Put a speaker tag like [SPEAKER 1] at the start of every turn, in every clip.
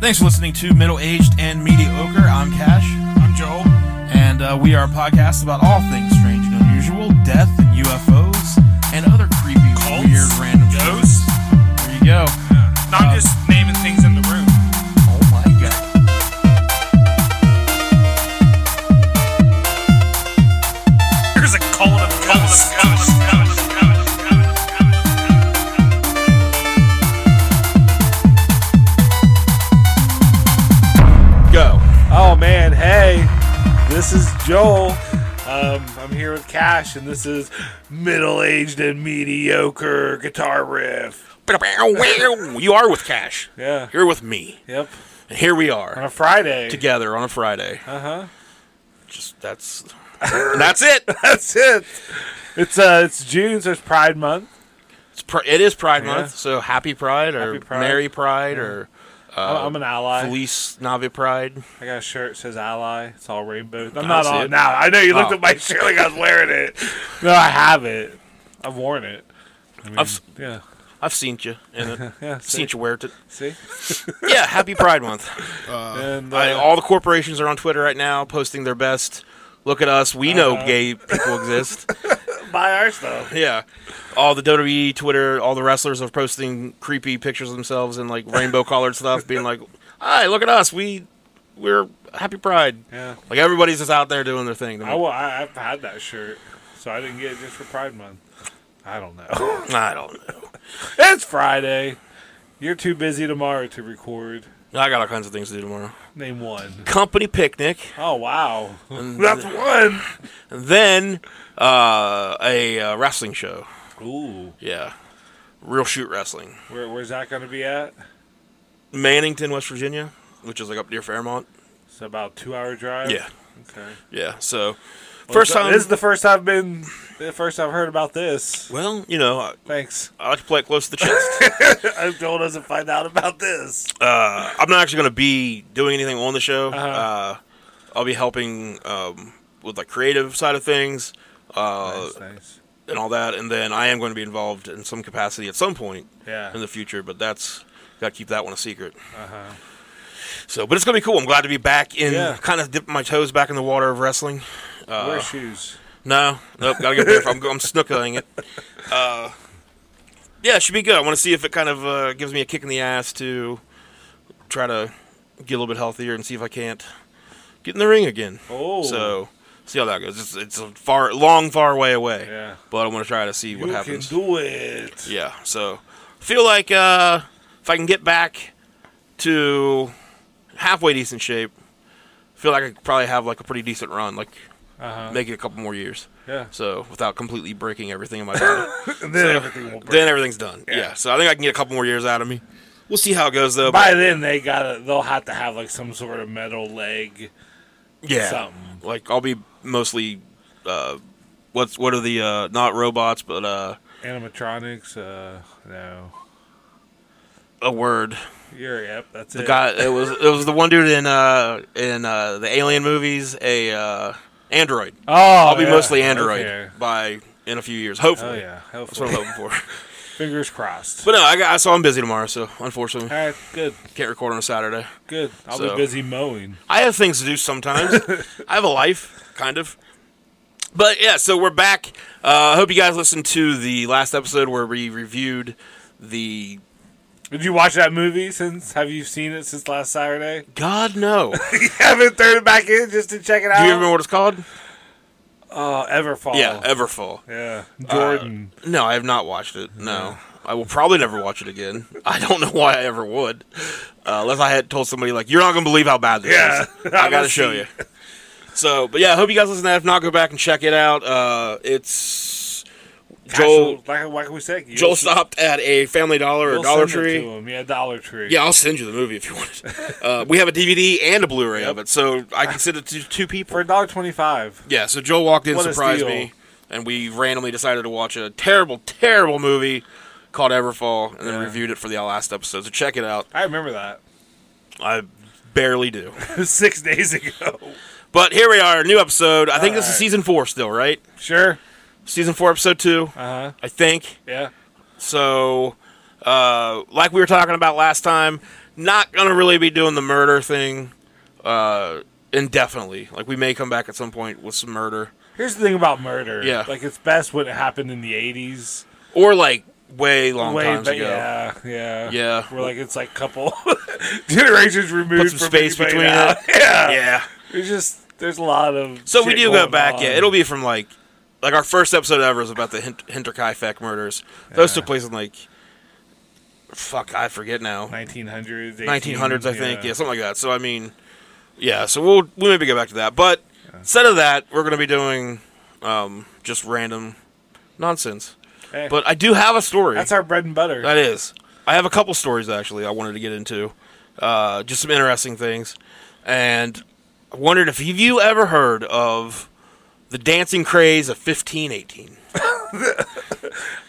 [SPEAKER 1] Thanks for listening to Middle Aged and Mediocre. I'm Cash. I'm Joel. And uh, we are a podcast about all things strange and unusual, death and UFOs, and other creepy,
[SPEAKER 2] Cults,
[SPEAKER 1] weird, random
[SPEAKER 2] ghosts.
[SPEAKER 1] shit. There you go.
[SPEAKER 2] No, I'm just naming things in the room.
[SPEAKER 1] Oh my god.
[SPEAKER 2] There's a cult of ghosts.
[SPEAKER 1] Go.
[SPEAKER 3] Oh man, hey, this is Joel. Um, I'm here with Cash, and this is middle aged and mediocre guitar riff.
[SPEAKER 2] You are with Cash.
[SPEAKER 3] Yeah.
[SPEAKER 2] You're with me.
[SPEAKER 3] Yep.
[SPEAKER 2] And here we
[SPEAKER 3] On
[SPEAKER 2] are
[SPEAKER 3] a Friday.
[SPEAKER 2] together on a Friday.
[SPEAKER 3] Uh huh.
[SPEAKER 2] Just that's and that's it.
[SPEAKER 3] That's it. It's uh, it's June, so it's Pride Month.
[SPEAKER 2] It's pr- it is Pride
[SPEAKER 3] Yeah.
[SPEAKER 2] Month, so Happy Pride or
[SPEAKER 3] Happy Pride.
[SPEAKER 2] Merry Pride or
[SPEAKER 3] I'm- I'm an ally.
[SPEAKER 2] Felice Navi Pride.
[SPEAKER 3] I got a shirt that says ally. It's all rainbow. I'm
[SPEAKER 2] I
[SPEAKER 3] not
[SPEAKER 2] see
[SPEAKER 3] on
[SPEAKER 2] it.
[SPEAKER 3] now. I know you looked
[SPEAKER 2] Oh.
[SPEAKER 3] at my shirt like I was wearing it. No, I have it. I've worn it. I mean,
[SPEAKER 2] I've s-
[SPEAKER 3] yeah.
[SPEAKER 2] I've seen you in it.
[SPEAKER 3] Yeah.
[SPEAKER 2] seen
[SPEAKER 3] See.
[SPEAKER 2] you wear it.
[SPEAKER 3] see?
[SPEAKER 2] Yeah, Happy Pride Month.
[SPEAKER 3] and,
[SPEAKER 2] I,
[SPEAKER 3] uh,
[SPEAKER 2] all the corporations are on Twitter right now posting their best. Look at us. We know gay people exist.
[SPEAKER 3] buy our stuff.
[SPEAKER 2] Yeah. All the WWE Twitter, all the wrestlers are posting creepy pictures of themselves in like rainbow colored stuff, being like, "Hi, look at us. We we're happy pride."
[SPEAKER 3] Yeah.
[SPEAKER 2] Like everybody's just out there doing their thing.
[SPEAKER 3] I,
[SPEAKER 2] I,
[SPEAKER 3] well, I, I've had that shirt, so I didn't get it just for Pride Month. I don't know.
[SPEAKER 2] don't know.
[SPEAKER 3] it's Friday. You're too busy tomorrow to record.
[SPEAKER 2] I got all kinds of things to do tomorrow.
[SPEAKER 3] Name one.
[SPEAKER 2] Company picnic,
[SPEAKER 3] Oh wow, that's one.
[SPEAKER 2] and then uh, a uh, wrestling show.
[SPEAKER 3] Ooh,
[SPEAKER 2] Yeah. Real shoot wrestling.
[SPEAKER 3] Where, where's that gonna be at?
[SPEAKER 2] Mannington, West Virginia, which is like up near Fairmont.
[SPEAKER 3] It's about two hour drive.
[SPEAKER 2] Yeah.
[SPEAKER 3] Okay.
[SPEAKER 2] Yeah. So,
[SPEAKER 3] Well,
[SPEAKER 2] first
[SPEAKER 3] th-
[SPEAKER 2] time.
[SPEAKER 3] This is the first I've been. The first I've heard about this.
[SPEAKER 2] well, you know, I,
[SPEAKER 3] Thanks.
[SPEAKER 2] I like to play it close to the chest.
[SPEAKER 3] I told us to find out about this.
[SPEAKER 2] uh, I'm not actually going to be doing anything on the show. uh
[SPEAKER 3] Uh-huh.
[SPEAKER 2] I'll be helping um, with like creative side of things uh,
[SPEAKER 3] nice, nice.
[SPEAKER 2] and all that, and then I am going to be involved in some capacity at some point
[SPEAKER 3] Yeah.
[SPEAKER 2] in the future. But that's got to keep that one a secret.
[SPEAKER 3] Uh-huh.
[SPEAKER 2] So, but it's going to be cool. I'm glad to be back in,
[SPEAKER 3] Yeah.
[SPEAKER 2] kind of dipping my toes back in the water of wrestling. uh,
[SPEAKER 3] Wear shoes.
[SPEAKER 2] No, nope, gotta get there. I'm, I'm snookling it. Uh, yeah, it should be good. I want to see if it kind of uh, gives me a kick in the ass to try to get a little bit healthier and see if I can't get in the ring again.
[SPEAKER 3] Oh.
[SPEAKER 2] So, see how that goes. It's, it's a far, long, far way away.
[SPEAKER 3] Yeah.
[SPEAKER 2] But I want to try to see what
[SPEAKER 3] you
[SPEAKER 2] happens.
[SPEAKER 3] can do it.
[SPEAKER 2] yeah, so feel like uh, if I can get back to halfway decent shape, feel like I could probably have like a pretty decent run, like
[SPEAKER 3] Uh-huh.
[SPEAKER 2] make it a couple more years.
[SPEAKER 3] Yeah.
[SPEAKER 2] So without completely breaking everything in my body,
[SPEAKER 3] And then everything will break.
[SPEAKER 2] then everything's done. Yeah. So I think I can get a couple more years out of me. We'll see how it goes though.
[SPEAKER 3] By then they gotta they'll have to have like some sort of metal leg.
[SPEAKER 2] but yeah,
[SPEAKER 3] something.
[SPEAKER 2] like I'll be mostly uh, what's what are the uh, not robots but uh,
[SPEAKER 3] Animatronics, uh no.
[SPEAKER 2] a word.
[SPEAKER 3] You're yep, that's
[SPEAKER 2] The
[SPEAKER 3] it.
[SPEAKER 2] guy it was it was the one dude in uh, in uh, the Alien movies a uh, android.
[SPEAKER 3] oh
[SPEAKER 2] I'll be
[SPEAKER 3] yeah,
[SPEAKER 2] mostly android
[SPEAKER 3] okay.
[SPEAKER 2] by in a few years hopefully.
[SPEAKER 3] Oh yeah.
[SPEAKER 2] That's what I'm
[SPEAKER 3] Hopefully.
[SPEAKER 2] hoping for.
[SPEAKER 3] Fingers crossed.
[SPEAKER 2] but no, I got, so I'm busy tomorrow, so unfortunately
[SPEAKER 3] Alright, good.
[SPEAKER 2] can't record on a Saturday.
[SPEAKER 3] Good. I'll
[SPEAKER 2] So-
[SPEAKER 3] be busy mowing.
[SPEAKER 2] I have things to do sometimes. I have a life, kind of. But yeah, so we're back. Uh, I hope you guys listened to the last episode where we reviewed the.
[SPEAKER 3] Did you watch that movie since have you seen it since last Saturday?
[SPEAKER 2] God no. Do
[SPEAKER 3] you haven't thrown it back in just to check it
[SPEAKER 2] you
[SPEAKER 3] out?
[SPEAKER 2] remember what it's called?
[SPEAKER 3] Oh, Everfall.
[SPEAKER 2] Yeah, Uh, Everfall.
[SPEAKER 3] Yeah. Jordan.
[SPEAKER 2] No, I have not watched it. No, I will probably never watch it again. I don't know why I ever would, uh, unless I had told somebody like, "You're not gonna believe how bad this
[SPEAKER 3] Yeah,
[SPEAKER 2] is."
[SPEAKER 3] I
[SPEAKER 2] I gotta
[SPEAKER 3] will
[SPEAKER 2] show
[SPEAKER 3] see.
[SPEAKER 2] you. So, but yeah, I hope you guys listen to that. If not, go back and check it out. Uh, it's Joel.
[SPEAKER 3] Gosh, like, like we said, you-
[SPEAKER 2] Joel stopped at a Family Dollar or
[SPEAKER 3] we'll
[SPEAKER 2] Dollar
[SPEAKER 3] send it
[SPEAKER 2] Tree.
[SPEAKER 3] to 'em. Yeah, Dollar Tree.
[SPEAKER 2] Yeah, I'll send you the movie if you want it. Uh, we have a DVD and a Blu-ray of
[SPEAKER 3] Yep.
[SPEAKER 2] it, so I can send it to two people.
[SPEAKER 3] For a dollar twenty five.
[SPEAKER 2] Yeah, so Joel walked in,
[SPEAKER 3] What a
[SPEAKER 2] surprised
[SPEAKER 3] steal.
[SPEAKER 2] me, and we randomly decided to watch a terrible, terrible movie called Everfall, and then
[SPEAKER 3] Yeah.
[SPEAKER 2] reviewed it for the last episode. So check it out.
[SPEAKER 3] I remember that.
[SPEAKER 2] I barely do,
[SPEAKER 3] Six days ago.
[SPEAKER 2] but here we are, new episode. I think this is
[SPEAKER 3] Alright.
[SPEAKER 2] season four still, right?
[SPEAKER 3] Sure.
[SPEAKER 2] Season four, episode two,
[SPEAKER 3] Uh huh.
[SPEAKER 2] I think.
[SPEAKER 3] Yeah.
[SPEAKER 2] So, uh, like we were talking about last time, not gonna really be doing the murder thing uh, indefinitely. Like we may come back at some point with some murder,
[SPEAKER 3] Here's the thing about murder.
[SPEAKER 2] Yeah.
[SPEAKER 3] Like it's best when it happened in the eighties.
[SPEAKER 2] or like way long
[SPEAKER 3] Way
[SPEAKER 2] times
[SPEAKER 3] ba-
[SPEAKER 2] ago.
[SPEAKER 3] yeah, yeah.
[SPEAKER 2] Yeah.
[SPEAKER 3] We're like it's like couple generations removed
[SPEAKER 2] some
[SPEAKER 3] from
[SPEAKER 2] space
[SPEAKER 3] anybody
[SPEAKER 2] between
[SPEAKER 3] now.
[SPEAKER 2] it.
[SPEAKER 3] Yeah.
[SPEAKER 2] Yeah.
[SPEAKER 3] There's just there's a lot of
[SPEAKER 2] So we
[SPEAKER 3] shit
[SPEAKER 2] do go
[SPEAKER 3] going
[SPEAKER 2] back.
[SPEAKER 3] on.
[SPEAKER 2] Yeah, it'll be from like like our first episode ever is about the Hint- Hinterkaifeck murders. Those took place in like fuck, I forget now.
[SPEAKER 3] 1900s,
[SPEAKER 2] 1900s, I think.
[SPEAKER 3] yeah.
[SPEAKER 2] Yeah, something like that. So I mean, yeah. So we'll we maybe go back to that. But instead of that, we're gonna be doing um, just random nonsense.
[SPEAKER 3] Hey,
[SPEAKER 2] But I do have a story.
[SPEAKER 3] that's our bread and butter.
[SPEAKER 2] That is. I have a couple stories actually I wanted to get into. Uh, just some interesting things. And I wondered if have you ever heard of the dancing craze of 1518?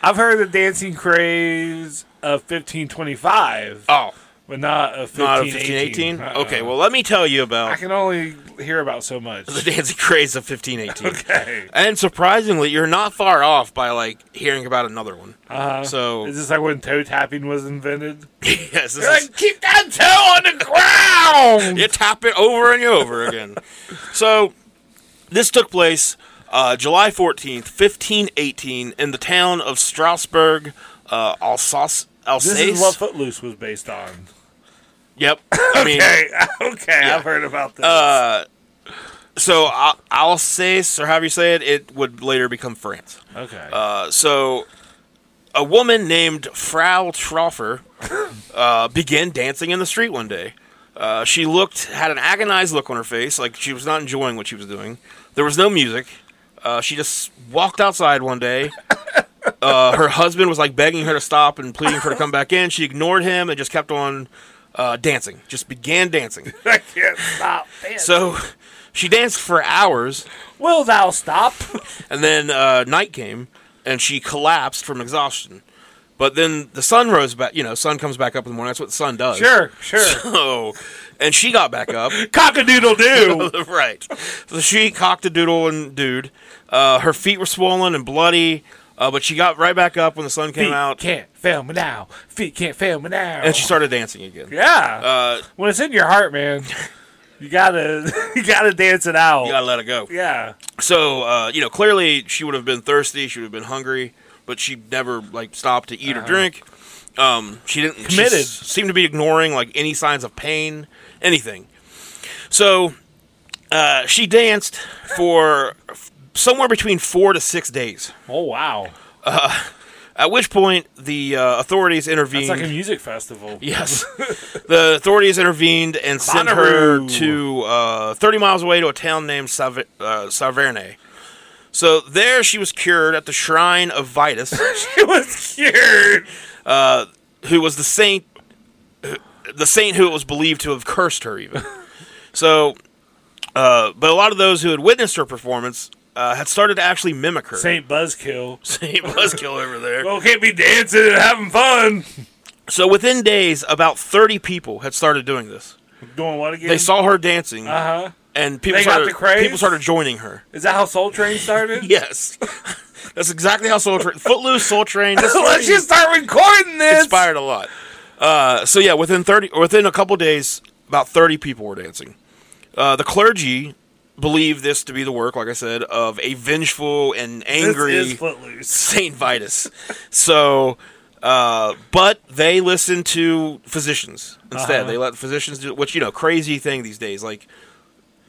[SPEAKER 3] I've heard the dancing craze of 1525,
[SPEAKER 2] Oh,
[SPEAKER 3] but not of 1518.
[SPEAKER 2] not of 1518?
[SPEAKER 3] Uh-uh.
[SPEAKER 2] Okay, well, let me tell you
[SPEAKER 3] I
[SPEAKER 2] about
[SPEAKER 3] can only hear about so much.
[SPEAKER 2] the dancing craze of 1518.
[SPEAKER 3] Okay.
[SPEAKER 2] And surprisingly, you're not far off by like hearing about another one.
[SPEAKER 3] Uh-huh.
[SPEAKER 2] So-
[SPEAKER 3] is this like when toe tapping was invented?
[SPEAKER 2] yes, this
[SPEAKER 3] They're
[SPEAKER 2] is,
[SPEAKER 3] like, keep that toe on the ground.
[SPEAKER 2] you tap it over and over again. so this took place uh, July 14th, 1518, in the town of Strasbourg, uh, Alsace. Alsace.
[SPEAKER 3] This is what Footloose was based on.
[SPEAKER 2] Yep. I mean,
[SPEAKER 3] Okay, okay,
[SPEAKER 2] Yeah.
[SPEAKER 3] I've heard about this.
[SPEAKER 2] uh, so Al- Alsace, or however you say it, it would later become France.
[SPEAKER 3] okay,
[SPEAKER 2] Uh, so a woman named Frau Troffer uh, began dancing in the street one day. Uh, she looked had an agonized look on her face, like she was not enjoying what she was doing. There was no music. Uh, she just walked outside one day. Uh, her husband was like begging her to stop and pleading for her to come back in. She ignored him and just kept on uh, dancing. Just began dancing.
[SPEAKER 3] I can't stop. Man.
[SPEAKER 2] So she danced for hours.
[SPEAKER 3] Will thou stop?
[SPEAKER 2] And then uh, night came, and she collapsed from exhaustion. But then the sun rose back. You know, sun comes back up in the morning. That's what the sun does.
[SPEAKER 3] sure, sure.
[SPEAKER 2] So, and she got back up.
[SPEAKER 3] Cock a doodle doo.
[SPEAKER 2] right. So she cocked a doodle and dude. Uh, her feet were swollen and bloody, uh, but she got right back up when the sun came
[SPEAKER 3] Feet
[SPEAKER 2] out,
[SPEAKER 3] can't fail me now. Feet can't fail me now.
[SPEAKER 2] and she started dancing again.
[SPEAKER 3] yeah.
[SPEAKER 2] Uh,
[SPEAKER 3] when it's in your heart, man, you gotta you gotta dance it out.
[SPEAKER 2] you gotta let it go.
[SPEAKER 3] yeah.
[SPEAKER 2] So uh, you know, clearly she would have been thirsty. She would have been hungry, but she never like stopped to eat or drink. Um, she didn't she
[SPEAKER 3] Committed.
[SPEAKER 2] s- seemed to be ignoring like any signs of pain, anything. So uh, she danced for f- somewhere between four to six days.
[SPEAKER 3] Oh wow,
[SPEAKER 2] At which point, the uh, authorities intervened.
[SPEAKER 3] it's like a music festival.
[SPEAKER 2] Yes. the authorities intervened and sent her
[SPEAKER 3] Bonnaroo.
[SPEAKER 2] to uh, 30 miles away to a town named Sav- uh, Saverne. So there she was cured at the shrine of Vitus,
[SPEAKER 3] it was cured.
[SPEAKER 2] who was the saint the saint who it was believed to have cursed her even. So uh, but a lot of those who had witnessed her performance uh, had started to actually mimic her.
[SPEAKER 3] Saint Buzzkill.
[SPEAKER 2] Saint Buzzkill over there.
[SPEAKER 3] Well, can't be dancing and having fun.
[SPEAKER 2] So within days, about 30 people had started doing this.
[SPEAKER 3] Doing what again?
[SPEAKER 2] They saw her dancing.
[SPEAKER 3] Uh huh.
[SPEAKER 2] and people
[SPEAKER 3] They got
[SPEAKER 2] started
[SPEAKER 3] the craze?
[SPEAKER 2] people started joining her.
[SPEAKER 3] Is that how Soul Train started?
[SPEAKER 2] Yes, that's exactly how Soul Train, Footloose, Soul Train, this
[SPEAKER 3] Let's
[SPEAKER 2] story
[SPEAKER 3] just start recording this.
[SPEAKER 2] inspired a lot. Uh, so yeah, within thirty, or within a couple days, about thirty people were dancing. Uh, the clergy believed this to be the work, like I said, of a vengeful and
[SPEAKER 3] This
[SPEAKER 2] angry
[SPEAKER 3] is Footloose.
[SPEAKER 2] Saint Vitus. So, uh, but they listen to physicians instead.
[SPEAKER 3] Uh-huh.
[SPEAKER 2] They let physicians do which you know crazy thing these days. Like,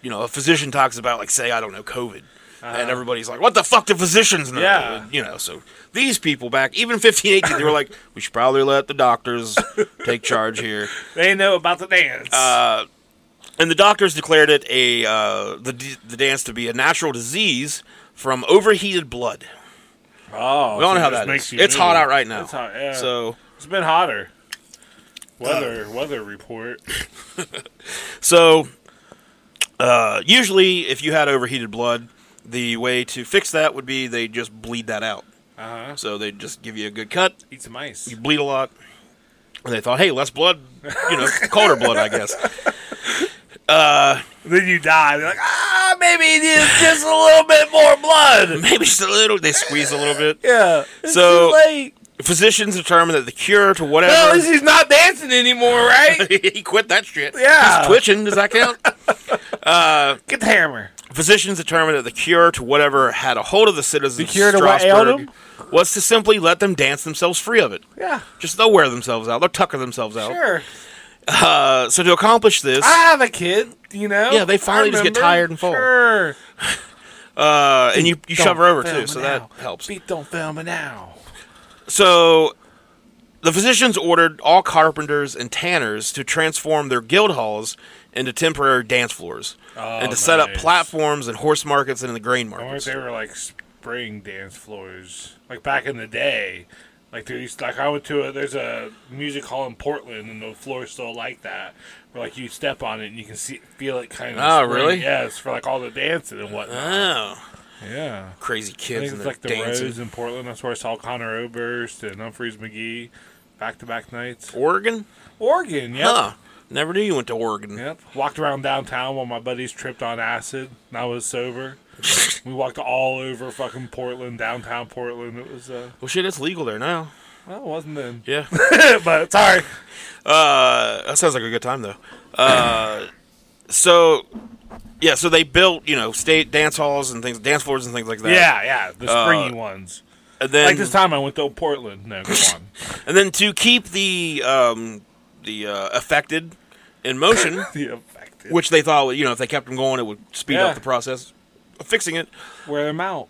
[SPEAKER 2] you know, a physician talks about like say I don't know COVID, and everybody's like, what the fuck do physicians know?
[SPEAKER 3] Uh-huh. Yeah.
[SPEAKER 2] you know. So these people back even fifteen eighteen, they were like, we should probably let the doctors take charge here.
[SPEAKER 3] They know about the dance.
[SPEAKER 2] And the doctors declared it a uh, the d- the dance to be a natural disease from overheated blood.
[SPEAKER 3] oh,
[SPEAKER 2] We all know how that is. It's hot out right now.
[SPEAKER 3] It's hot, Uh. yeah.
[SPEAKER 2] So.
[SPEAKER 3] It's been hotter. Weather weather report.
[SPEAKER 2] So, uh, usually, if you had overheated blood, the way to fix that would be they just bleed that out.
[SPEAKER 3] Uh huh.
[SPEAKER 2] So they just give you a good cut.
[SPEAKER 3] Eat some ice.
[SPEAKER 2] You bleed a lot, and they thought, hey, less blood, you know, colder blood, I guess.
[SPEAKER 3] Then you die. They're like, ah, maybe it is just a little bit more blood.
[SPEAKER 2] Maybe just a little. They squeeze a little bit.
[SPEAKER 3] Yeah.
[SPEAKER 2] So-
[SPEAKER 3] too late.
[SPEAKER 2] Physicians determined that the cure to whatever
[SPEAKER 3] Well, at least he's not dancing anymore, right?
[SPEAKER 2] he quit that shit.
[SPEAKER 3] Yeah.
[SPEAKER 2] He's twitching. Does that count?
[SPEAKER 3] Get the hammer.
[SPEAKER 2] Physicians determined that the cure to whatever had a hold of the citizens
[SPEAKER 3] The cure
[SPEAKER 2] of
[SPEAKER 3] to what ailed
[SPEAKER 2] Strasbourg was to simply let them dance themselves free of it.
[SPEAKER 3] Yeah,
[SPEAKER 2] Just they'll wear themselves out. They'll tucker themselves out.
[SPEAKER 3] sure.
[SPEAKER 2] Uh, so to accomplish this,
[SPEAKER 3] I have a kid, you know.
[SPEAKER 2] Yeah, they finally
[SPEAKER 3] I
[SPEAKER 2] just get
[SPEAKER 3] remember.
[SPEAKER 2] tired and fall.
[SPEAKER 3] Sure.
[SPEAKER 2] uh, and you, you shove her over
[SPEAKER 3] Don't fail me
[SPEAKER 2] too, so
[SPEAKER 3] now.
[SPEAKER 2] that helps.
[SPEAKER 3] Beat don't fail me now.
[SPEAKER 2] So the physicians ordered all carpenters and tanners to transform their guild halls into temporary dance floors and to set up
[SPEAKER 3] Oh, nice.
[SPEAKER 2] platforms and horse markets and in the grain
[SPEAKER 3] I wonder if
[SPEAKER 2] markets.
[SPEAKER 3] they were like spring dance floors, like back in the day. Like there used, like I went to a there's a music hall in Portland, and the floor's still like that. Where like you step on it and you can see feel it kind of.
[SPEAKER 2] Oh, really?
[SPEAKER 3] Yeah, it's for like all the dancing and whatnot.
[SPEAKER 2] Oh,
[SPEAKER 3] yeah,
[SPEAKER 2] crazy
[SPEAKER 3] I
[SPEAKER 2] kids
[SPEAKER 3] think
[SPEAKER 2] and
[SPEAKER 3] it's
[SPEAKER 2] their
[SPEAKER 3] like the
[SPEAKER 2] dancing.
[SPEAKER 3] Rose in Portland. That's where I saw Connor Oberst and Humphreys McGee, back to back nights.
[SPEAKER 2] Oregon?
[SPEAKER 3] Oregon, yeah.
[SPEAKER 2] Huh. Never knew you went to Oregon.
[SPEAKER 3] Yep. Walked around downtown while my buddies tripped on acid and I was sober. we walked all over fucking Portland, downtown Portland. It was, uh,
[SPEAKER 2] Well, shit, it's legal there now.
[SPEAKER 3] well, it wasn't then.
[SPEAKER 2] Yeah.
[SPEAKER 3] but sorry.
[SPEAKER 2] Uh, that sounds like a good time though. Uh, so, yeah, so they built you know state dance halls and things, dance floors and things like that.
[SPEAKER 3] Yeah, yeah. The
[SPEAKER 2] Uh,
[SPEAKER 3] springy ones.
[SPEAKER 2] and then
[SPEAKER 3] Like this time I went to Portland. No, go on.
[SPEAKER 2] and then to keep the um, the uh, affected in motion,
[SPEAKER 3] the affected.
[SPEAKER 2] which they thought you know if they kept them going, it would speed
[SPEAKER 3] Yeah.
[SPEAKER 2] up the process of fixing it.
[SPEAKER 3] Wear them out.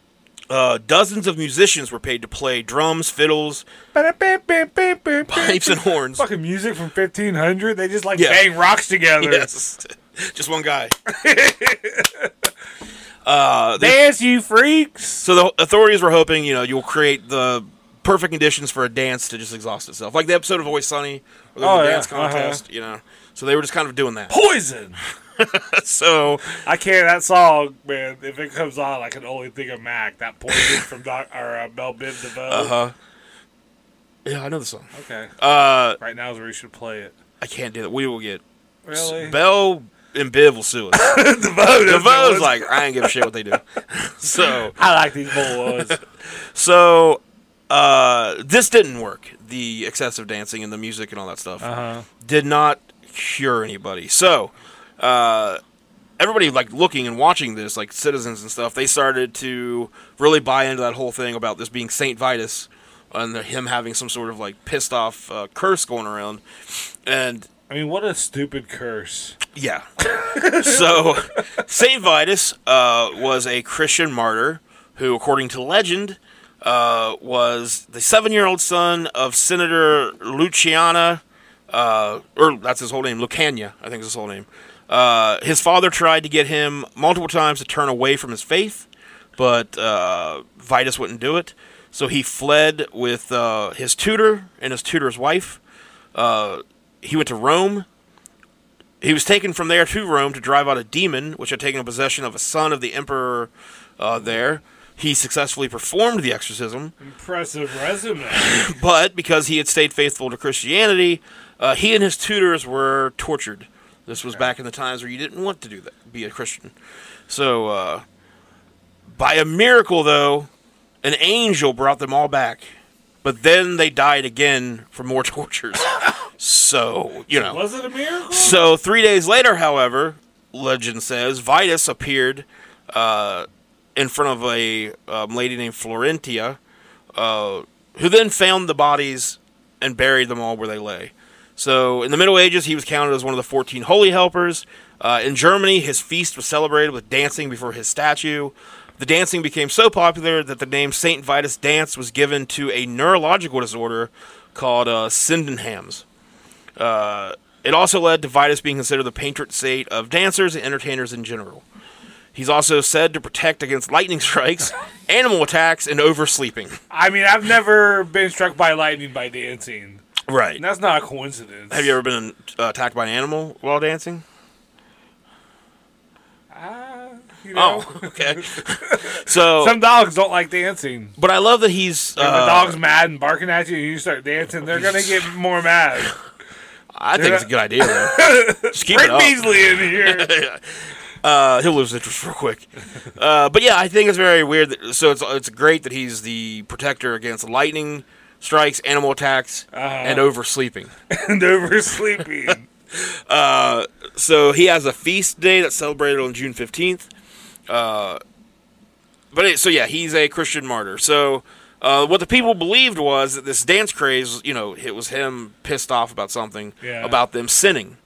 [SPEAKER 2] Uh, dozens of musicians were paid to play drums, fiddles, pipes,
[SPEAKER 3] Pipes
[SPEAKER 2] and horns.
[SPEAKER 3] Fucking music from 1500. They just like
[SPEAKER 2] Yeah.
[SPEAKER 3] bang rocks together.
[SPEAKER 2] Yes, just one guy.
[SPEAKER 3] Dance, you freaks.
[SPEAKER 2] So the authorities were hoping, you know, you'll create the perfect conditions for a dance to just exhaust itself, like the episode of Always Sunny, where there was
[SPEAKER 3] Oh,
[SPEAKER 2] a
[SPEAKER 3] yeah,
[SPEAKER 2] dance contest, you know. So they were just kind of doing that.
[SPEAKER 3] Poison.
[SPEAKER 2] so
[SPEAKER 3] I can't. That song, man. If it comes on, I can only think of Mac. That poison from Doc or uh, Mel Biv DeVoe.
[SPEAKER 2] uh, yeah, I know the song.
[SPEAKER 3] Okay.
[SPEAKER 2] Uh,
[SPEAKER 3] right now is where you should play it.
[SPEAKER 2] I can't do that. We will get
[SPEAKER 3] Really?
[SPEAKER 2] Bell and Biv will sue us.
[SPEAKER 3] DeVoe.
[SPEAKER 2] DeVoe's like, I ain't give a shit what they do. so
[SPEAKER 3] I like these boys.
[SPEAKER 2] so uh, this didn't work. The excessive dancing and the music and all that stuff.
[SPEAKER 3] uh-huh.
[SPEAKER 2] did not cure anybody. So, uh, everybody like looking and watching this, like citizens and stuff, they started to really buy into that whole thing about this being Saint Vitus and the- him having some sort of like pissed off uh, curse going around, and
[SPEAKER 3] I mean, what a stupid curse.
[SPEAKER 2] yeah. so, Saint Vitus uh, was a Christian martyr who, according to legend, uh, was the seven-year-old son of Senator Luciana, uh, or that's his whole name, Lucania, I think is his whole name. Uh, his father tried to get him multiple times to turn away from his faith, but uh, Vitus wouldn't do it. So he fled with uh, his tutor and his tutor's wife. Uh, he went to Rome. He was taken from there to Rome to drive out a demon, which had taken possession of a son of the emperor uh, there. He successfully performed the exorcism,
[SPEAKER 3] Impressive resume.
[SPEAKER 2] but because he had stayed faithful to Christianity, uh, he and his tutors were tortured. This was back in the times where you didn't want to do that, be a Christian. So, uh, by a miracle, though, an angel brought them all back. But then they died again for more tortures. so, you know.
[SPEAKER 3] Was it a miracle?
[SPEAKER 2] So three days later, however, legend says Vitus appeared uh, in front of a um, lady named Florentia, uh, who then found the bodies and buried them all where they lay. So in the Middle Ages, he was counted as one of the fourteen holy helpers. Uh, in Germany, his feast was celebrated with dancing before his statue. The dancing became so popular that the name Saint Vitus dance was given to a neurological disorder called uh, Sydenham's. Uh, it also led to Vitus being considered the patron saint of dancers and entertainers in general. He's also said to protect against lightning strikes, animal attacks, and oversleeping.
[SPEAKER 3] I mean, I've never been struck by lightning by dancing.
[SPEAKER 2] Right.
[SPEAKER 3] And that's not a coincidence.
[SPEAKER 2] Have you ever been uh, attacked by an animal while dancing?
[SPEAKER 3] Ah, you know,
[SPEAKER 2] Oh, okay. so,
[SPEAKER 3] Some dogs don't like dancing.
[SPEAKER 2] but I love that he's.
[SPEAKER 3] If
[SPEAKER 2] Uh,
[SPEAKER 3] the dog's mad and barking at you and you start dancing, they're going to get more mad.
[SPEAKER 2] I think it's a good idea. Though. Just keep it
[SPEAKER 3] Brett
[SPEAKER 2] up.
[SPEAKER 3] Beasley in here.
[SPEAKER 2] Uh, he'll lose interest real quick. Uh, but yeah, I think it's very weird. That, so it's it's great that he's the protector against lightning, strikes, animal attacks,
[SPEAKER 3] Uh-huh.
[SPEAKER 2] and oversleeping.
[SPEAKER 3] and oversleeping.
[SPEAKER 2] So he has a feast day that's celebrated on June fifteenth. Uh, but it, so yeah, he's a Christian martyr. So uh, what the people believed was that this dance craze, you know, it was him pissed off about something
[SPEAKER 3] Yeah.
[SPEAKER 2] about them sinning,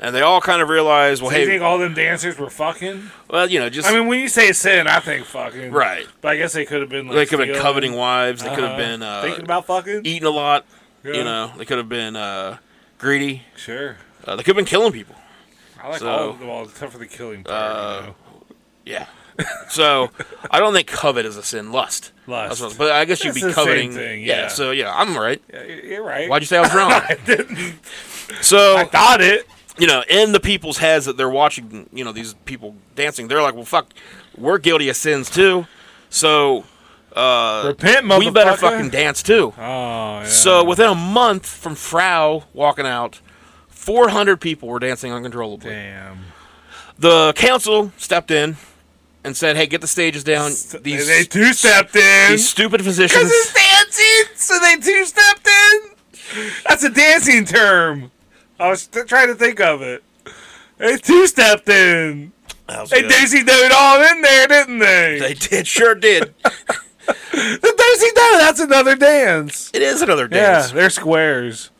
[SPEAKER 2] and they all kind of realized, well,
[SPEAKER 3] Do you
[SPEAKER 2] hey,
[SPEAKER 3] think all them dancers were fucking?
[SPEAKER 2] well, you know, just
[SPEAKER 3] I mean, when you say sin, I think fucking.
[SPEAKER 2] Right.
[SPEAKER 3] But I guess they could have been like.
[SPEAKER 2] they could have been
[SPEAKER 3] stealing,
[SPEAKER 2] coveting wives, they could have
[SPEAKER 3] uh,
[SPEAKER 2] been uh,
[SPEAKER 3] thinking about fucking.
[SPEAKER 2] eating a lot,
[SPEAKER 3] Yeah.
[SPEAKER 2] you know, they could have been uh, greedy,
[SPEAKER 3] Sure.
[SPEAKER 2] uh, they could have been killing people.
[SPEAKER 3] I like
[SPEAKER 2] So- uh,
[SPEAKER 3] all of them, all except for the killing part. you know.
[SPEAKER 2] Yeah. So I don't think covet is a sin. Lust.
[SPEAKER 3] Lust.
[SPEAKER 2] That's what- but I guess you'd
[SPEAKER 3] It's
[SPEAKER 2] be
[SPEAKER 3] the same
[SPEAKER 2] coveting.
[SPEAKER 3] thing,
[SPEAKER 2] yeah.
[SPEAKER 3] yeah.
[SPEAKER 2] So yeah, I'm right.
[SPEAKER 3] Yeah, you're you're right.
[SPEAKER 2] Why'd you say I was wrong?
[SPEAKER 3] I didn't. I
[SPEAKER 2] so
[SPEAKER 3] thought it.
[SPEAKER 2] you know, in the people's heads that they're watching, you know, these people dancing, they're like, well, fuck, we're guilty of sins too. So uh,
[SPEAKER 3] Repent, motherfucker.
[SPEAKER 2] we better fucking dance too.
[SPEAKER 3] Oh, yeah.
[SPEAKER 2] So within a month from Frau walking out, 400 people were dancing uncontrollably.
[SPEAKER 3] damn.
[SPEAKER 2] The council stepped in and said, "Hey, get the stages down.
[SPEAKER 3] These,
[SPEAKER 2] These
[SPEAKER 3] they two stepped in.
[SPEAKER 2] these stupid physicians."
[SPEAKER 3] it's dancing, so they two stepped in. That's a dancing term. I was t- trying to think of it. They two stepped in.
[SPEAKER 2] That was
[SPEAKER 3] They
[SPEAKER 2] good.
[SPEAKER 3] daisy doed all in there, didn't they?
[SPEAKER 2] They did, sure did.
[SPEAKER 3] the daisy doed. That's another dance.
[SPEAKER 2] It is another
[SPEAKER 3] Yeah,
[SPEAKER 2] dance.
[SPEAKER 3] they're squares.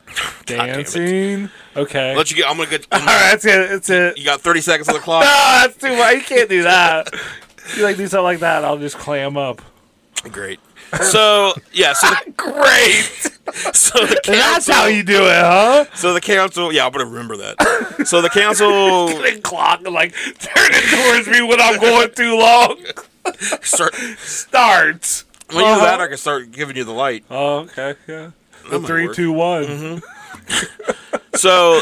[SPEAKER 2] damn it.
[SPEAKER 3] Dancing. Okay.
[SPEAKER 2] Let you get. I'm gonna get.
[SPEAKER 3] all right, that's it. That's it.
[SPEAKER 2] you got 30 seconds on the
[SPEAKER 3] No,
[SPEAKER 2] clock.
[SPEAKER 3] that's too much. You can't do that. You like do something like that, I'll just clam up.
[SPEAKER 2] Great. So yeah. So the,
[SPEAKER 3] Great.
[SPEAKER 2] so the council.
[SPEAKER 3] That's how you do it, huh?
[SPEAKER 2] So the council. Yeah, I'm gonna remember that. So the council
[SPEAKER 3] the clock and like turn it towards me when I'm going too long.
[SPEAKER 2] start.
[SPEAKER 3] Starts.
[SPEAKER 2] When you do that,
[SPEAKER 3] Uh-huh.
[SPEAKER 2] I can start giving you the light.
[SPEAKER 3] Oh, okay, yeah.
[SPEAKER 2] That
[SPEAKER 3] The
[SPEAKER 2] might
[SPEAKER 3] three,
[SPEAKER 2] work. Mm-hmm.
[SPEAKER 3] two, one.
[SPEAKER 2] So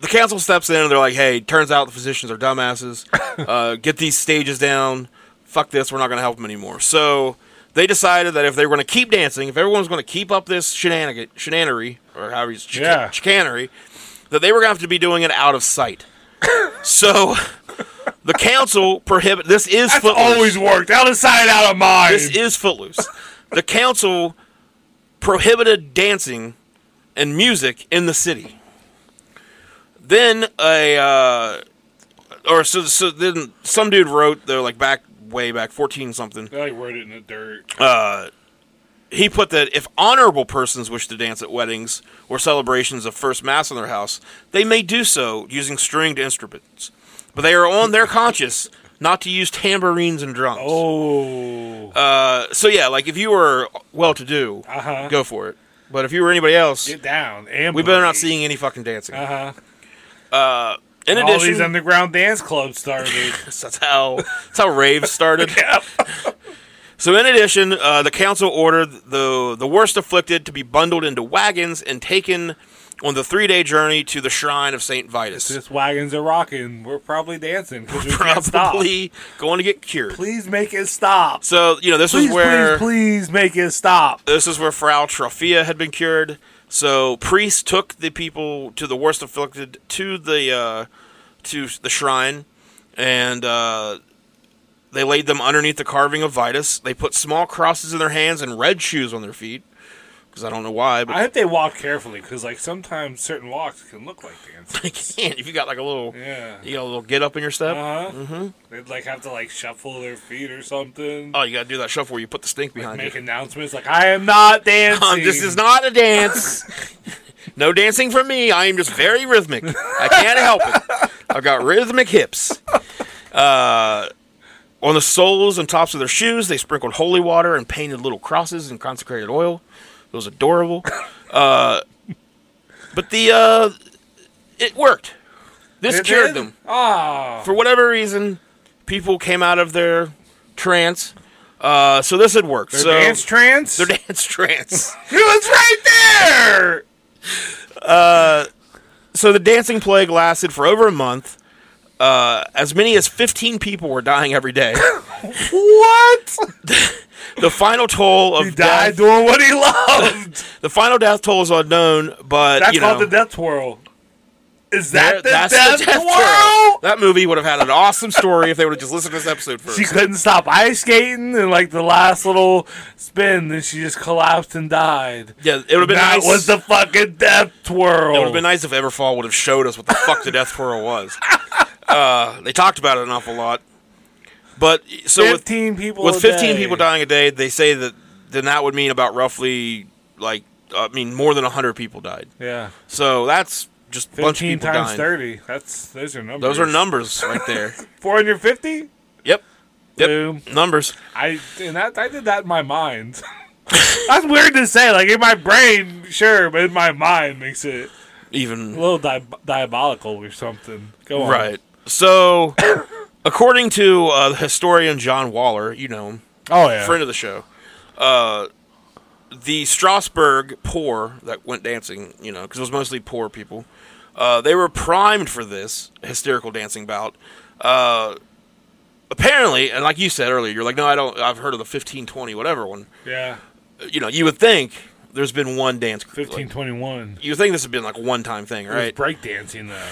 [SPEAKER 2] the council steps in and they're like, "Hey, turns out the physicians are dumbasses. Uh, get these stages down. Fuck this. We're not going to help them anymore." So they decided that if they were going to keep dancing, if everyone was going to keep up this shenanigan, shenanery, or however you ch-
[SPEAKER 3] Yeah.
[SPEAKER 2] chicanery, that they were going to have to be doing it out of sight. so the council prohibit. This is
[SPEAKER 3] That's
[SPEAKER 2] footloose.
[SPEAKER 3] always worked. Out of sight, out of mind.
[SPEAKER 2] This is Footloose. the council prohibited dancing and music in the city. Then a uh, or so so then some dude wrote though like back way back fourteen something.
[SPEAKER 3] I like wrote it in the dirt.
[SPEAKER 2] Uh, He put that if honorable persons wish to dance at weddings or celebrations of first mass in their house, they may do so using stringed instruments, but they are on their conscience not to use tambourines and drums.
[SPEAKER 3] oh.
[SPEAKER 2] Uh, so yeah, like if you were well to do,
[SPEAKER 3] Uh-huh.
[SPEAKER 2] go for it. But if you were anybody else,
[SPEAKER 3] Get down. And
[SPEAKER 2] we better not seeing any fucking dancing.
[SPEAKER 3] Uh huh.
[SPEAKER 2] In
[SPEAKER 3] All these
[SPEAKER 2] addition,
[SPEAKER 3] underground dance clubs started.
[SPEAKER 2] that's how that's how raves started.
[SPEAKER 3] yep.
[SPEAKER 2] So in addition, uh, the council ordered the the worst afflicted to be bundled into wagons and taken on the three day journey to the shrine of Saint Vitus.
[SPEAKER 3] This wagons are rocking. We're probably dancing. 'cause we can't stop.
[SPEAKER 2] Probably going to get cured.
[SPEAKER 3] Please make it stop.
[SPEAKER 2] So you know this
[SPEAKER 3] Please,
[SPEAKER 2] is where
[SPEAKER 3] please, please make it stop.
[SPEAKER 2] This is where Frau Trophia had been cured. So priests took the people to the worst afflicted to the uh, to the shrine, and uh, they laid them underneath the carving of Vitus. They put small crosses in their hands and red shoes on their feet because I don't know why, but
[SPEAKER 3] I hope they walk carefully because, like, sometimes certain walks can look like dancing.
[SPEAKER 2] they can't if you got like a little
[SPEAKER 3] Yeah.
[SPEAKER 2] you got a little get up in your step.
[SPEAKER 3] Uh huh. They'd like have to like shuffle their feet or something.
[SPEAKER 2] Oh, you gotta do that shuffle where you put the stink behind
[SPEAKER 3] make
[SPEAKER 2] you.
[SPEAKER 3] announcements like I am not dancing.
[SPEAKER 2] Um, this is not a dance. no dancing for me. I am just very rhythmic. I can't help it. I've got rhythmic hips. Uh, on the soles and tops of their shoes, they sprinkled holy water and painted little crosses in consecrated oil. It was adorable. Uh, but the uh, it worked. This
[SPEAKER 3] It
[SPEAKER 2] cured
[SPEAKER 3] did?
[SPEAKER 2] them
[SPEAKER 3] Oh,
[SPEAKER 2] for whatever reason. People came out of their trance. Uh, so this had worked.
[SPEAKER 3] their
[SPEAKER 2] so
[SPEAKER 3] dance trance.
[SPEAKER 2] their dance trance.
[SPEAKER 3] it was right there.
[SPEAKER 2] So the dancing plague lasted for over a month. Uh, as many as 15 people were dying every day.
[SPEAKER 3] What?
[SPEAKER 2] the final toll of
[SPEAKER 3] He
[SPEAKER 2] death,
[SPEAKER 3] died doing what he loved.
[SPEAKER 2] the final death toll is unknown, but
[SPEAKER 3] That's
[SPEAKER 2] you know
[SPEAKER 3] called the death twirl. Is
[SPEAKER 2] There-
[SPEAKER 3] that the
[SPEAKER 2] that's the
[SPEAKER 3] death,
[SPEAKER 2] death
[SPEAKER 3] twirl?
[SPEAKER 2] That movie would have had an awesome story if they would have just listened to this episode first.
[SPEAKER 3] She couldn't stop ice skating, and like the last little spin, then she just collapsed and died.
[SPEAKER 2] yeah, it would have been
[SPEAKER 3] that
[SPEAKER 2] nice.
[SPEAKER 3] was the fucking death twirl.
[SPEAKER 2] It would have been nice if Everfall would have showed us what the fuck the Death Twirl was. Uh, they talked about it an awful lot, but so with
[SPEAKER 3] Fifteen people.
[SPEAKER 2] with
[SPEAKER 3] a
[SPEAKER 2] 15
[SPEAKER 3] day.
[SPEAKER 2] people dying a day, they say that then that would mean about roughly like uh, I mean more than 100 people died.
[SPEAKER 3] Yeah,
[SPEAKER 2] So that's just a bunch of
[SPEAKER 3] fifteen
[SPEAKER 2] people
[SPEAKER 3] times
[SPEAKER 2] dying.
[SPEAKER 3] thirty. That's those are numbers.
[SPEAKER 2] Those are numbers right there.
[SPEAKER 3] Four hundred fifty.
[SPEAKER 2] yep. Yep.
[SPEAKER 3] Boom.
[SPEAKER 2] Numbers.
[SPEAKER 3] I and that I did that in my mind. That's weird to say. Like in my brain, sure, but in my mind makes it a
[SPEAKER 2] Even
[SPEAKER 3] little di- diabolical or something. Go on.
[SPEAKER 2] right. So according to uh, the historian John Waller, you know him,
[SPEAKER 3] Oh yeah.
[SPEAKER 2] friend of the show, uh, the Strasbourg poor that went dancing, you know, because it was mostly poor people, uh, they were primed for this hysterical dancing bout. Uh, apparently, and like you said earlier, you're like, no, I don't. I've heard of the fifteen twenty whatever one.
[SPEAKER 3] yeah.
[SPEAKER 2] You know, you would think there's been one dance. like,
[SPEAKER 3] Fifteen twenty one.
[SPEAKER 2] you would think this has been like a one time thing,
[SPEAKER 3] It was
[SPEAKER 2] right?
[SPEAKER 3] breakdancing though.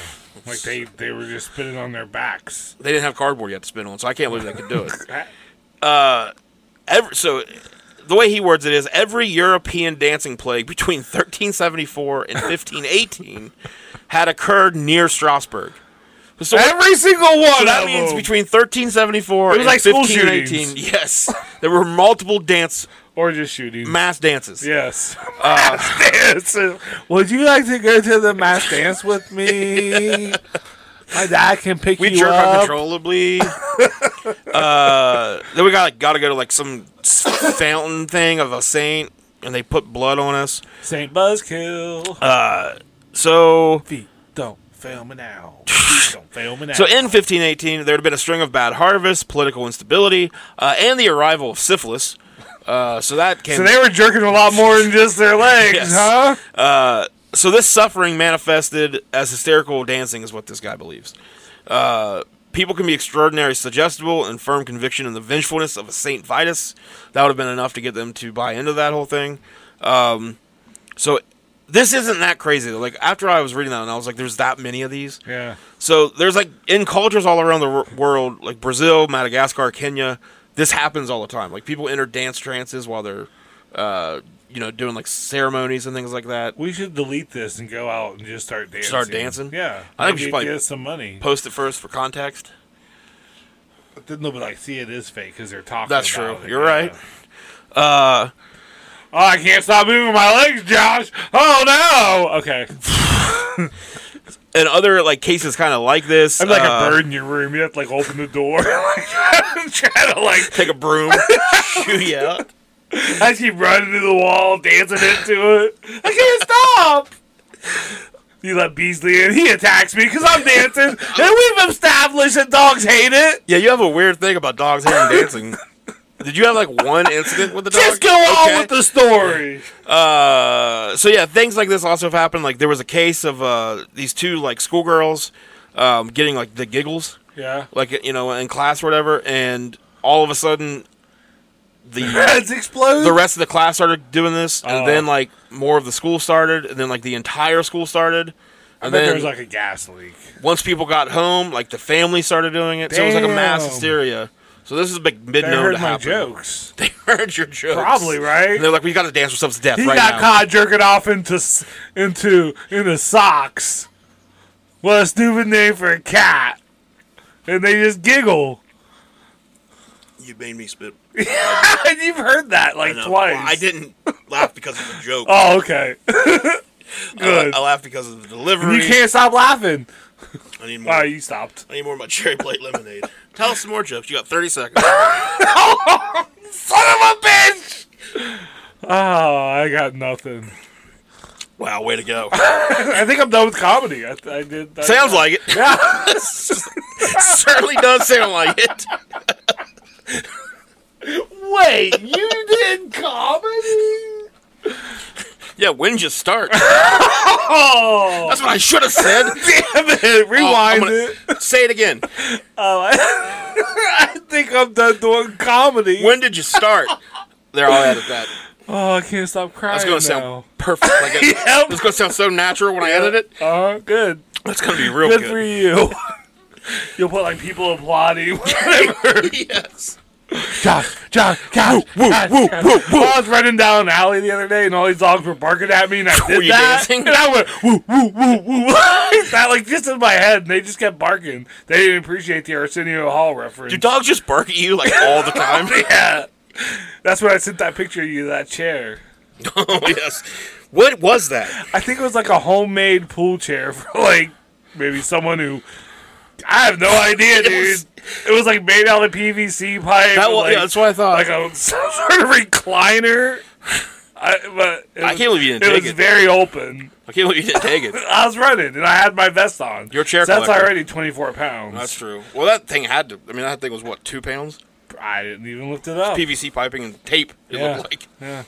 [SPEAKER 3] Like they, they were just spinning on their backs.
[SPEAKER 2] They didn't have cardboard yet to spin on, so I can't believe they could do it.
[SPEAKER 3] I-
[SPEAKER 2] Every, so the way he words it is every European dancing plague between 1374 and 1518 had occurred near Strasbourg. So what-
[SPEAKER 3] Every single one.
[SPEAKER 2] so that
[SPEAKER 3] of
[SPEAKER 2] means
[SPEAKER 3] them.
[SPEAKER 2] between 1374
[SPEAKER 3] It was
[SPEAKER 2] and
[SPEAKER 3] like school
[SPEAKER 2] 1518, yes, there were multiple dance
[SPEAKER 3] or just shooting.
[SPEAKER 2] mass dances. Uh,
[SPEAKER 3] yes. mass dance. Would you like to go to the mass dance with me? My dad can pick
[SPEAKER 2] We
[SPEAKER 3] you
[SPEAKER 2] jerk
[SPEAKER 3] up.
[SPEAKER 2] uncontrollably. uh, then we got got to go to like some s- fountain thing of a saint, and they put blood on us.
[SPEAKER 3] Saint Buzzkill.
[SPEAKER 2] Uh. So
[SPEAKER 3] feet don't fail me now. Feet don't fail me now.
[SPEAKER 2] So in 1518, there had been a string of bad harvests, political instability, uh, and the arrival of syphilis. Uh, so that came.
[SPEAKER 3] So they were jerking a lot more than just their legs,
[SPEAKER 2] Yes.
[SPEAKER 3] huh?
[SPEAKER 2] uh, so this suffering manifested as hysterical dancing is what this guy believes. Uh, people can be extraordinary, suggestible, and firm conviction in the vengefulness of a Saint Vitus. That would have been enough to get them to buy into that whole thing. Um, so this isn't that crazy. Like after I was reading that, and I was like, "There's that many of these."
[SPEAKER 3] Yeah.
[SPEAKER 2] So there's like in cultures all around the wor- world, like Brazil, Madagascar, Kenya, this happens all the time. Like people enter dance trances while they're, uh, you know, doing like ceremonies and things like that.
[SPEAKER 3] We should delete this and go out and just start dancing.
[SPEAKER 2] Start dancing?
[SPEAKER 3] Yeah.
[SPEAKER 2] I think we should
[SPEAKER 3] Maybe
[SPEAKER 2] probably-
[SPEAKER 3] get some money.
[SPEAKER 2] Post it first for context.
[SPEAKER 3] But then they'll be like, "See, it is fake because they're talking."
[SPEAKER 2] That's
[SPEAKER 3] about
[SPEAKER 2] true.
[SPEAKER 3] it.
[SPEAKER 2] You're
[SPEAKER 3] Yeah.
[SPEAKER 2] right. Uh,
[SPEAKER 3] Oh, I can't stop moving my legs, Josh. Oh no. Okay.
[SPEAKER 2] and other like cases kind of like this.
[SPEAKER 3] I'm like
[SPEAKER 2] uh,
[SPEAKER 3] a bird in your room. You have to like open the door, like try to like
[SPEAKER 2] Take a broom, shoot you out.
[SPEAKER 3] I keep running to the wall, dancing into it. I can't stop. You let Beasley in. He attacks me because I'm dancing, and we've established that dogs hate it.
[SPEAKER 2] Yeah, you have a weird thing about dogs hating dancing. Did you have like one incident with the dog?
[SPEAKER 3] Just go on
[SPEAKER 2] Okay.
[SPEAKER 3] with the story.
[SPEAKER 2] Uh, so yeah, things like this also have happened. Like there was a case of uh, these two like schoolgirls um, getting like the giggles,
[SPEAKER 3] Yeah,
[SPEAKER 2] like you know, in class or whatever, and all of a sudden the
[SPEAKER 3] heads explode.
[SPEAKER 2] the rest of the class started doing this, and
[SPEAKER 3] Oh.
[SPEAKER 2] then like more of the school started, and then like the entire school started.
[SPEAKER 3] I
[SPEAKER 2] And
[SPEAKER 3] bet
[SPEAKER 2] then
[SPEAKER 3] there was like a gas leak.
[SPEAKER 2] once people got home, like the family started doing it, so it was like a mass
[SPEAKER 3] Damn.
[SPEAKER 2] hysteria. So this is big been
[SPEAKER 3] They
[SPEAKER 2] known
[SPEAKER 3] heard
[SPEAKER 2] to
[SPEAKER 3] my
[SPEAKER 2] happen.
[SPEAKER 3] jokes.
[SPEAKER 2] They heard your jokes,
[SPEAKER 3] Probably right.
[SPEAKER 2] And they're like, "We got to dance ourselves to death
[SPEAKER 3] He
[SPEAKER 2] right
[SPEAKER 3] got
[SPEAKER 2] now."
[SPEAKER 3] caught jerking off into s- into into socks. What a stupid name for a cat. And they just giggle.
[SPEAKER 2] you made me spit.
[SPEAKER 3] and you've heard that like
[SPEAKER 2] No,
[SPEAKER 3] twice.
[SPEAKER 2] I didn't laugh because of the joke.
[SPEAKER 3] Oh, okay. Good.
[SPEAKER 2] I laughed because of the delivery.
[SPEAKER 3] You can't stop laughing.
[SPEAKER 2] I need more.
[SPEAKER 3] Oh, you stopped.
[SPEAKER 2] I need more of my cherry plate lemonade. Tell us some more jokes. You got 30 seconds.
[SPEAKER 3] Son of a bitch! Oh, I got nothing.
[SPEAKER 2] Wow, way to go.
[SPEAKER 3] I think I'm done with comedy. I, I did. I,
[SPEAKER 2] Sounds like it.
[SPEAKER 3] Yeah.
[SPEAKER 2] Certainly does sound like it.
[SPEAKER 3] Wait, you did comedy?
[SPEAKER 2] Yeah, when did you start?
[SPEAKER 3] Oh,
[SPEAKER 2] That's what I should have said.
[SPEAKER 3] damn it! Rewind
[SPEAKER 2] gonna-
[SPEAKER 3] it.
[SPEAKER 2] Say it again.
[SPEAKER 3] Oh, I, I think I'm done doing comedy.
[SPEAKER 2] When did you start? There, I'll edit that.
[SPEAKER 3] oh, I can't stop crying.
[SPEAKER 2] That's going to sound perfect. Like it,
[SPEAKER 3] Yep.
[SPEAKER 2] It's going to sound so natural when I edit it.
[SPEAKER 3] now. Oh, good.
[SPEAKER 2] It's going to be real
[SPEAKER 3] Good
[SPEAKER 2] good.
[SPEAKER 3] for you. You'll put like people applauding.
[SPEAKER 2] yes.
[SPEAKER 3] Josh, Josh, Josh,
[SPEAKER 2] Woo,
[SPEAKER 3] Josh,
[SPEAKER 2] woo,
[SPEAKER 3] Josh. Oh.
[SPEAKER 2] woo, woo.
[SPEAKER 3] I was running down an alley the other day, and all these dogs were barking at me, and I
[SPEAKER 2] Were
[SPEAKER 3] did
[SPEAKER 2] you
[SPEAKER 3] that,
[SPEAKER 2] dancing?
[SPEAKER 3] and I went woo, woo, woo, woo. that like just in my head, and they just kept barking. They didn't appreciate the Arsenio Hall reference.
[SPEAKER 2] Do dogs just bark at you like all the time?
[SPEAKER 3] yeah, that's when I sent that picture of you to that chair.
[SPEAKER 2] oh yes. What was that?
[SPEAKER 3] I think it was like a homemade pool chair for like maybe someone who I have no idea, dude.
[SPEAKER 2] was-
[SPEAKER 3] it was like made out of PVC pipe.
[SPEAKER 2] That
[SPEAKER 3] with,
[SPEAKER 2] wa-
[SPEAKER 3] like,
[SPEAKER 2] yeah, that's what I thought.
[SPEAKER 3] Like a some sort of recliner. I, but it
[SPEAKER 2] I can't
[SPEAKER 3] was-
[SPEAKER 2] believe you didn't
[SPEAKER 3] It
[SPEAKER 2] take
[SPEAKER 3] was
[SPEAKER 2] it.
[SPEAKER 3] very open.
[SPEAKER 2] I can't believe you didn't take it.
[SPEAKER 3] I was running and I had my vest on.
[SPEAKER 2] You're a chair
[SPEAKER 3] So That's
[SPEAKER 2] collector.
[SPEAKER 3] already 24 pounds.
[SPEAKER 2] That's true. Well, that thing had to. I mean, that thing was what two pounds?
[SPEAKER 3] I didn't even lift it up.
[SPEAKER 2] PVC piping and tape. It
[SPEAKER 3] Yeah.
[SPEAKER 2] looked like.
[SPEAKER 3] Yeah.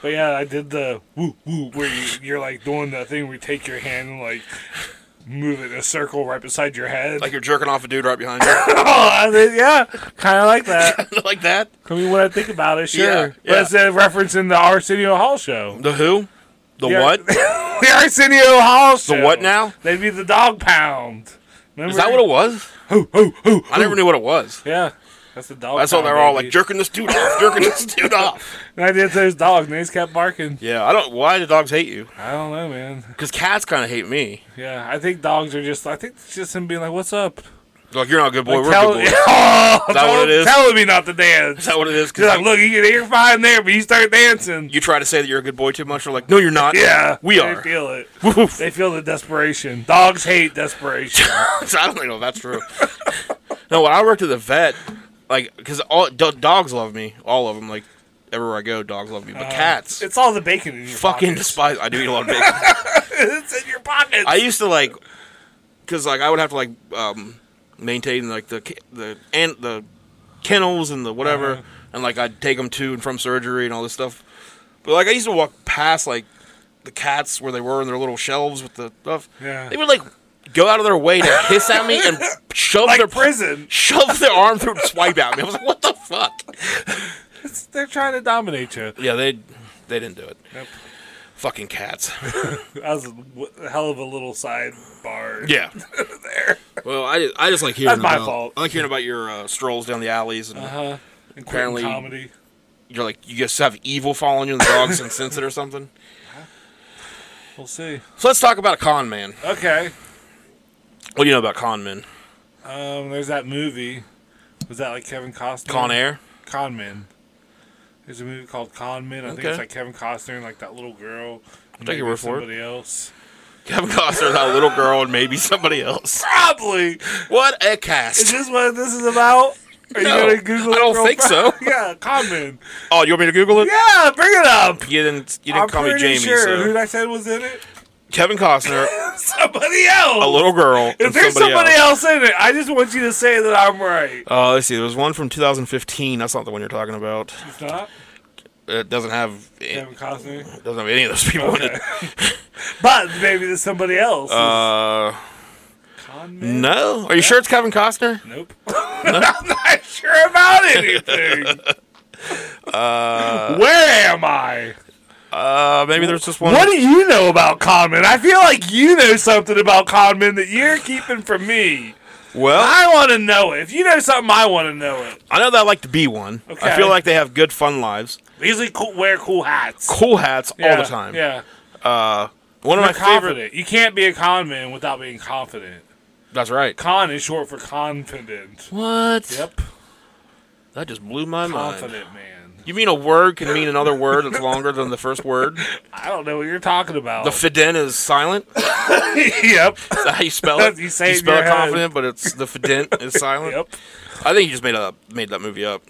[SPEAKER 3] But yeah, I did the woo woo where you, you're like doing that thing where you take your hand and like move it in a circle right beside your head.
[SPEAKER 2] Like you're jerking off a dude right behind you,
[SPEAKER 3] oh, I mean, yeah, kind of like that.
[SPEAKER 2] like that.
[SPEAKER 3] I mean, when I think about it, sure.
[SPEAKER 2] Yeah,
[SPEAKER 3] But it's a reference in the Arsenio Hall show.
[SPEAKER 2] The who? The
[SPEAKER 3] Yeah.
[SPEAKER 2] what?
[SPEAKER 3] the Arsenio Hall show.
[SPEAKER 2] what now?
[SPEAKER 3] They'd be the dog pound. Remember?
[SPEAKER 2] Is that what it was?
[SPEAKER 3] Who, who, who?
[SPEAKER 2] I never knew what it was.
[SPEAKER 3] Yeah. That's the dog.
[SPEAKER 2] That's why
[SPEAKER 3] pound,
[SPEAKER 2] they're all
[SPEAKER 3] baby.
[SPEAKER 2] like jerking this dude off, jerking this dude off.
[SPEAKER 3] And I did those dogs, and they just kept barking.
[SPEAKER 2] Yeah, I don't. Why do dogs hate you?
[SPEAKER 3] I don't know, man.
[SPEAKER 2] Because cats kind of hate me.
[SPEAKER 3] Yeah, I think dogs are just. I think it's just him being like, "What's up?"
[SPEAKER 2] They're Like you're not a good boy.
[SPEAKER 3] Like,
[SPEAKER 2] We're
[SPEAKER 3] tell-
[SPEAKER 2] good boys.
[SPEAKER 3] Oh,
[SPEAKER 2] that what it
[SPEAKER 3] tell-
[SPEAKER 2] is?
[SPEAKER 3] Telling me not to dance.
[SPEAKER 2] Is that what it is?
[SPEAKER 3] He's
[SPEAKER 2] 'Cause
[SPEAKER 3] like, look, you- you're fine there, but you start dancing.
[SPEAKER 2] you try to say that you're a good boy too much. They're like, no, you're not.
[SPEAKER 3] yeah,
[SPEAKER 2] we
[SPEAKER 3] They
[SPEAKER 2] are.
[SPEAKER 3] feel it. They feel the desperation. Dogs hate desperation.
[SPEAKER 2] So I don't even know if that's true. no, when I worked at the vet, like, because all do- dogs love me, all of them. Like, everywhere I go, dogs love me. But cats,
[SPEAKER 3] Uh, It's all the bacon in your
[SPEAKER 2] fucking
[SPEAKER 3] pockets.
[SPEAKER 2] despise. I do eat a lot of bacon.
[SPEAKER 3] it's in your pockets.
[SPEAKER 2] I used to like, because like I would have to like um, maintain like the ki- the and the kennels and the whatever,
[SPEAKER 3] Uh-huh.
[SPEAKER 2] and like I'd take them to and from surgery and all this stuff. But like I used to walk past like the cats where they were in their little shelves with the stuff.
[SPEAKER 3] Yeah.
[SPEAKER 2] They would like go out of their way to hiss at me and shove
[SPEAKER 3] like
[SPEAKER 2] their
[SPEAKER 3] prison.
[SPEAKER 2] shove their arm through and swipe at me. I was like, what the fuck?
[SPEAKER 3] It's- they're trying to dominate you.
[SPEAKER 2] Yeah, they they didn't do it.
[SPEAKER 3] Nope.
[SPEAKER 2] Fucking cats.
[SPEAKER 3] That was a w- hell of a little sidebar.
[SPEAKER 2] Yeah. Well, I just, I just like hearing
[SPEAKER 3] That's my
[SPEAKER 2] about,
[SPEAKER 3] fault.
[SPEAKER 2] I like hearing about your uh, strolls down the alleys and
[SPEAKER 3] Uh-huh. And
[SPEAKER 2] Apparently-
[SPEAKER 3] Apparently, comedy.
[SPEAKER 2] you're like you just have evil following you and the dog's insensitive or something.
[SPEAKER 3] We'll see.
[SPEAKER 2] So let's talk about a con man.
[SPEAKER 3] Okay.
[SPEAKER 2] What do you know about con men?
[SPEAKER 3] Um, there's that movie. Was that like Kevin Costner?
[SPEAKER 2] Con Air?
[SPEAKER 3] Con Men. There's a movie called Con Men. I think
[SPEAKER 2] Okay.
[SPEAKER 3] it's like Kevin Costner and like that little girl. I'll
[SPEAKER 2] take your word for it.
[SPEAKER 3] Somebody else.
[SPEAKER 2] Kevin Costner, that little girl, and maybe somebody else.
[SPEAKER 3] Probably.
[SPEAKER 2] What a
[SPEAKER 3] Is
[SPEAKER 2] cast!
[SPEAKER 3] this what this is about? Are you
[SPEAKER 2] No,
[SPEAKER 3] gonna Google?
[SPEAKER 2] I
[SPEAKER 3] it
[SPEAKER 2] don't
[SPEAKER 3] real
[SPEAKER 2] think
[SPEAKER 3] fast?
[SPEAKER 2] so.
[SPEAKER 3] yeah, Con Men.
[SPEAKER 2] Oh, you want me to Google it?
[SPEAKER 3] Yeah, bring it up.
[SPEAKER 2] You didn't. You didn't
[SPEAKER 3] I'm
[SPEAKER 2] call me
[SPEAKER 3] pretty
[SPEAKER 2] Jamie.
[SPEAKER 3] sure
[SPEAKER 2] so-
[SPEAKER 3] who I said was in it.
[SPEAKER 2] Kevin Costner,
[SPEAKER 3] somebody
[SPEAKER 2] a
[SPEAKER 3] else.
[SPEAKER 2] little girl, and
[SPEAKER 3] If there's
[SPEAKER 2] somebody,
[SPEAKER 3] somebody
[SPEAKER 2] else.
[SPEAKER 3] else. in it, I just want you to say that I'm right.
[SPEAKER 2] Oh, let's see. There was one from 2015. That's not the one you're talking about.
[SPEAKER 3] It's not
[SPEAKER 2] It doesn't have. It
[SPEAKER 3] Kevin Costner,
[SPEAKER 2] doesn't have any of those people in it.
[SPEAKER 3] but maybe there's somebody else.
[SPEAKER 2] Uh,
[SPEAKER 3] Con Men?
[SPEAKER 2] no. Are you sure it's Kevin Costner?
[SPEAKER 3] Nope. I'm not sure about anything. Where am I?
[SPEAKER 2] Uh, maybe there's just one.
[SPEAKER 3] What do you know about Conman? I feel like you know something about Conman that you're keeping from me.
[SPEAKER 2] Well,
[SPEAKER 3] I want to know it. If you know something, I want to know it.
[SPEAKER 2] I know that I like to be one. I
[SPEAKER 3] Okay.
[SPEAKER 2] feel like they have good, fun lives.
[SPEAKER 3] Usually cool, wear cool hats
[SPEAKER 2] Cool hats
[SPEAKER 3] Yeah,
[SPEAKER 2] all the time.
[SPEAKER 3] Yeah,
[SPEAKER 2] One of my
[SPEAKER 3] They're
[SPEAKER 2] favorite.
[SPEAKER 3] confident. You can't be a con man without being confident.
[SPEAKER 2] That's right.
[SPEAKER 3] Con is short for confident.
[SPEAKER 2] What?
[SPEAKER 3] Yep,
[SPEAKER 2] That just blew my mind.
[SPEAKER 3] confident man.
[SPEAKER 2] You mean a word can mean another word that's longer than the first word?
[SPEAKER 3] I don't know what you're talking about.
[SPEAKER 2] The fiden is silent. Is
[SPEAKER 3] yep,
[SPEAKER 2] that how you spell it?
[SPEAKER 3] You say it in
[SPEAKER 2] spell
[SPEAKER 3] your
[SPEAKER 2] it
[SPEAKER 3] head.
[SPEAKER 2] confident, but it's the fiden is silent.
[SPEAKER 3] yep.
[SPEAKER 2] I think you just made up made that movie up.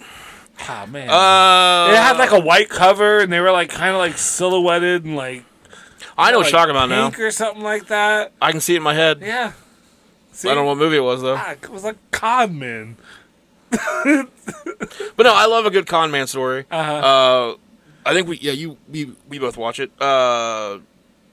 [SPEAKER 3] Ah man.
[SPEAKER 2] Uh,
[SPEAKER 3] They had like a white cover, and they were like kind of like silhouetted and like
[SPEAKER 2] I know what you're
[SPEAKER 3] like,
[SPEAKER 2] talking about now.
[SPEAKER 3] pink or something like that.
[SPEAKER 2] I can see it in my head.
[SPEAKER 3] Yeah. See,
[SPEAKER 2] I don't know what movie it was though.
[SPEAKER 3] Ah, it was like con man.
[SPEAKER 2] But no, I love a good con man story.
[SPEAKER 3] Uh-huh.
[SPEAKER 2] Uh, I think we yeah you we we both watch it. Uh,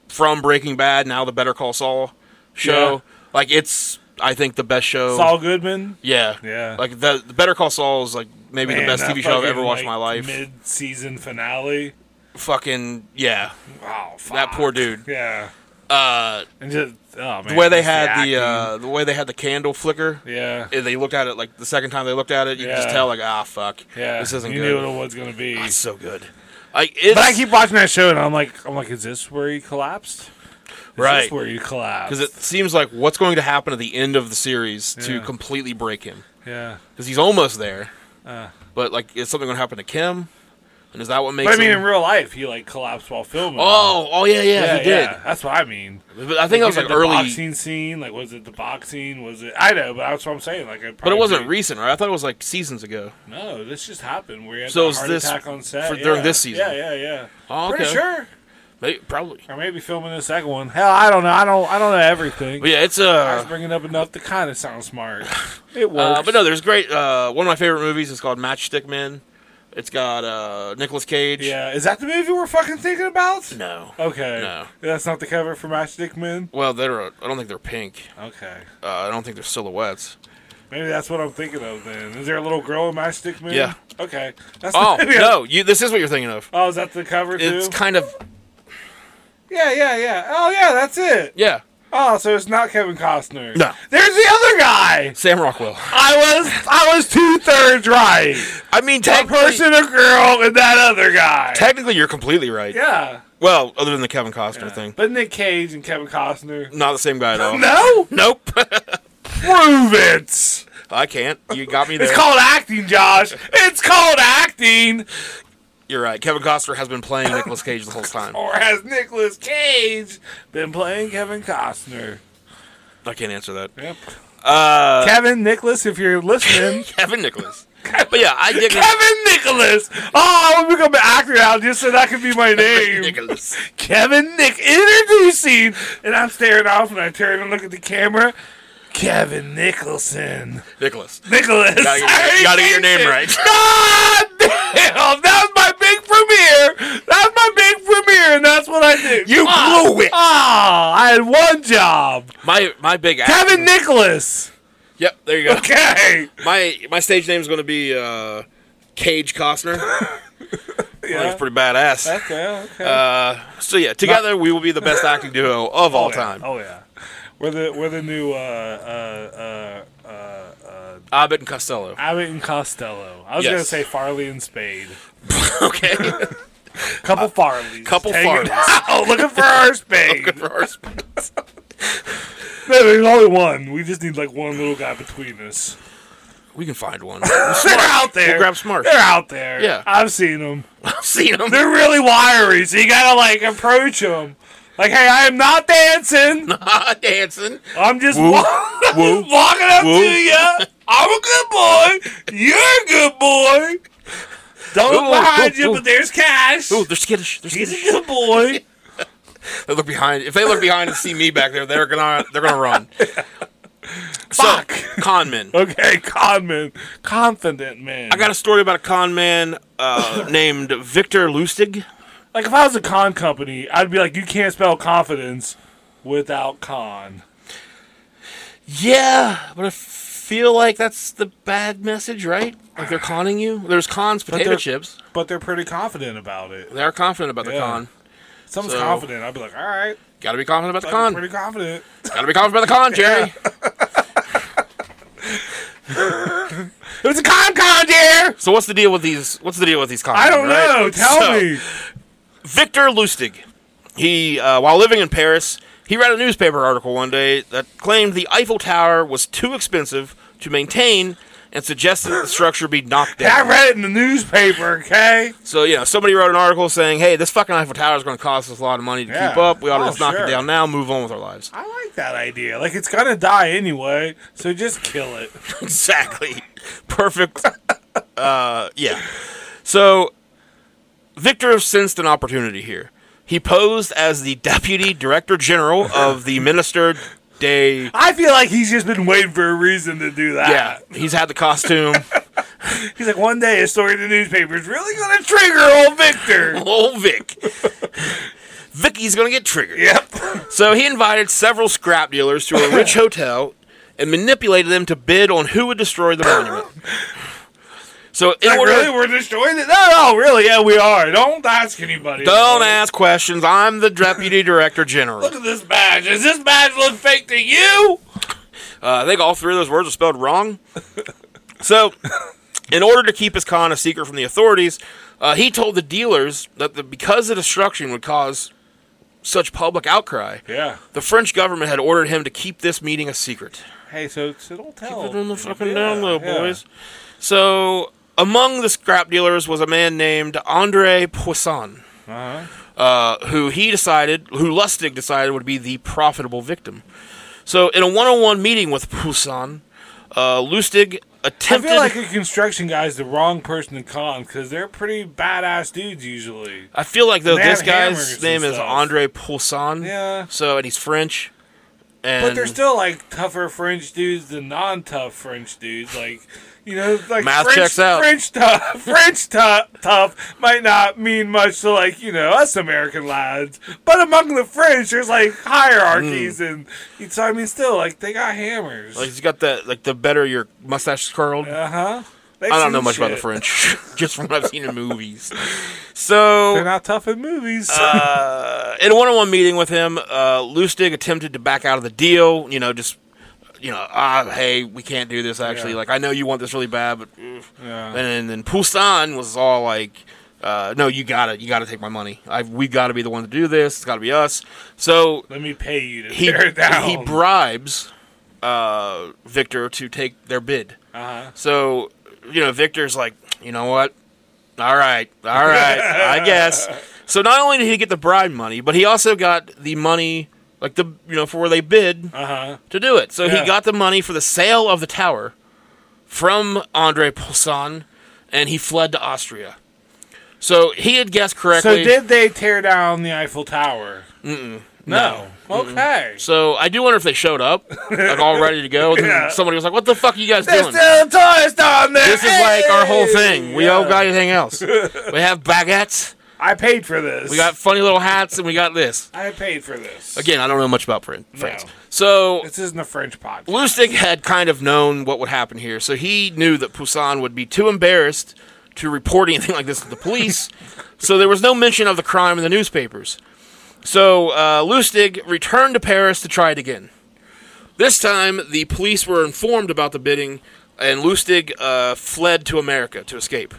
[SPEAKER 2] from Breaking Bad, now the Better Call Saul show. Like it's I think the best show.
[SPEAKER 3] Saul Goodman.
[SPEAKER 2] Yeah,
[SPEAKER 3] Yeah.
[SPEAKER 2] Like the, the Better Call Saul is like maybe the
[SPEAKER 3] Man,
[SPEAKER 2] best
[SPEAKER 3] that
[SPEAKER 2] TV show I've
[SPEAKER 3] fucking,
[SPEAKER 2] ever watched
[SPEAKER 3] like,
[SPEAKER 2] in my life.
[SPEAKER 3] Mid-season finale.
[SPEAKER 2] Fucking yeah,
[SPEAKER 3] Wow. Fuck.
[SPEAKER 2] that poor dude.
[SPEAKER 3] Yeah.
[SPEAKER 2] Uh,
[SPEAKER 3] And just, oh, man,
[SPEAKER 2] the way they
[SPEAKER 3] just
[SPEAKER 2] had the
[SPEAKER 3] acting.
[SPEAKER 2] uh, the way they had the candle flicker.
[SPEAKER 3] yeah,
[SPEAKER 2] and They looked at it like the second time they looked at it, you could just
[SPEAKER 3] Yeah.
[SPEAKER 2] tell like ah fuck,
[SPEAKER 3] yeah.
[SPEAKER 2] this isn't
[SPEAKER 3] you
[SPEAKER 2] good.
[SPEAKER 3] knew what it was gonna be.
[SPEAKER 2] It's so good. Like it's,
[SPEAKER 3] But I keep watching that show and I'm like, I'm like, is this where he collapsed? Is
[SPEAKER 2] Right.
[SPEAKER 3] this where you collapsed?
[SPEAKER 2] because it seems like what's going to happen at the end of the series to
[SPEAKER 3] Yeah.
[SPEAKER 2] completely break him
[SPEAKER 3] yeah.
[SPEAKER 2] because he's almost there,
[SPEAKER 3] Uh.
[SPEAKER 2] but like is something going to happen to Kim? And is that what makes?
[SPEAKER 3] But I mean,
[SPEAKER 2] him-
[SPEAKER 3] in real life, he like collapsed while filming.
[SPEAKER 2] oh, oh yeah, yeah,
[SPEAKER 3] yeah,
[SPEAKER 2] he did.
[SPEAKER 3] yeah, That's what I mean.
[SPEAKER 2] But I think that was
[SPEAKER 3] Is it
[SPEAKER 2] like
[SPEAKER 3] the
[SPEAKER 2] early,
[SPEAKER 3] boxing scene. Like, was it the boxing? Was it? I know, but that's what I'm saying. Like, I
[SPEAKER 2] but it wasn't
[SPEAKER 3] real.
[SPEAKER 2] recent, right? I thought it was like seasons ago.
[SPEAKER 3] No, this just happened. We had
[SPEAKER 2] So
[SPEAKER 3] so
[SPEAKER 2] is
[SPEAKER 3] heart
[SPEAKER 2] this
[SPEAKER 3] attack on set
[SPEAKER 2] for-
[SPEAKER 3] yeah.
[SPEAKER 2] during this season?
[SPEAKER 3] Yeah, yeah, yeah.
[SPEAKER 2] Oh,
[SPEAKER 3] Pretty
[SPEAKER 2] okay.
[SPEAKER 3] sure,
[SPEAKER 2] Maybe, probably.
[SPEAKER 3] or maybe filming the second one. Hell, I don't know. I don't. I don't know everything.
[SPEAKER 2] But yeah, it's
[SPEAKER 3] I was
[SPEAKER 2] uh,
[SPEAKER 3] bringing up enough to kind of sound smart. It works.
[SPEAKER 2] uh but no, there's great. Uh, one of my favorite movies is called Matchstick Men. It's got uh Nicolas Cage.
[SPEAKER 3] Yeah, Oh. is that the movie we're fucking thinking about?
[SPEAKER 2] No.
[SPEAKER 3] Okay.
[SPEAKER 2] No.
[SPEAKER 3] That's not the cover for Matchstick Men?
[SPEAKER 2] Well, they're. uh, I don't think they're pink.
[SPEAKER 3] Okay.
[SPEAKER 2] Uh, I don't think they're silhouettes.
[SPEAKER 3] Maybe that's what I'm thinking of then. Is there a little girl in Matchstick Men?
[SPEAKER 2] Yeah.
[SPEAKER 3] Okay. That's
[SPEAKER 2] Oh
[SPEAKER 3] the-
[SPEAKER 2] no, you. This is what you're thinking of.
[SPEAKER 3] Oh, is that the cover too?
[SPEAKER 2] It's kind of
[SPEAKER 3] yeah, yeah, yeah. Oh, yeah, that's it.
[SPEAKER 2] yeah.
[SPEAKER 3] Oh, so it's not Kevin Costner.
[SPEAKER 2] No.
[SPEAKER 3] There's the other guy.
[SPEAKER 2] Sam Rockwell.
[SPEAKER 3] I was I was two thirds right.
[SPEAKER 2] I mean,
[SPEAKER 3] A
[SPEAKER 2] technically,
[SPEAKER 3] person, a girl, and that other guy.
[SPEAKER 2] technically, you're completely right.
[SPEAKER 3] yeah.
[SPEAKER 2] Well, other than the Kevin Costner thing,
[SPEAKER 3] But Nick Cage and Kevin Costner.
[SPEAKER 2] not the same guy at all.
[SPEAKER 3] No,
[SPEAKER 2] Nope.
[SPEAKER 3] prove it.
[SPEAKER 2] I can't. You got me there.
[SPEAKER 3] It's called acting, Josh. It's called acting.
[SPEAKER 2] You're right. Kevin Costner has been playing Nicolas Cage the whole time.
[SPEAKER 3] Or has Nicolas Cage been playing Kevin Costner?
[SPEAKER 2] I can't answer that.
[SPEAKER 3] Yep.
[SPEAKER 2] Uh,
[SPEAKER 3] Kevin Nicholas, if you're listening.
[SPEAKER 2] Kevin Nicholas. But yeah, I dig
[SPEAKER 3] Kevin Nicholas. Oh, I'm gonna become an actor now just so that could be my name.
[SPEAKER 2] Nicholas.
[SPEAKER 3] Kevin Nick introducing, and I'm staring off, and I turn and look at the camera. Kevin Nicholson,
[SPEAKER 2] Nicholas.
[SPEAKER 3] Nicholas.
[SPEAKER 2] You gotta get, you gotta get your name right.
[SPEAKER 3] God damn, that was my big premiere. That was my big premiere, and that's what I did. You
[SPEAKER 2] blew it.
[SPEAKER 3] Ah, I had one job.
[SPEAKER 2] My my big act-
[SPEAKER 3] Kevin Nicholas.
[SPEAKER 2] Yep, there you go.
[SPEAKER 3] Okay.
[SPEAKER 2] My my stage name is gonna be uh, Cage Costner.
[SPEAKER 3] Yeah.
[SPEAKER 2] That's pretty badass.
[SPEAKER 3] okay. Okay.
[SPEAKER 2] Uh, so yeah, together we will be the best acting duo of all
[SPEAKER 3] yeah.
[SPEAKER 2] time.
[SPEAKER 3] Oh yeah. We're the we're the new uh uh uh uh. uh
[SPEAKER 2] Abbott and Costello.
[SPEAKER 3] Abbott and Costello. I was
[SPEAKER 2] Yes.
[SPEAKER 3] gonna say Farley and Spade.
[SPEAKER 2] okay.
[SPEAKER 3] Couple Farleys. Oh,
[SPEAKER 2] couple
[SPEAKER 3] Hanging
[SPEAKER 2] Farleys.
[SPEAKER 3] out, looking for our Spade.
[SPEAKER 2] Good for ours.
[SPEAKER 3] No, there's only one. We just need like one little guy between us.
[SPEAKER 2] We can find one.
[SPEAKER 3] They're out there.
[SPEAKER 2] We'll grab Uh, Smart.
[SPEAKER 3] They're out there.
[SPEAKER 2] Yeah.
[SPEAKER 3] I've seen them.
[SPEAKER 2] I've seen them.
[SPEAKER 3] They're really wiry, so you gotta like approach them. Like, hey, I am not dancing.
[SPEAKER 2] dancing.
[SPEAKER 3] I'm just, wa- I'm
[SPEAKER 2] woo,
[SPEAKER 3] just walking up
[SPEAKER 2] woo.
[SPEAKER 3] to you. I'm a good boy. You're a good boy. Don't
[SPEAKER 2] Ooh,
[SPEAKER 3] look behind
[SPEAKER 2] ooh,
[SPEAKER 3] you,
[SPEAKER 2] ooh.
[SPEAKER 3] but there's cash.
[SPEAKER 2] Ooh, they're skittish. They're
[SPEAKER 3] He's a
[SPEAKER 2] skittish.
[SPEAKER 3] good boy.
[SPEAKER 2] They look behind. If they look behind and see me back there, they're gonna they're gonna run.
[SPEAKER 3] Fuck.
[SPEAKER 2] So, con men.
[SPEAKER 3] Okay, con man. Confident man.
[SPEAKER 2] I got a story about a con man uh, named Victor Lustig.
[SPEAKER 3] Like if I was a con company, I'd be like, you can't spell confidence without con.
[SPEAKER 2] Yeah, but I feel like that's the bad message, right? Like they're conning you. There's cons potato
[SPEAKER 3] they're-
[SPEAKER 2] chips.
[SPEAKER 3] But they're pretty confident about it.
[SPEAKER 2] They are confident about the
[SPEAKER 3] Yeah.
[SPEAKER 2] con.
[SPEAKER 3] If Someone's
[SPEAKER 2] So-
[SPEAKER 3] confident. I'd be like, all right,
[SPEAKER 2] Got to be confident about the
[SPEAKER 3] like,
[SPEAKER 2] con.
[SPEAKER 3] pretty confident.
[SPEAKER 2] Got to be confident about the con, Jerry.
[SPEAKER 3] It was a con con, dear.
[SPEAKER 2] So what's the deal with these? What's the deal with these con?
[SPEAKER 3] I don't
[SPEAKER 2] men, right?
[SPEAKER 3] know. Tell
[SPEAKER 2] So,
[SPEAKER 3] me.
[SPEAKER 2] Victor Lustig. He, uh, while living in Paris, he read a newspaper article one day that claimed the Eiffel Tower was too expensive to maintain and suggested that the structure be knocked
[SPEAKER 3] I
[SPEAKER 2] down.
[SPEAKER 3] read it in the newspaper. Okay.
[SPEAKER 2] So, you know, somebody wrote an article saying, hey, this fucking Eiffel Tower is going to cost us a lot of money to
[SPEAKER 3] Yeah.
[SPEAKER 2] keep up. We ought to
[SPEAKER 3] Oh,
[SPEAKER 2] just knock
[SPEAKER 3] sure.
[SPEAKER 2] it down now, move on with our lives.
[SPEAKER 3] I like that idea. Like it's gonna die anyway, so just kill it.
[SPEAKER 2] exactly. Perfect. uh, yeah. So, Victor sensed an opportunity here. He posed as the deputy director general of the Minister de
[SPEAKER 3] I feel like he's just been waiting for a reason to do that.
[SPEAKER 2] Yeah, he's had the costume.
[SPEAKER 3] He's like, one day a story in the newspaper is really gonna trigger old Victor.
[SPEAKER 2] Old Vic. Vicky's gonna get triggered.
[SPEAKER 3] yep.
[SPEAKER 2] So he invited several scrap dealers to a rich hotel and manipulated them to bid on who would destroy the monument. So in
[SPEAKER 3] Like,
[SPEAKER 2] order,
[SPEAKER 3] really, we're destroying it? No, no, really, yeah, we are. Don't ask anybody.
[SPEAKER 2] don't ask questions. I'm the deputy director general.
[SPEAKER 3] Look at this badge. Does this badge look fake to you?
[SPEAKER 2] Uh, I think all three of those words are spelled wrong. so, in order to keep his con a secret from the authorities, uh, he told the dealers that the, because the destruction would cause such public outcry,
[SPEAKER 3] Yeah.
[SPEAKER 2] the French government had ordered him to keep this meeting a secret.
[SPEAKER 3] Hey, so, so don't tell.
[SPEAKER 2] Keep it on the fucking
[SPEAKER 3] Oh, Yeah,
[SPEAKER 2] down low,
[SPEAKER 3] yeah.
[SPEAKER 2] boys. So, among the scrap dealers was a man named Andre Poisson,
[SPEAKER 3] Uh-huh.
[SPEAKER 2] uh, who he decided, who Lustig decided would be the profitable victim. So, in a one-on-one meeting with Poisson, uh, Lustig
[SPEAKER 3] I
[SPEAKER 2] attempted.
[SPEAKER 3] feel like a construction guy is the wrong person to con because they're pretty badass dudes usually.
[SPEAKER 2] I feel like though
[SPEAKER 3] They
[SPEAKER 2] this
[SPEAKER 3] have hammers
[SPEAKER 2] guy's
[SPEAKER 3] and
[SPEAKER 2] name is
[SPEAKER 3] stuff.
[SPEAKER 2] Andre Poisson.
[SPEAKER 3] Yeah.
[SPEAKER 2] So, and he's French. And
[SPEAKER 3] But they're still like tougher French dudes than non-tough French dudes. Like, you know, like
[SPEAKER 2] Math
[SPEAKER 3] French,
[SPEAKER 2] checks out.
[SPEAKER 3] French tough, French tough, tough might not mean much to like you know us American lads. But among the French, there's like hierarchies, and so I mean, still like they got hammers.
[SPEAKER 2] Hmm. like he's got the like the better your mustache is curled.
[SPEAKER 3] uh huh.
[SPEAKER 2] I don't know much about the French, just from what I've seen in movies. So,
[SPEAKER 3] They're not tough in movies.
[SPEAKER 2] uh, in a one-on-one meeting with him, uh, Lustig attempted to back out of the deal. You know, just you know, ah, hey, we can't do this. Actually,
[SPEAKER 3] Yeah.
[SPEAKER 2] like I know you want this really bad, but mm.
[SPEAKER 3] Yeah.
[SPEAKER 2] and, then Poussin was all like, uh, no, you got to You got to take my money. I, we got to be the one to do this. It's got to be us. So
[SPEAKER 3] Let me pay you to
[SPEAKER 2] he
[SPEAKER 3] tear it down.
[SPEAKER 2] he bribes uh, Victor to take their bid.
[SPEAKER 3] uh-huh.
[SPEAKER 2] So, you know, Victor's like, you know what? All right, all right, I guess. So not only did he get the bribe money, but he also got the money, like the you know, for where they bid
[SPEAKER 3] Uh-huh.
[SPEAKER 2] to do it. So
[SPEAKER 3] Yeah.
[SPEAKER 2] he got the money for the sale of the tower from Andre Poisson, and he fled to Austria. So he had guessed
[SPEAKER 3] So
[SPEAKER 2] correctly.
[SPEAKER 3] did they tear down the Eiffel Tower? Mm-mm. No. Okay.
[SPEAKER 2] So I do wonder if they showed up, like all ready to go. and then
[SPEAKER 3] Yeah.
[SPEAKER 2] Somebody was like, "What the fuck are you guys doing?"
[SPEAKER 3] still tourists down there.
[SPEAKER 2] This is like our whole thing. We
[SPEAKER 3] Yeah.
[SPEAKER 2] don't got anything else. We have baguettes.
[SPEAKER 3] I paid for this.
[SPEAKER 2] We got funny little hats, and we got this.
[SPEAKER 3] I paid for this.
[SPEAKER 2] Again, I don't know much about Fran- France.
[SPEAKER 3] No.
[SPEAKER 2] So
[SPEAKER 3] This isn't a French podcast.
[SPEAKER 2] Lustig had kind of known what would happen here, so he knew that Poussin would be too embarrassed to report anything like this to the police. so there was no mention of the crime in the newspapers. So uh, Lustig returned to Paris to try it again. This time, the police were informed about the bidding, and Lustig uh, fled to America to escape.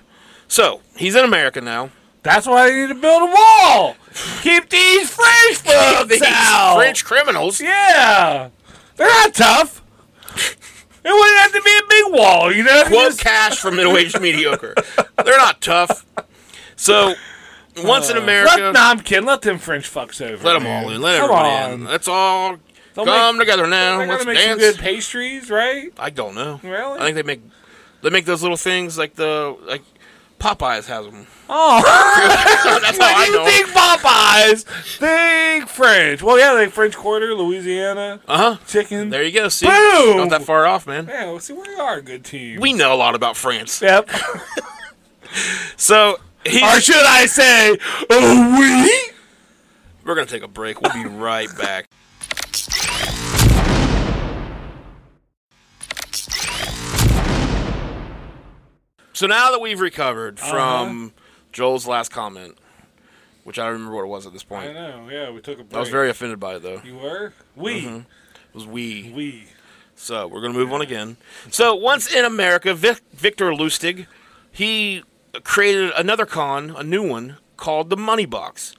[SPEAKER 2] So he's in America now.
[SPEAKER 3] That's why they need to build a wall. Keep these French folks
[SPEAKER 2] These
[SPEAKER 3] out.
[SPEAKER 2] French criminals.
[SPEAKER 3] Yeah. They're not tough. It wouldn't have to be a big wall, you know?
[SPEAKER 2] quote
[SPEAKER 3] Just-
[SPEAKER 2] cash from middle aged mediocre. They're not tough. So once
[SPEAKER 3] Uh,
[SPEAKER 2] in America,
[SPEAKER 3] Let, no, I'm kidding. Let them French fucks over.
[SPEAKER 2] let them
[SPEAKER 3] man.
[SPEAKER 2] all in. Let
[SPEAKER 3] Come
[SPEAKER 2] everyone
[SPEAKER 3] on.
[SPEAKER 2] in. Let's all
[SPEAKER 3] They'll
[SPEAKER 2] come
[SPEAKER 3] make-
[SPEAKER 2] together now.
[SPEAKER 3] They're
[SPEAKER 2] Let's
[SPEAKER 3] gonna make some
[SPEAKER 2] dance.
[SPEAKER 3] good pastries, right?
[SPEAKER 2] I don't know.
[SPEAKER 3] Really?
[SPEAKER 2] I think they make they make those little things like the like Popeyes has them.
[SPEAKER 3] Oh,
[SPEAKER 2] That's how I
[SPEAKER 3] you
[SPEAKER 2] know.
[SPEAKER 3] think Popeyes? Think French. Well, yeah, like French Quarter, Louisiana,
[SPEAKER 2] Uh huh.
[SPEAKER 3] chicken.
[SPEAKER 2] There you go. See,
[SPEAKER 3] Boom!
[SPEAKER 2] not that far off, man.
[SPEAKER 3] Yeah, well, see, we are a good team.
[SPEAKER 2] We know a lot about France.
[SPEAKER 3] yep.
[SPEAKER 2] So he's,
[SPEAKER 3] or should I say, oh, we?
[SPEAKER 2] we're gonna take a break. We'll be right back. So now that we've recovered
[SPEAKER 3] Uh-huh.
[SPEAKER 2] from Joel's last comment, which I don't remember what it was at this
[SPEAKER 3] I
[SPEAKER 2] point, I,
[SPEAKER 3] know. Yeah, we took a break.
[SPEAKER 2] was very Mm-hmm. offended by it though. It
[SPEAKER 3] You were? We.
[SPEAKER 2] was we.
[SPEAKER 3] We.
[SPEAKER 2] So we're gonna move on again. So once in America, Vic- Victor Lustig, he created another con, a new one called the Money Box.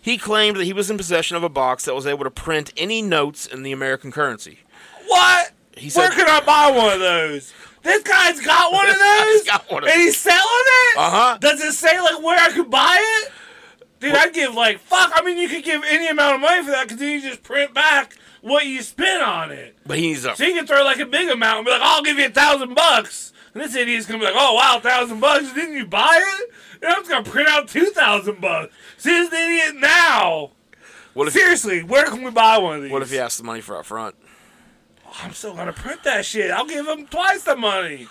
[SPEAKER 2] He claimed that he was in possession of a box that was able to print any notes in the American currency.
[SPEAKER 3] What?
[SPEAKER 2] He
[SPEAKER 3] Where
[SPEAKER 2] said-
[SPEAKER 3] can I buy one of those? This guy's got one of
[SPEAKER 2] guy's
[SPEAKER 3] those,
[SPEAKER 2] got one of
[SPEAKER 3] and he's selling it.
[SPEAKER 2] Uh-huh.
[SPEAKER 3] Does it say like where I could buy it? Dude, I'd give like fuck. I mean, you could give any amount of money for that because then you just print back what you spent on it.
[SPEAKER 2] But he needs a
[SPEAKER 3] So you can throw like a big amount and be like, "I'll give you a thousand bucks." And this idiot's gonna be like, "Oh wow, thousand bucks! Didn't you buy it?" And I'm just gonna print out two thousand bucks. See this idiot now.
[SPEAKER 2] what if
[SPEAKER 3] Seriously, where can we buy one of these?
[SPEAKER 2] what if he asks the money for up front?
[SPEAKER 3] I'm still gonna print that shit. I'll give him twice the money.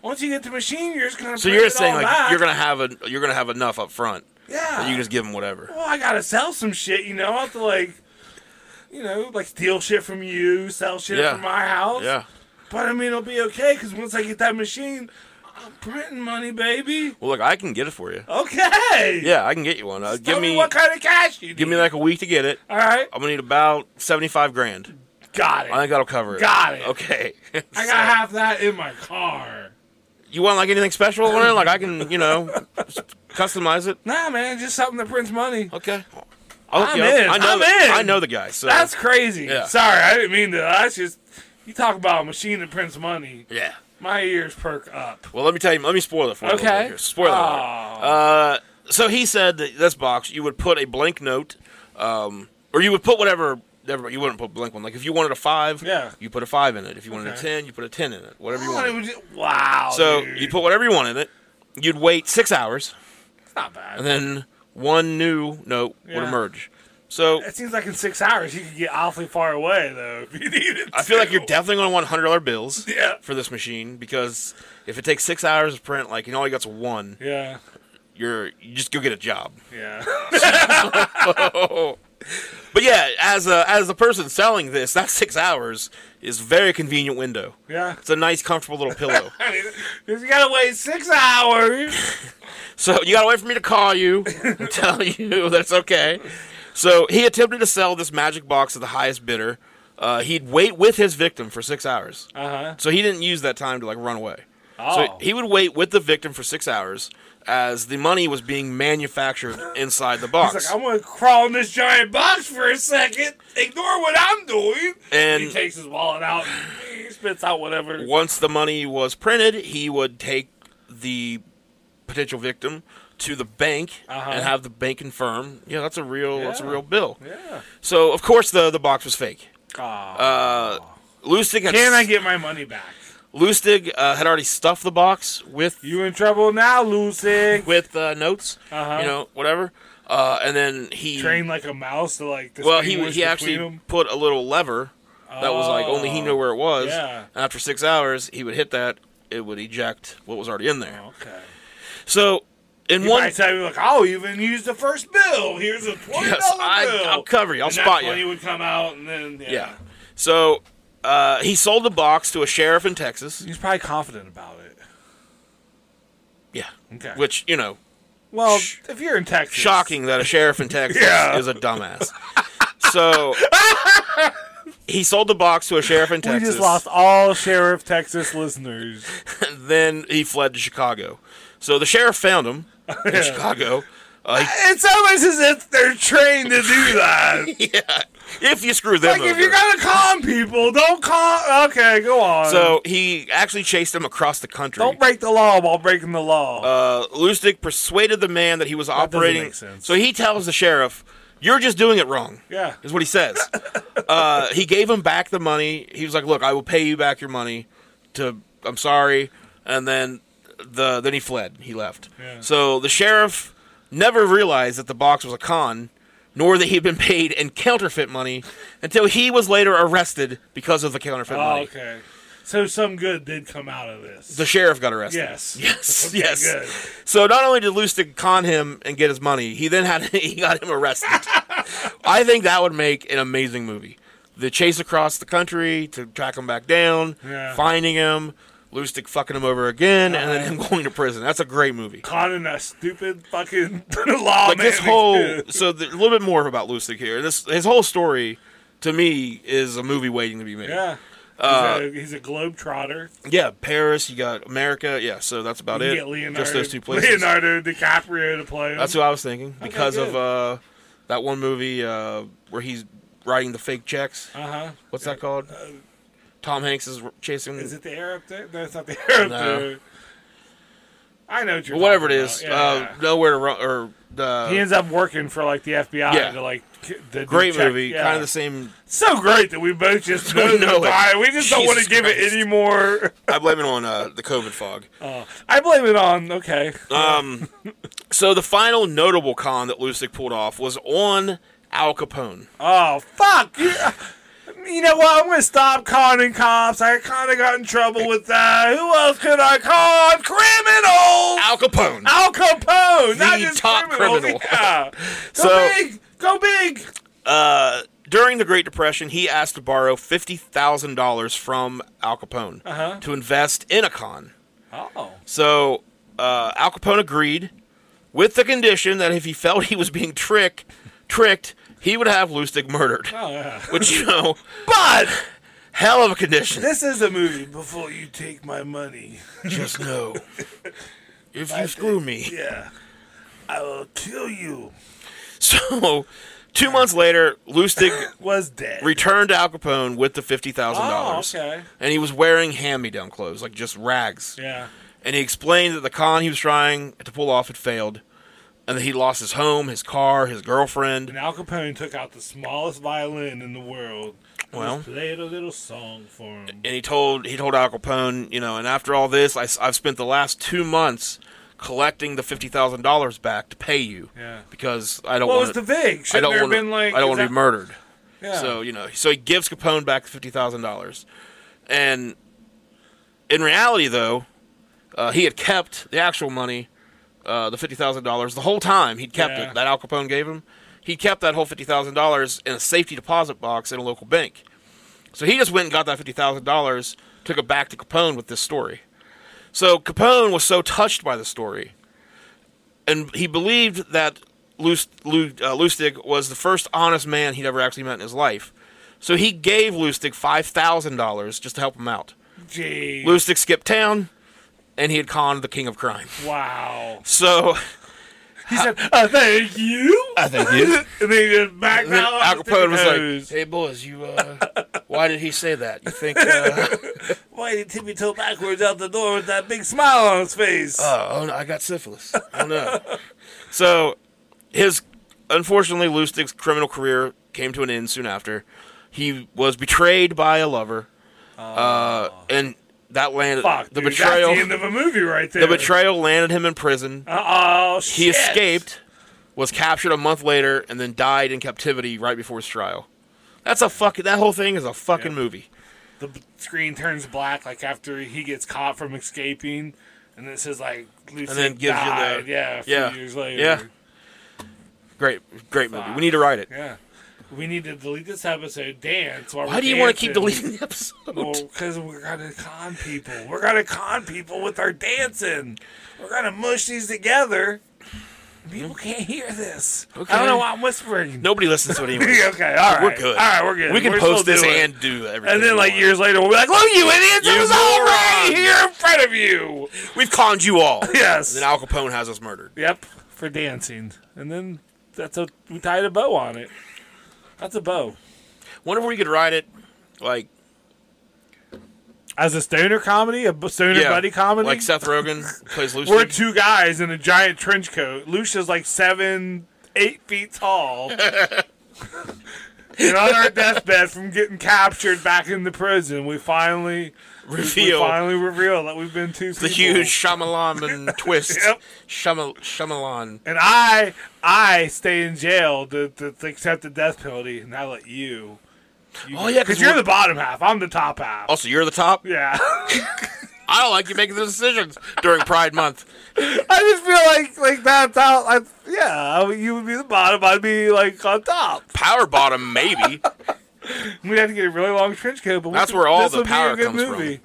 [SPEAKER 3] Once you get the machine, you're just gonna.
[SPEAKER 2] So
[SPEAKER 3] print
[SPEAKER 2] you're
[SPEAKER 3] it
[SPEAKER 2] saying
[SPEAKER 3] all
[SPEAKER 2] like
[SPEAKER 3] back.
[SPEAKER 2] you're gonna have a you're gonna have enough up front
[SPEAKER 3] Yeah.
[SPEAKER 2] that you can just give him whatever.
[SPEAKER 3] well, I gotta sell some shit. You know, I have to like, you know, like steal shit from you, sell shit
[SPEAKER 2] Yeah.
[SPEAKER 3] from my house.
[SPEAKER 2] Yeah.
[SPEAKER 3] But I mean, it'll be okay because once I get that machine, I'm printing money, baby.
[SPEAKER 2] Well, look, I can get it for you.
[SPEAKER 3] Okay.
[SPEAKER 2] Yeah, I can get you one. Uh,
[SPEAKER 3] Tell
[SPEAKER 2] give me,
[SPEAKER 3] what kind of cash you need.
[SPEAKER 2] give me like a week to get it.
[SPEAKER 3] All right.
[SPEAKER 2] I'm gonna need about seventy-five grand.
[SPEAKER 3] Got it.
[SPEAKER 2] I think that'll cover it.
[SPEAKER 3] Got it.
[SPEAKER 2] Okay.
[SPEAKER 3] I gotta have that in my car.
[SPEAKER 2] You want like anything special on it? Like I can, you know, s- customize it.
[SPEAKER 3] Nah, man, just something that prints money.
[SPEAKER 2] Okay. I'll hook
[SPEAKER 3] I'm
[SPEAKER 2] you up.
[SPEAKER 3] in.
[SPEAKER 2] I know
[SPEAKER 3] I'm
[SPEAKER 2] the,
[SPEAKER 3] in.
[SPEAKER 2] I know the guy. So
[SPEAKER 3] That's crazy.
[SPEAKER 2] Yeah.
[SPEAKER 3] Sorry, I didn't mean to. That's just you talk about a machine that prints money.
[SPEAKER 2] yeah.
[SPEAKER 3] My ears perk up.
[SPEAKER 2] Well, let me tell you. Let me spoil it for you. a little
[SPEAKER 3] Okay.
[SPEAKER 2] bit here. Spoiler. alert.
[SPEAKER 3] Aw.
[SPEAKER 2] Uh, so he said that this box you would put a blank note, um, or you would put whatever. Never, you wouldn't put a blank one. Like if you wanted a five,
[SPEAKER 3] Yeah.
[SPEAKER 2] you put a five in it. If you wanted
[SPEAKER 3] Okay.
[SPEAKER 2] a ten, you put a ten in it. Whatever you
[SPEAKER 3] Oh, it
[SPEAKER 2] wanted.
[SPEAKER 3] was just- wow.
[SPEAKER 2] So
[SPEAKER 3] dude.
[SPEAKER 2] you put whatever you wanted in it. You'd wait six hours,
[SPEAKER 3] It's not bad.
[SPEAKER 2] and then one new note would
[SPEAKER 3] Yeah.
[SPEAKER 2] emerge. So
[SPEAKER 3] it seems like in six hours you could get awfully far away though if you needed.
[SPEAKER 2] I feel like
[SPEAKER 3] to.
[SPEAKER 2] you're definitely going to want hundred dollar bills
[SPEAKER 3] Yeah.
[SPEAKER 2] for this machine because if it takes six hours to print, like and all you got's one,
[SPEAKER 3] Yeah.
[SPEAKER 2] you're you just go get a job.
[SPEAKER 3] Yeah.
[SPEAKER 2] But yeah, as a, as the person selling this, that six hours is very convenient window.
[SPEAKER 3] yeah.
[SPEAKER 2] It's a nice, comfortable little pillow.
[SPEAKER 3] I mean, if you gotta wait six hours.
[SPEAKER 2] so you gotta wait for me to call you and tell you that's okay. So he attempted to sell this magic box to the highest bidder. Uh, he'd wait with his victim for six hours.
[SPEAKER 3] Uh huh.
[SPEAKER 2] So he didn't use that time to like run away.
[SPEAKER 3] Oh.
[SPEAKER 2] So he would wait with the victim for six hours as the money was being manufactured inside the box.
[SPEAKER 3] He's like, I'm gonna crawl in this giant box for a second, ignore what I'm doing.
[SPEAKER 2] And-
[SPEAKER 3] he takes his wallet out and he spits out whatever.
[SPEAKER 2] Once the money was printed, he would take the potential victim to the bank
[SPEAKER 3] Uh-huh.
[SPEAKER 2] and have the bank confirm, yeah, that's a real that's a
[SPEAKER 3] Yeah.
[SPEAKER 2] real bill.
[SPEAKER 3] Yeah.
[SPEAKER 2] So of course the the box was fake.
[SPEAKER 3] Aw.
[SPEAKER 2] Uh, Lustig had,
[SPEAKER 3] Can I get my money back?
[SPEAKER 2] Lustig uh, had already stuffed the box with
[SPEAKER 3] You in trouble now, Lucy.
[SPEAKER 2] with uh, notes,
[SPEAKER 3] Uh-huh.
[SPEAKER 2] you know, whatever. Uh, and then he
[SPEAKER 3] Train like a mouse to like.
[SPEAKER 2] well he
[SPEAKER 3] distinguish
[SPEAKER 2] he actually
[SPEAKER 3] between them. Oh,
[SPEAKER 2] put a little lever that was like only he knew where it was.
[SPEAKER 3] yeah.
[SPEAKER 2] After six hours, he would hit that. It would eject what was already in there.
[SPEAKER 3] Oh, Okay.
[SPEAKER 2] So in
[SPEAKER 3] You
[SPEAKER 2] one
[SPEAKER 3] might tell me like, oh, you even used the first bill. Here's a twenty dollar
[SPEAKER 2] Yes, I,
[SPEAKER 3] bill.
[SPEAKER 2] I'll cover you. I'll
[SPEAKER 3] Oh, And
[SPEAKER 2] spot
[SPEAKER 3] that's
[SPEAKER 2] you.
[SPEAKER 3] when He would come out and then yeah.
[SPEAKER 2] yeah. So uh, he sold the box to a sheriff in Texas.
[SPEAKER 3] He's probably confident about it.
[SPEAKER 2] Yeah.
[SPEAKER 3] Okay.
[SPEAKER 2] Which you know,
[SPEAKER 3] well,
[SPEAKER 2] sh-
[SPEAKER 3] if you're in Texas,
[SPEAKER 2] shocking that a sheriff in Texas
[SPEAKER 3] Yeah.
[SPEAKER 2] is a dumbass. so he sold the box to a sheriff in Texas.
[SPEAKER 3] We just lost all Sheriff Texas listeners.
[SPEAKER 2] Then he fled to Chicago. So the sheriff found him in Chicago. Uh,
[SPEAKER 3] It's almost as if they're trained to do that.
[SPEAKER 2] he- yeah. If you screw them
[SPEAKER 3] like, if
[SPEAKER 2] over.
[SPEAKER 3] you're gonna con people, don't con. Okay, go on.
[SPEAKER 2] so he actually chased him across the country.
[SPEAKER 3] don't break the law while breaking the law.
[SPEAKER 2] uh, Lustig persuaded the man that he was
[SPEAKER 3] doesn't
[SPEAKER 2] operating.
[SPEAKER 3] make sense.
[SPEAKER 2] So he tells the sheriff, "You're just doing it wrong."
[SPEAKER 3] Yeah.
[SPEAKER 2] is what he says. uh, he gave him back the money. He was like, "Look, I will pay you back your money." To I'm sorry, and then the then he fled. He left.
[SPEAKER 3] Yeah.
[SPEAKER 2] So the sheriff never realized that the box was a con. Nor that he had been paid in counterfeit money until he was later arrested because of the counterfeit
[SPEAKER 3] oh,
[SPEAKER 2] money.
[SPEAKER 3] okay. So some good did come out of this.
[SPEAKER 2] The sheriff got arrested.
[SPEAKER 3] yes.
[SPEAKER 2] Yes,
[SPEAKER 3] Okay,
[SPEAKER 2] yes.
[SPEAKER 3] good.
[SPEAKER 2] So not only did Lustig con him and get his money, he then had he got him arrested. I think that would make an amazing movie. The chase across the country to track him back down,
[SPEAKER 3] Yeah.
[SPEAKER 2] finding him, Lustig fucking him over again, and then him going to prison. That's a great movie.
[SPEAKER 3] Conning a stupid fucking law.
[SPEAKER 2] Like this whole so the, a little bit more about Lustig here. This his whole story to me is a movie waiting to be made.
[SPEAKER 3] Yeah.
[SPEAKER 2] Uh,
[SPEAKER 3] he's, a, he's a globetrotter.
[SPEAKER 2] Yeah, Paris, you got America, yeah, so that's about
[SPEAKER 3] You
[SPEAKER 2] it.
[SPEAKER 3] get Leonardo,
[SPEAKER 2] Just those two places.
[SPEAKER 3] Leonardo DiCaprio to play him.
[SPEAKER 2] That's who I was thinking because of
[SPEAKER 3] good.
[SPEAKER 2] uh, that one movie uh, where he's writing the fake checks.
[SPEAKER 3] uh huh.
[SPEAKER 2] What's that called? Tom Hanks is r- chasing.
[SPEAKER 3] Uh, Is it the air up there? No, it's not the air up
[SPEAKER 2] No.
[SPEAKER 3] there. I know what you're
[SPEAKER 2] Well, whatever it
[SPEAKER 3] talking
[SPEAKER 2] is,
[SPEAKER 3] about.
[SPEAKER 2] uh,
[SPEAKER 3] Yeah.
[SPEAKER 2] nowhere to run or the
[SPEAKER 3] he ends up working for like the FBI
[SPEAKER 2] Yeah.
[SPEAKER 3] to like k- the
[SPEAKER 2] great
[SPEAKER 3] check-
[SPEAKER 2] movie,
[SPEAKER 3] yeah.
[SPEAKER 2] kind of the same.
[SPEAKER 3] so great that we both just
[SPEAKER 2] We
[SPEAKER 3] know,
[SPEAKER 2] know
[SPEAKER 3] the
[SPEAKER 2] it.
[SPEAKER 3] guy. We just don't want to
[SPEAKER 2] Jesus
[SPEAKER 3] give it
[SPEAKER 2] Christ.
[SPEAKER 3] any more.
[SPEAKER 2] I blame it on uh, the COVID fog.
[SPEAKER 3] Uh, I blame it on okay.
[SPEAKER 2] Um, so the final notable con that Lustig pulled off was on Al Capone.
[SPEAKER 3] Oh fuck! You, you know what? I'm gonna stop conning cops. I kind of got in trouble with that. Who else could I con? Criminals.
[SPEAKER 2] Al Capone.
[SPEAKER 3] Al Capone, not
[SPEAKER 2] The
[SPEAKER 3] just
[SPEAKER 2] top
[SPEAKER 3] criminals.
[SPEAKER 2] criminal.
[SPEAKER 3] Yeah. Go
[SPEAKER 2] So-
[SPEAKER 3] big, go big.
[SPEAKER 2] Uh, during the Great Depression, he asked to borrow fifty thousand dollars from Al Capone
[SPEAKER 3] Uh-huh.
[SPEAKER 2] to invest in a con.
[SPEAKER 3] Oh.
[SPEAKER 2] So uh, Al Capone agreed, with the condition that if he felt he was being tricked, tricked, he would have Lustig murdered.
[SPEAKER 3] Oh, yeah.
[SPEAKER 2] Which you know, but hell of a condition.
[SPEAKER 3] This is a movie before you take my money.
[SPEAKER 2] Just know, if you screw me.
[SPEAKER 3] Yeah. I will kill you.
[SPEAKER 2] So, two months later, Lustig
[SPEAKER 3] Was dead.
[SPEAKER 2] returned to Al Capone with the fifty thousand
[SPEAKER 3] oh,
[SPEAKER 2] dollars,
[SPEAKER 3] okay.
[SPEAKER 2] and he was wearing hand-me-down clothes, like just rags.
[SPEAKER 3] Yeah.
[SPEAKER 2] and he explained that the con he was trying to pull off had failed, and that he lost his home, his car, his
[SPEAKER 3] And
[SPEAKER 2] girlfriend.
[SPEAKER 3] Al Capone took out the smallest violin in the world. and
[SPEAKER 2] Well.
[SPEAKER 3] just played a little song for him.
[SPEAKER 2] And he told he told Al Capone, you know, and after all this, I, have spent the last two months collecting the fifty thousand dollars back to pay you
[SPEAKER 3] Yeah.
[SPEAKER 2] because I don't
[SPEAKER 3] What was
[SPEAKER 2] want
[SPEAKER 3] the vig?
[SPEAKER 2] I
[SPEAKER 3] Shouldn't
[SPEAKER 2] don't
[SPEAKER 3] there
[SPEAKER 2] want
[SPEAKER 3] have been like?
[SPEAKER 2] I don't want
[SPEAKER 3] is
[SPEAKER 2] to
[SPEAKER 3] that-
[SPEAKER 2] be murdered.
[SPEAKER 3] Yeah.
[SPEAKER 2] So you know, so he gives Capone back the fifty thousand dollars, and in reality, though, uh, he had kept the actual money, uh, the fifty thousand dollars the whole time. He'd kept
[SPEAKER 3] Yeah.
[SPEAKER 2] it that Al Capone gave him. He kept that whole fifty thousand dollars in a safety deposit box in a local bank. So he just went and got that fifty thousand dollars, took it back to Capone with this story. So Capone was so touched by the story, and he believed that Lus- Lu- uh, Lustig was the first honest man he'd ever actually met in his life. So he gave Lustig five thousand dollars just to help him out.
[SPEAKER 3] Jeez.
[SPEAKER 2] Lustig skipped town, and he had conned the king of crime.
[SPEAKER 3] Wow.
[SPEAKER 2] So
[SPEAKER 3] He said, uh, "Thank you." I thank you. and then he just backed out.
[SPEAKER 2] Al
[SPEAKER 3] onto
[SPEAKER 2] Capone was like,
[SPEAKER 3] Tippy-toes.
[SPEAKER 2] "Hey boys, you uh, why did he say that? You think?" Uh,
[SPEAKER 3] "Why did Timmy toe backwards out the door with that big smile on his face?"
[SPEAKER 2] Oh, oh no, I got syphilis. Oh no. so his unfortunately Lustig's criminal career came to an end soon after. He was betrayed by a lover. Uh, and that landed
[SPEAKER 3] Ah. Fuck,
[SPEAKER 2] the
[SPEAKER 3] dude,
[SPEAKER 2] betrayal
[SPEAKER 3] That's the end of a movie right there.
[SPEAKER 2] the betrayal landed him in prison.
[SPEAKER 3] Uh oh.
[SPEAKER 2] He escaped, was captured a month later, and then died in captivity right before his trial. That's a fucking that whole thing is a fucking
[SPEAKER 3] Yeah.
[SPEAKER 2] movie.
[SPEAKER 3] The b- screen turns black, like after he gets caught from escaping, and this is like Lucy
[SPEAKER 2] then gives you the-
[SPEAKER 3] died, yeah, a few
[SPEAKER 2] yeah,
[SPEAKER 3] years later.
[SPEAKER 2] yeah. Great great movie.
[SPEAKER 3] Fuck.
[SPEAKER 2] We need to write it.
[SPEAKER 3] Yeah. We need to delete this episode, dance. While
[SPEAKER 2] Why
[SPEAKER 3] we're
[SPEAKER 2] do you want to keep
[SPEAKER 3] dancing.
[SPEAKER 2] deleting the episode?
[SPEAKER 3] because we're gonna con people. We're gonna con people with our dancing. We're gonna mush these together. People can't hear this. I
[SPEAKER 2] Mm-hmm. Okay.
[SPEAKER 3] don't know why I'm whispering.
[SPEAKER 2] Nobody listens to it anyway.
[SPEAKER 3] okay, all right.
[SPEAKER 2] We're good.
[SPEAKER 3] All right, we're good.
[SPEAKER 2] We can
[SPEAKER 3] We're
[SPEAKER 2] post
[SPEAKER 3] still
[SPEAKER 2] this
[SPEAKER 3] doing it.
[SPEAKER 2] and do everything.
[SPEAKER 3] And then,
[SPEAKER 2] we
[SPEAKER 3] like
[SPEAKER 2] want.
[SPEAKER 3] years later, we'll be like, "Look, you idiots!
[SPEAKER 2] You
[SPEAKER 3] it was all right
[SPEAKER 2] moron."
[SPEAKER 3] here in front of you."
[SPEAKER 2] we've conned you all.
[SPEAKER 3] Yes.
[SPEAKER 2] And then Al Capone has us murdered.
[SPEAKER 3] Yep, for dancing. And then that's a we tied a bow on it. That's a bow.
[SPEAKER 2] Wonder if we could write it, like
[SPEAKER 3] As a stoner comedy, a b- stoner
[SPEAKER 2] yeah,
[SPEAKER 3] buddy comedy,
[SPEAKER 2] like Seth Rogen plays Lucy.
[SPEAKER 3] We're two guys in a giant trench coat. Lucia's like seven, eight feet tall. and on our deathbed from getting captured back into prison, we finally
[SPEAKER 2] Reveal.
[SPEAKER 3] we finally reveal that we've been two
[SPEAKER 2] the huge Shyamalan twist.
[SPEAKER 3] Yep.
[SPEAKER 2] Shyamal- Shyamalan.
[SPEAKER 3] And I I stay in jail to, to, to accept the death penalty, and I let you. you
[SPEAKER 2] Oh, yeah, 'cause
[SPEAKER 3] because you're
[SPEAKER 2] we're-
[SPEAKER 3] the bottom half. I'm the top half.
[SPEAKER 2] Also, you're the top.
[SPEAKER 3] Yeah,
[SPEAKER 2] I don't like you making the decisions during Pride Month.
[SPEAKER 3] I just feel like like that's how. I, yeah, I mean, you would be the bottom. I'd be like on top.
[SPEAKER 2] Power bottom, maybe.
[SPEAKER 3] We'd have to get a really long trench coat, but we
[SPEAKER 2] That's
[SPEAKER 3] could-
[SPEAKER 2] where all
[SPEAKER 3] this
[SPEAKER 2] the
[SPEAKER 3] would be a
[SPEAKER 2] power
[SPEAKER 3] good
[SPEAKER 2] comes from.
[SPEAKER 3] movie.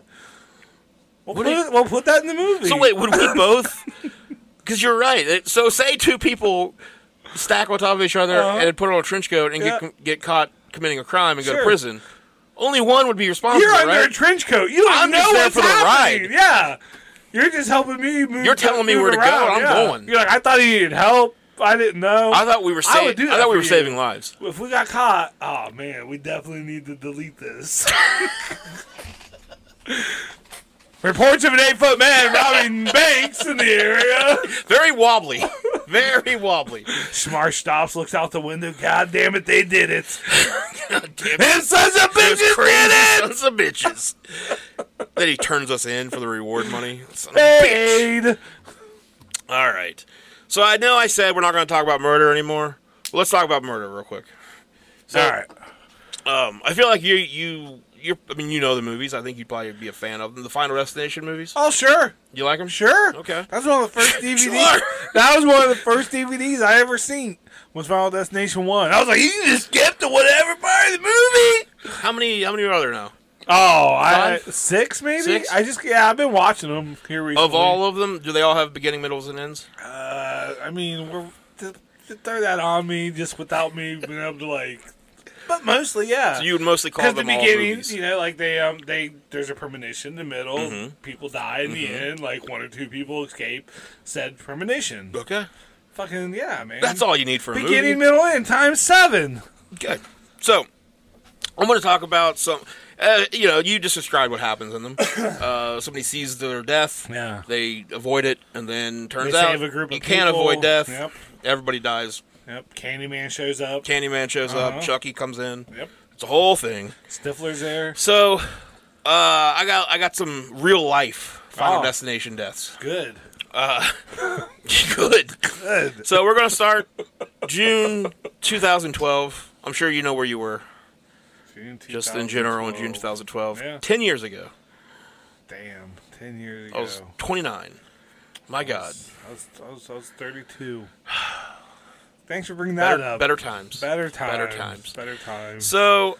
[SPEAKER 2] What
[SPEAKER 3] We'll put,
[SPEAKER 2] do you-
[SPEAKER 3] it, we'll put that in the movie.
[SPEAKER 2] So wait, would we both? Because you're right. It- So say two people stack on top of each other
[SPEAKER 3] Uh-huh.
[SPEAKER 2] and put on a trench coat and
[SPEAKER 3] Yeah.
[SPEAKER 2] get get caught committing a crime and go to
[SPEAKER 3] Sure.
[SPEAKER 2] prison. Only one would be responsible,
[SPEAKER 3] you're under
[SPEAKER 2] right?
[SPEAKER 3] a trench coat. You don't
[SPEAKER 2] I'm
[SPEAKER 3] know
[SPEAKER 2] just there
[SPEAKER 3] what's
[SPEAKER 2] for the
[SPEAKER 3] happening. Yeah, you're just helping me. Move,
[SPEAKER 2] You're telling me
[SPEAKER 3] move
[SPEAKER 2] where to go,
[SPEAKER 3] around,
[SPEAKER 2] and I'm
[SPEAKER 3] yeah.
[SPEAKER 2] going.
[SPEAKER 3] You're like, I thought he needed help. I didn't know.
[SPEAKER 2] I thought we were
[SPEAKER 3] I
[SPEAKER 2] saving. I,
[SPEAKER 3] would do that
[SPEAKER 2] thought we
[SPEAKER 3] for
[SPEAKER 2] were
[SPEAKER 3] you.
[SPEAKER 2] saving lives.
[SPEAKER 3] if we got caught, oh man, we definitely need to delete this. Reports of an eight-foot man robbing banks in the area.
[SPEAKER 2] Very wobbly. Very wobbly.
[SPEAKER 3] Smart stops, looks out the window. God damn it, they did it.
[SPEAKER 2] God damn it.
[SPEAKER 3] And sons of
[SPEAKER 2] Those
[SPEAKER 3] bitches
[SPEAKER 2] crazy
[SPEAKER 3] did it.
[SPEAKER 2] sons of bitches. then he turns us in for the reward money. Son of a bitch.
[SPEAKER 3] Paid.
[SPEAKER 2] All right. So I know I said we're not going to talk about murder anymore. But let's talk about murder real quick. So,
[SPEAKER 3] All right.
[SPEAKER 2] Um, I feel like you you you. I mean, you know the movies. I think you'd probably be a fan of them. The Final Destination movies.
[SPEAKER 3] Oh sure,
[SPEAKER 2] You like them?
[SPEAKER 3] sure.
[SPEAKER 2] Okay.
[SPEAKER 3] That's one of the first DVDs.
[SPEAKER 2] Sure.
[SPEAKER 3] That was one of the first DVDs I ever seen. Was Final Destination One. I was like, you can just skip to whatever part of the movie.
[SPEAKER 2] How many? How many are there now?
[SPEAKER 3] Oh, I
[SPEAKER 2] Five?
[SPEAKER 3] six maybe.
[SPEAKER 2] Six?
[SPEAKER 3] I just yeah, I've been watching them here recently.
[SPEAKER 2] Of all of them, do they all have beginning, middles, and ends?
[SPEAKER 3] uh, I mean, we're th- th- throw that on me just without me being able to like. But mostly, yeah.
[SPEAKER 2] So you would mostly call
[SPEAKER 3] because
[SPEAKER 2] them
[SPEAKER 3] the
[SPEAKER 2] all
[SPEAKER 3] beginning,
[SPEAKER 2] movies.
[SPEAKER 3] you know, like they um they there's a premonition in the middle,
[SPEAKER 2] Mm-hmm.
[SPEAKER 3] people die in the end, like one or two people escape said premonition.
[SPEAKER 2] Okay,
[SPEAKER 3] Fucking yeah, man.
[SPEAKER 2] that's all you need for a movie.
[SPEAKER 3] Beginning, middle, end, times seven.
[SPEAKER 2] Okay. So, I'm going to talk about some. Uh, you know, you just described what happens in them. Uh, somebody sees their death.
[SPEAKER 3] Yeah.
[SPEAKER 2] They avoid it, and then turns
[SPEAKER 3] They
[SPEAKER 2] out
[SPEAKER 3] save a group of
[SPEAKER 2] you can't
[SPEAKER 3] people.
[SPEAKER 2] avoid death.
[SPEAKER 3] Yep.
[SPEAKER 2] Everybody dies.
[SPEAKER 3] Yep. Candyman shows up.
[SPEAKER 2] Candyman shows
[SPEAKER 3] Uh-huh.
[SPEAKER 2] up. Chucky comes in.
[SPEAKER 3] yep.
[SPEAKER 2] It's a whole thing.
[SPEAKER 3] Stifler's there.
[SPEAKER 2] So, uh, I got I got some real life Final
[SPEAKER 3] Oh.
[SPEAKER 2] Destination deaths.
[SPEAKER 3] Good.
[SPEAKER 2] Good.
[SPEAKER 3] Good.
[SPEAKER 2] So we're going to start June 2012. I'm sure you know where you were,
[SPEAKER 3] June
[SPEAKER 2] just in general, in June
[SPEAKER 3] 2012.
[SPEAKER 2] 2012.
[SPEAKER 3] Yeah.
[SPEAKER 2] Ten years ago.
[SPEAKER 3] Damn, ten years ago.
[SPEAKER 2] I was 29. My God.
[SPEAKER 3] I was, I was, I was 32. Thanks for bringing that
[SPEAKER 2] Better,
[SPEAKER 3] up.
[SPEAKER 2] better times.
[SPEAKER 3] better times.
[SPEAKER 2] better times.
[SPEAKER 3] Better times.
[SPEAKER 2] So,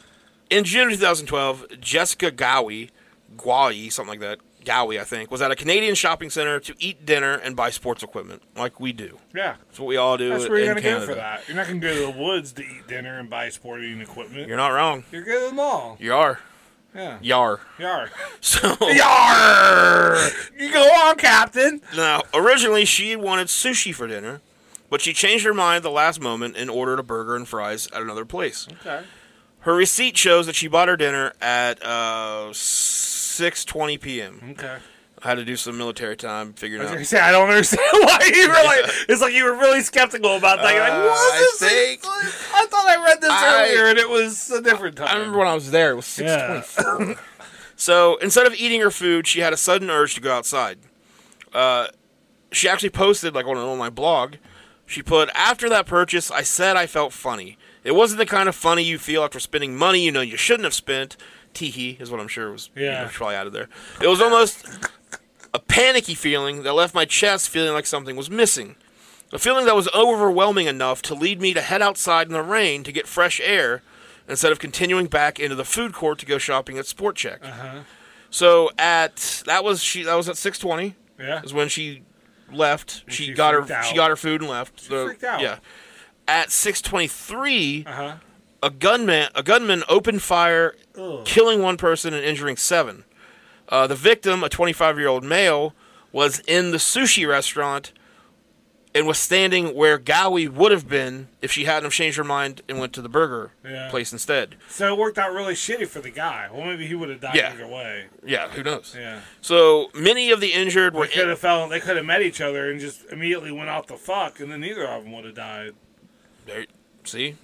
[SPEAKER 2] in June 2012, Jessica Gowie, Gowie, something like that, Gowie, I think, was at a Canadian shopping center to eat dinner and buy sports equipment, like we do.
[SPEAKER 3] yeah.
[SPEAKER 2] That's what we all do
[SPEAKER 3] That's
[SPEAKER 2] in
[SPEAKER 3] where you're gonna
[SPEAKER 2] Canada.
[SPEAKER 3] go for that. You're not gonna go to the woods to eat dinner and buy sporting equipment.
[SPEAKER 2] You're not wrong.
[SPEAKER 3] You're good at the mall.
[SPEAKER 2] You are.
[SPEAKER 3] Yeah.
[SPEAKER 2] Yar.
[SPEAKER 3] You are.
[SPEAKER 2] So,
[SPEAKER 3] Yarr! You go on, Captain.
[SPEAKER 2] now, originally she wanted sushi for dinner, but she changed her mind at the last moment and ordered a burger and fries at another place.
[SPEAKER 3] Okay.
[SPEAKER 2] Her receipt shows that she bought her dinner at uh, 6:20 p.m.
[SPEAKER 3] Okay.
[SPEAKER 2] I had to do some military time
[SPEAKER 3] I
[SPEAKER 2] figuring
[SPEAKER 3] was
[SPEAKER 2] out.
[SPEAKER 3] gonna say I don't understand why you were like. It's like you were really skeptical about that. You're like,
[SPEAKER 2] Uh,
[SPEAKER 3] what is
[SPEAKER 2] I
[SPEAKER 3] this? I thought I read this
[SPEAKER 2] I-
[SPEAKER 3] earlier, and it was a different time.
[SPEAKER 2] I remember when I was there. It was
[SPEAKER 3] Yeah.
[SPEAKER 2] 6:24. so instead of eating her food, she had a sudden urge to go outside. Uh, she actually posted like on an online blog. She put, "After that purchase, I said I felt funny. It wasn't the kind of funny you feel after spending money you know you shouldn't have spent." Teehee is what I'm sure was you
[SPEAKER 3] Yeah.
[SPEAKER 2] know, probably out of there. It was almost a panicky feeling that left my chest feeling like something was missing. A feeling that was overwhelming enough to lead me to head outside in the rain to get fresh air instead of continuing back into the food court to go shopping at Sport Check.
[SPEAKER 3] Uh-huh.
[SPEAKER 2] So at that was she that was at 6:20
[SPEAKER 3] Yeah.
[SPEAKER 2] is when she left. She,
[SPEAKER 3] she
[SPEAKER 2] got her
[SPEAKER 3] freaked out.
[SPEAKER 2] she got her food and left. She
[SPEAKER 3] freaked out.
[SPEAKER 2] Yeah. At 6:23,
[SPEAKER 3] Uh huh.
[SPEAKER 2] a gunman a gunman opened fire,
[SPEAKER 3] Ugh.
[SPEAKER 2] killing one person and injuring seven. Uh, the victim, a 25 year old male, was in the sushi restaurant and was standing where Gowie would have been if she hadn't have changed her mind and went to the burger
[SPEAKER 3] Yeah.
[SPEAKER 2] place instead.
[SPEAKER 3] So it worked out really shitty for the guy. Well, maybe he would have died
[SPEAKER 2] Yeah.
[SPEAKER 3] either way.
[SPEAKER 2] Yeah, who knows?
[SPEAKER 3] Yeah.
[SPEAKER 2] So many of the injured were
[SPEAKER 3] They could have fell. They could have met each other and just immediately went out the fuck, and then neither of them would have died.
[SPEAKER 2] There- see.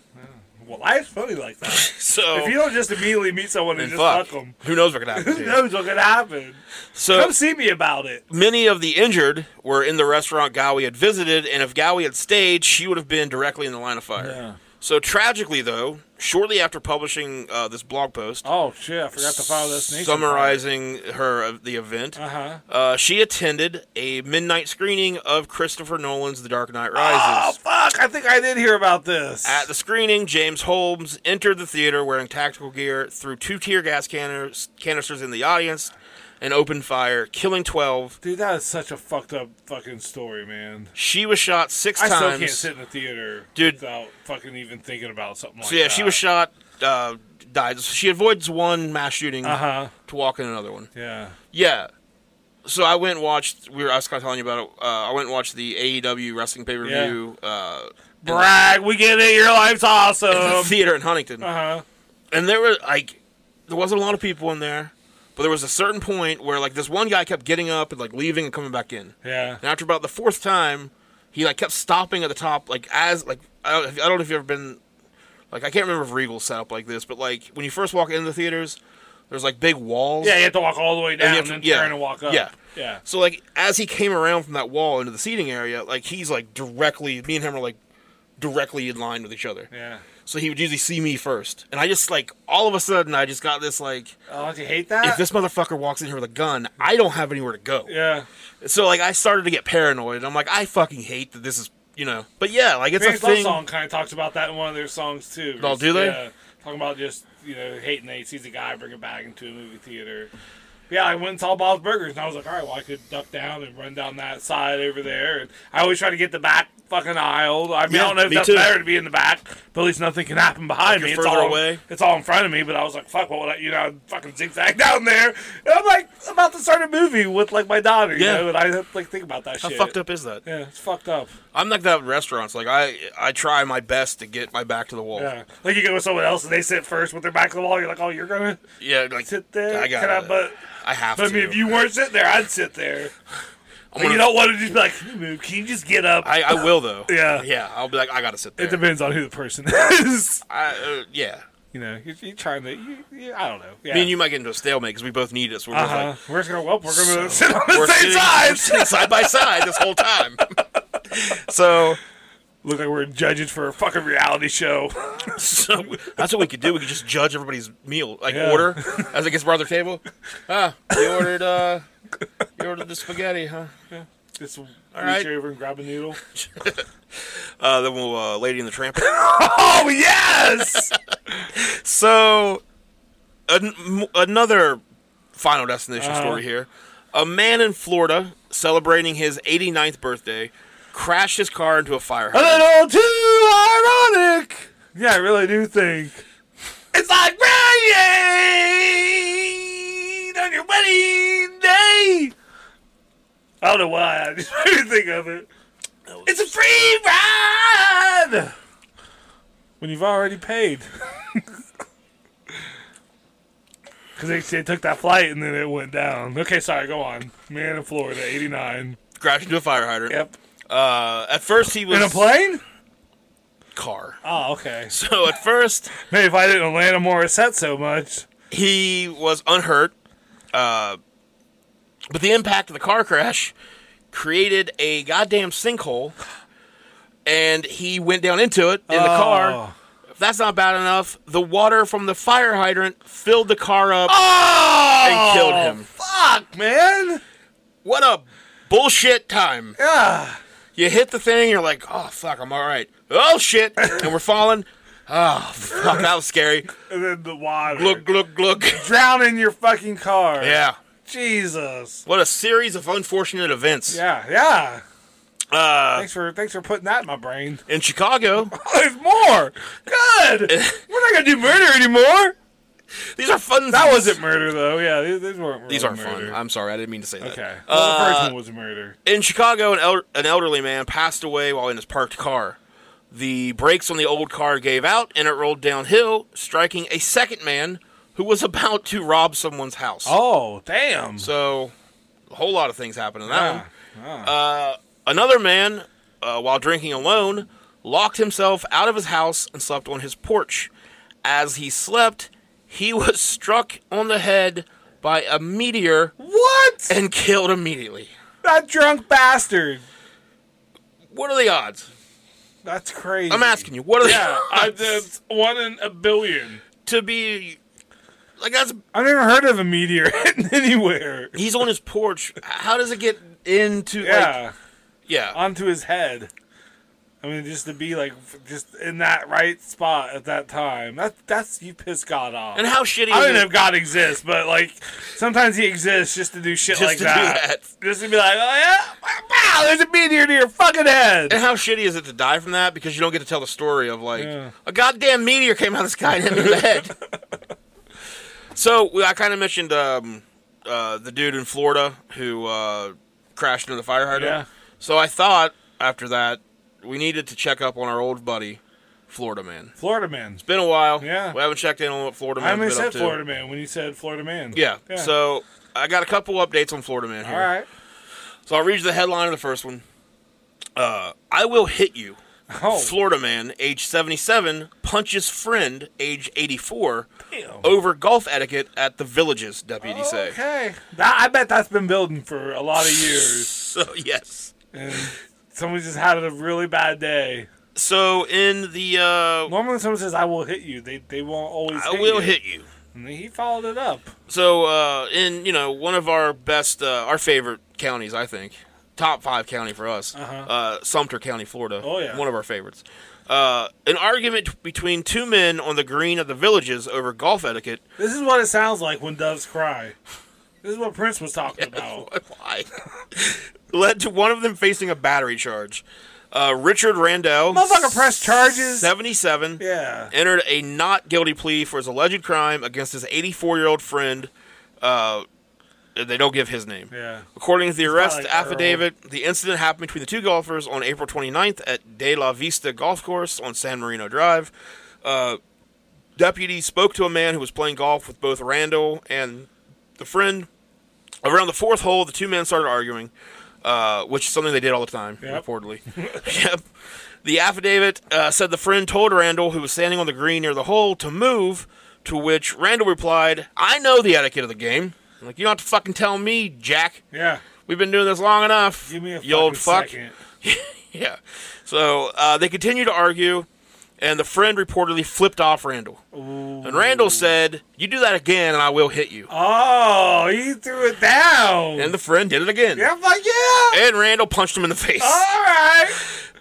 [SPEAKER 3] Well, life's funny like that.
[SPEAKER 2] So
[SPEAKER 3] if you don't just immediately meet someone
[SPEAKER 2] and
[SPEAKER 3] and just
[SPEAKER 2] Oh. fuck,
[SPEAKER 3] fuck them,
[SPEAKER 2] who knows what could happen?
[SPEAKER 3] who
[SPEAKER 2] to you.
[SPEAKER 3] knows what could happen?
[SPEAKER 2] So
[SPEAKER 3] Come see me about it.
[SPEAKER 2] many of the injured were in the restaurant Gowie had visited, and if Gowie had stayed, she would have been directly in the line of fire. So tragically, though, shortly after publishing uh, this blog post
[SPEAKER 3] Oh shit! I forgot to follow this. Nation
[SPEAKER 2] summarizing her of the event,
[SPEAKER 3] Uh huh.
[SPEAKER 2] uh, she attended a midnight screening of Christopher Nolan's The Dark Knight
[SPEAKER 3] Oh
[SPEAKER 2] Rises.
[SPEAKER 3] fuck! I think I did hear about this.
[SPEAKER 2] At the screening, James Holmes entered the theater wearing tactical gear, threw two tear gas canners, canisters in the audience, and opened fire, killing 12.
[SPEAKER 3] Dude, that is such a fucked up fucking story, man.
[SPEAKER 2] She was shot six
[SPEAKER 3] I
[SPEAKER 2] times.
[SPEAKER 3] still can't sit in the theater,
[SPEAKER 2] Dude.
[SPEAKER 3] without fucking even thinking about something like
[SPEAKER 2] So yeah,
[SPEAKER 3] that.
[SPEAKER 2] she was shot, uh, died. She avoids one mass shooting
[SPEAKER 3] Uh huh.
[SPEAKER 2] to walk in another one.
[SPEAKER 3] Yeah.
[SPEAKER 2] Yeah. So I went and watched. We were. I was kind of telling you about it. Uh, I went and watched the AEW wrestling pay per view uh,
[SPEAKER 3] Brag, we get it. Your life's awesome.
[SPEAKER 2] at the
[SPEAKER 3] uh
[SPEAKER 2] theater in Huntington,
[SPEAKER 3] huh.
[SPEAKER 2] and there were like, there wasn't a lot of people in there, but there was a certain point where like this one guy kept getting up and like leaving and coming back in,
[SPEAKER 3] Yeah.
[SPEAKER 2] and after about the fourth time, he like kept stopping at the top, like as like I don't, I don't know if you've ever been, like I can't remember if Regal's set up like this, but like when you first walk into the theaters, there's like big walls.
[SPEAKER 3] Yeah, you have to walk all the way down
[SPEAKER 2] you
[SPEAKER 3] and,
[SPEAKER 2] have to-
[SPEAKER 3] then
[SPEAKER 2] yeah.
[SPEAKER 3] turn and walk up.
[SPEAKER 2] Yeah.
[SPEAKER 3] Yeah.
[SPEAKER 2] So like as he came around from that wall into the seating area, like he's like directly me and him are like directly in line with each other.
[SPEAKER 3] Yeah.
[SPEAKER 2] So he would usually see me first. And I just like all of a sudden I just got this like
[SPEAKER 3] Oh, do you hate that?
[SPEAKER 2] if this motherfucker walks in here with a gun, I don't have anywhere to go.
[SPEAKER 3] yeah.
[SPEAKER 2] So like I started to get paranoid and I'm like, I fucking hate that this is you know. But yeah, like it's
[SPEAKER 3] It's
[SPEAKER 2] a thing.
[SPEAKER 3] song kind of talks about that in one of their songs too.
[SPEAKER 2] Oh, do they?
[SPEAKER 3] Yeah. Talking about just you know hating that he sees a guy bring a bag into a movie theater. Yeah, I went and saw Bob's Burgers, and I was like, all right, well, I could duck down and run down that side over there. And I always try to get the back fucking aisle. I mean,
[SPEAKER 2] Yeah,
[SPEAKER 3] I don't know if
[SPEAKER 2] me
[SPEAKER 3] that's
[SPEAKER 2] too.
[SPEAKER 3] better to be in the back, but at least nothing can happen behind
[SPEAKER 2] Like,
[SPEAKER 3] me.
[SPEAKER 2] you're
[SPEAKER 3] It's all
[SPEAKER 2] further away.
[SPEAKER 3] It's all in front of me, but I was like, fuck, what would I, you know, I'd fucking zigzag down there. And I'm like about to start a movie with like my daughter, you
[SPEAKER 2] Yeah.
[SPEAKER 3] know, and I have to, like think about that
[SPEAKER 2] How
[SPEAKER 3] shit.
[SPEAKER 2] fucked up is that?
[SPEAKER 3] Yeah, it's fucked up.
[SPEAKER 2] I'm like that with restaurants. Like I, I try my best to get my back to the wall.
[SPEAKER 3] Yeah, like you go with someone else and they sit first with their back to the wall. You're like, oh, you're gonna
[SPEAKER 2] Yeah, like
[SPEAKER 3] sit there.
[SPEAKER 2] I got.
[SPEAKER 3] Can I,
[SPEAKER 2] to
[SPEAKER 3] but
[SPEAKER 2] I have
[SPEAKER 3] but I
[SPEAKER 2] to.
[SPEAKER 3] mean, if you weren't sitting there, I'd sit
[SPEAKER 2] I'm
[SPEAKER 3] there. Like,
[SPEAKER 2] gonna-
[SPEAKER 3] you don't want to just be like, can you move? Can you just get up?
[SPEAKER 2] I, I will though.
[SPEAKER 3] Yeah.
[SPEAKER 2] yeah. I'll be like, I gotta sit
[SPEAKER 3] it
[SPEAKER 2] there.
[SPEAKER 3] depends on who the person is.
[SPEAKER 2] I, uh, yeah.
[SPEAKER 3] You know, you're, you're trying to. You, you, I don't know. Yeah.
[SPEAKER 2] Me and you might get into a stalemate because we both need us. We're both
[SPEAKER 3] Uh-huh.
[SPEAKER 2] like,
[SPEAKER 3] we're just gonna. Well, we're
[SPEAKER 2] So,
[SPEAKER 3] gonna sit on the
[SPEAKER 2] we're
[SPEAKER 3] same
[SPEAKER 2] sitting,
[SPEAKER 3] side.
[SPEAKER 2] we're sitting side by side this whole time. so,
[SPEAKER 3] Look like we're judges for a fucking reality show.
[SPEAKER 2] so that's what we could do. We could just judge everybody's meal, like
[SPEAKER 3] Yeah.
[SPEAKER 2] order as it gets brought to their table. Ah, you ordered, uh, you ordered the spaghetti, huh?
[SPEAKER 3] just reach
[SPEAKER 2] right.
[SPEAKER 3] over and grab a noodle.
[SPEAKER 2] Uh, then we'll uh, Lady in the Tramp.
[SPEAKER 3] Oh yes.
[SPEAKER 2] So, an- m- another Final Destination story here. A man in Florida celebrating his 89th birthday crashed his car into a fire hydrant.
[SPEAKER 3] little too ironic. Yeah, I really do think it's like rain on your wedding day. I don't know why. I just made me think of it. It's a free ride when you've already paid. Because they, they took that flight and then it went down. Okay, sorry, go on. Man in Florida, 89.
[SPEAKER 2] Crashed into a fire hydrant.
[SPEAKER 3] Yep.
[SPEAKER 2] Uh, at first, he was
[SPEAKER 3] In a plane?
[SPEAKER 2] car.
[SPEAKER 3] Oh, okay.
[SPEAKER 2] So at first,
[SPEAKER 3] Maybe if I didn't Atlanta Morissette so much.
[SPEAKER 2] he was unhurt, uh, but the impact of the car crash created a goddamn sinkhole, and he went down into it
[SPEAKER 3] Oh.
[SPEAKER 2] in the car. If that's not bad enough, the water from the fire hydrant filled the car up
[SPEAKER 3] Oh!
[SPEAKER 2] and killed him.
[SPEAKER 3] Fuck, man.
[SPEAKER 2] What a bullshit time!
[SPEAKER 3] Yeah.
[SPEAKER 2] You hit the thing, you're like, oh fuck, I'm all right. Oh shit, and we're falling. Oh fuck, that was scary.
[SPEAKER 3] And then the water.
[SPEAKER 2] Look, look, look.
[SPEAKER 3] Drown in your fucking car.
[SPEAKER 2] Yeah.
[SPEAKER 3] Jesus.
[SPEAKER 2] What a series of unfortunate events.
[SPEAKER 3] Yeah, yeah.
[SPEAKER 2] Uh,
[SPEAKER 3] Thanks for thanks for putting that in my brain.
[SPEAKER 2] in Chicago,
[SPEAKER 3] There's more. Good. We're not gonna do murder anymore.
[SPEAKER 2] these are fun.
[SPEAKER 3] That
[SPEAKER 2] things.
[SPEAKER 3] wasn't murder though. Yeah, these, these weren't.
[SPEAKER 2] These
[SPEAKER 3] really
[SPEAKER 2] aren't
[SPEAKER 3] murder.
[SPEAKER 2] fun. I'm sorry, I didn't mean to say that.
[SPEAKER 3] Okay.
[SPEAKER 2] Uh,
[SPEAKER 3] Well, the first one was murder.
[SPEAKER 2] in Chicago, an, el- an elderly man passed away while in his parked car. The brakes on the old car gave out, and it rolled downhill, striking a second man who was about to rob someone's house.
[SPEAKER 3] Oh, damn.
[SPEAKER 2] So, um, a whole lot of things happened in that
[SPEAKER 3] Ah,
[SPEAKER 2] one. Another man, uh, while drinking alone, locked himself out of his house and slept on his porch. As he slept, he was struck on the head by a meteor
[SPEAKER 3] What?
[SPEAKER 2] and killed immediately.
[SPEAKER 3] that drunk bastard.
[SPEAKER 2] What are the odds?
[SPEAKER 3] That's crazy.
[SPEAKER 2] I'm asking you. What are the
[SPEAKER 3] Yeah, I
[SPEAKER 2] odds
[SPEAKER 3] just one in a billion.
[SPEAKER 2] uh, to be like that's
[SPEAKER 3] I've never heard of a meteor hitting anywhere.
[SPEAKER 2] he's on his porch. How does it get into like
[SPEAKER 3] Yeah,
[SPEAKER 2] yeah?
[SPEAKER 3] onto his head. I mean, just to be like, f- just in that right spot at that time. That that's you piss God off.
[SPEAKER 2] And how shitty?
[SPEAKER 3] I
[SPEAKER 2] is
[SPEAKER 3] don't know
[SPEAKER 2] it?
[SPEAKER 3] if God exists, but like sometimes He exists just to do shit
[SPEAKER 2] Just
[SPEAKER 3] like
[SPEAKER 2] to do
[SPEAKER 3] that. Just to be like, oh yeah, wow, there's a meteor to your fucking head.
[SPEAKER 2] And how shitty is it to die from that because you don't get to tell the story of like
[SPEAKER 3] Yeah.
[SPEAKER 2] a goddamn meteor came out of the sky and hit me in the head. so we- I kind of mentioned um, uh, the dude in Florida who uh, crashed into the fire hydrant.
[SPEAKER 3] Yeah.
[SPEAKER 2] So I thought after that we needed to check up on our old buddy, Florida man.
[SPEAKER 3] Florida man.
[SPEAKER 2] Been a while.
[SPEAKER 3] Yeah.
[SPEAKER 2] we haven't checked in on what Florida man's
[SPEAKER 3] I only
[SPEAKER 2] been up
[SPEAKER 3] said
[SPEAKER 2] to.
[SPEAKER 3] Florida man when you said Florida man.
[SPEAKER 2] Yeah. So I got a couple updates on Florida man here.
[SPEAKER 3] all right.
[SPEAKER 2] So I'll read you the headline of the first one. Uh, I will hit you.
[SPEAKER 3] Oh,
[SPEAKER 2] Florida man, age 77, punches friend, age 84,
[SPEAKER 3] damn.
[SPEAKER 2] over golf etiquette at the villages, deputies say.
[SPEAKER 3] Okay. That, I bet that's been building for a lot of years.
[SPEAKER 2] So, yes.
[SPEAKER 3] and someone just had a really bad day.
[SPEAKER 2] So, in the. Uh,
[SPEAKER 3] Normally, when someone says, "I will hit you," they they won't always.
[SPEAKER 2] I
[SPEAKER 3] hit
[SPEAKER 2] will
[SPEAKER 3] you.
[SPEAKER 2] hit you.
[SPEAKER 3] And he followed it up.
[SPEAKER 2] So, uh, in, you know, one of our best, uh, our favorite counties, I think, top five county for us, uh Sumter County, Florida.
[SPEAKER 3] Uh-huh. Oh, yeah.
[SPEAKER 2] One of our favorites. Uh, an argument between two men on the green of the villages over golf etiquette.
[SPEAKER 3] This is what it sounds like when doves cry. This is what Prince was talking about.
[SPEAKER 2] Why? Led to one of them facing a battery charge. Uh, Richard Randell,
[SPEAKER 3] Motherfucker pressed charges.
[SPEAKER 2] 77,
[SPEAKER 3] Yeah.
[SPEAKER 2] entered a not guilty plea for his alleged crime against his 84 year old friend. Uh, they don't give his name.
[SPEAKER 3] Yeah.
[SPEAKER 2] According to the arrest
[SPEAKER 3] like Earl.
[SPEAKER 2] affidavit, the incident happened between the two golfers on April 29th at De La Vista Golf Course on San Marino Drive. Uh, deputies spoke to a man who was playing golf with both Randall and the friend. Around the fourth hole, the two men started arguing, uh, which is something they did all the time,
[SPEAKER 3] Yep.
[SPEAKER 2] reportedly. yep. The affidavit uh, said the friend told Randall, who was standing on the green near the hole, to move, to which Randall replied, I know the etiquette of the game. I'm like, you don't have to fucking tell me, Jack.
[SPEAKER 3] Yeah.
[SPEAKER 2] We've been doing this long enough.
[SPEAKER 3] Give me a
[SPEAKER 2] you old
[SPEAKER 3] fucking
[SPEAKER 2] fuck.
[SPEAKER 3] second.
[SPEAKER 2] Yeah. So uh, they continue to argue, and the friend reportedly flipped off Randall. And Randall said, "You do that again, and I will hit you."
[SPEAKER 3] Oh, he threw it down.
[SPEAKER 2] And the friend did it again.
[SPEAKER 3] yeah, Ah. I'm like, yeah.
[SPEAKER 2] And Randall punched him in the face,
[SPEAKER 3] All right.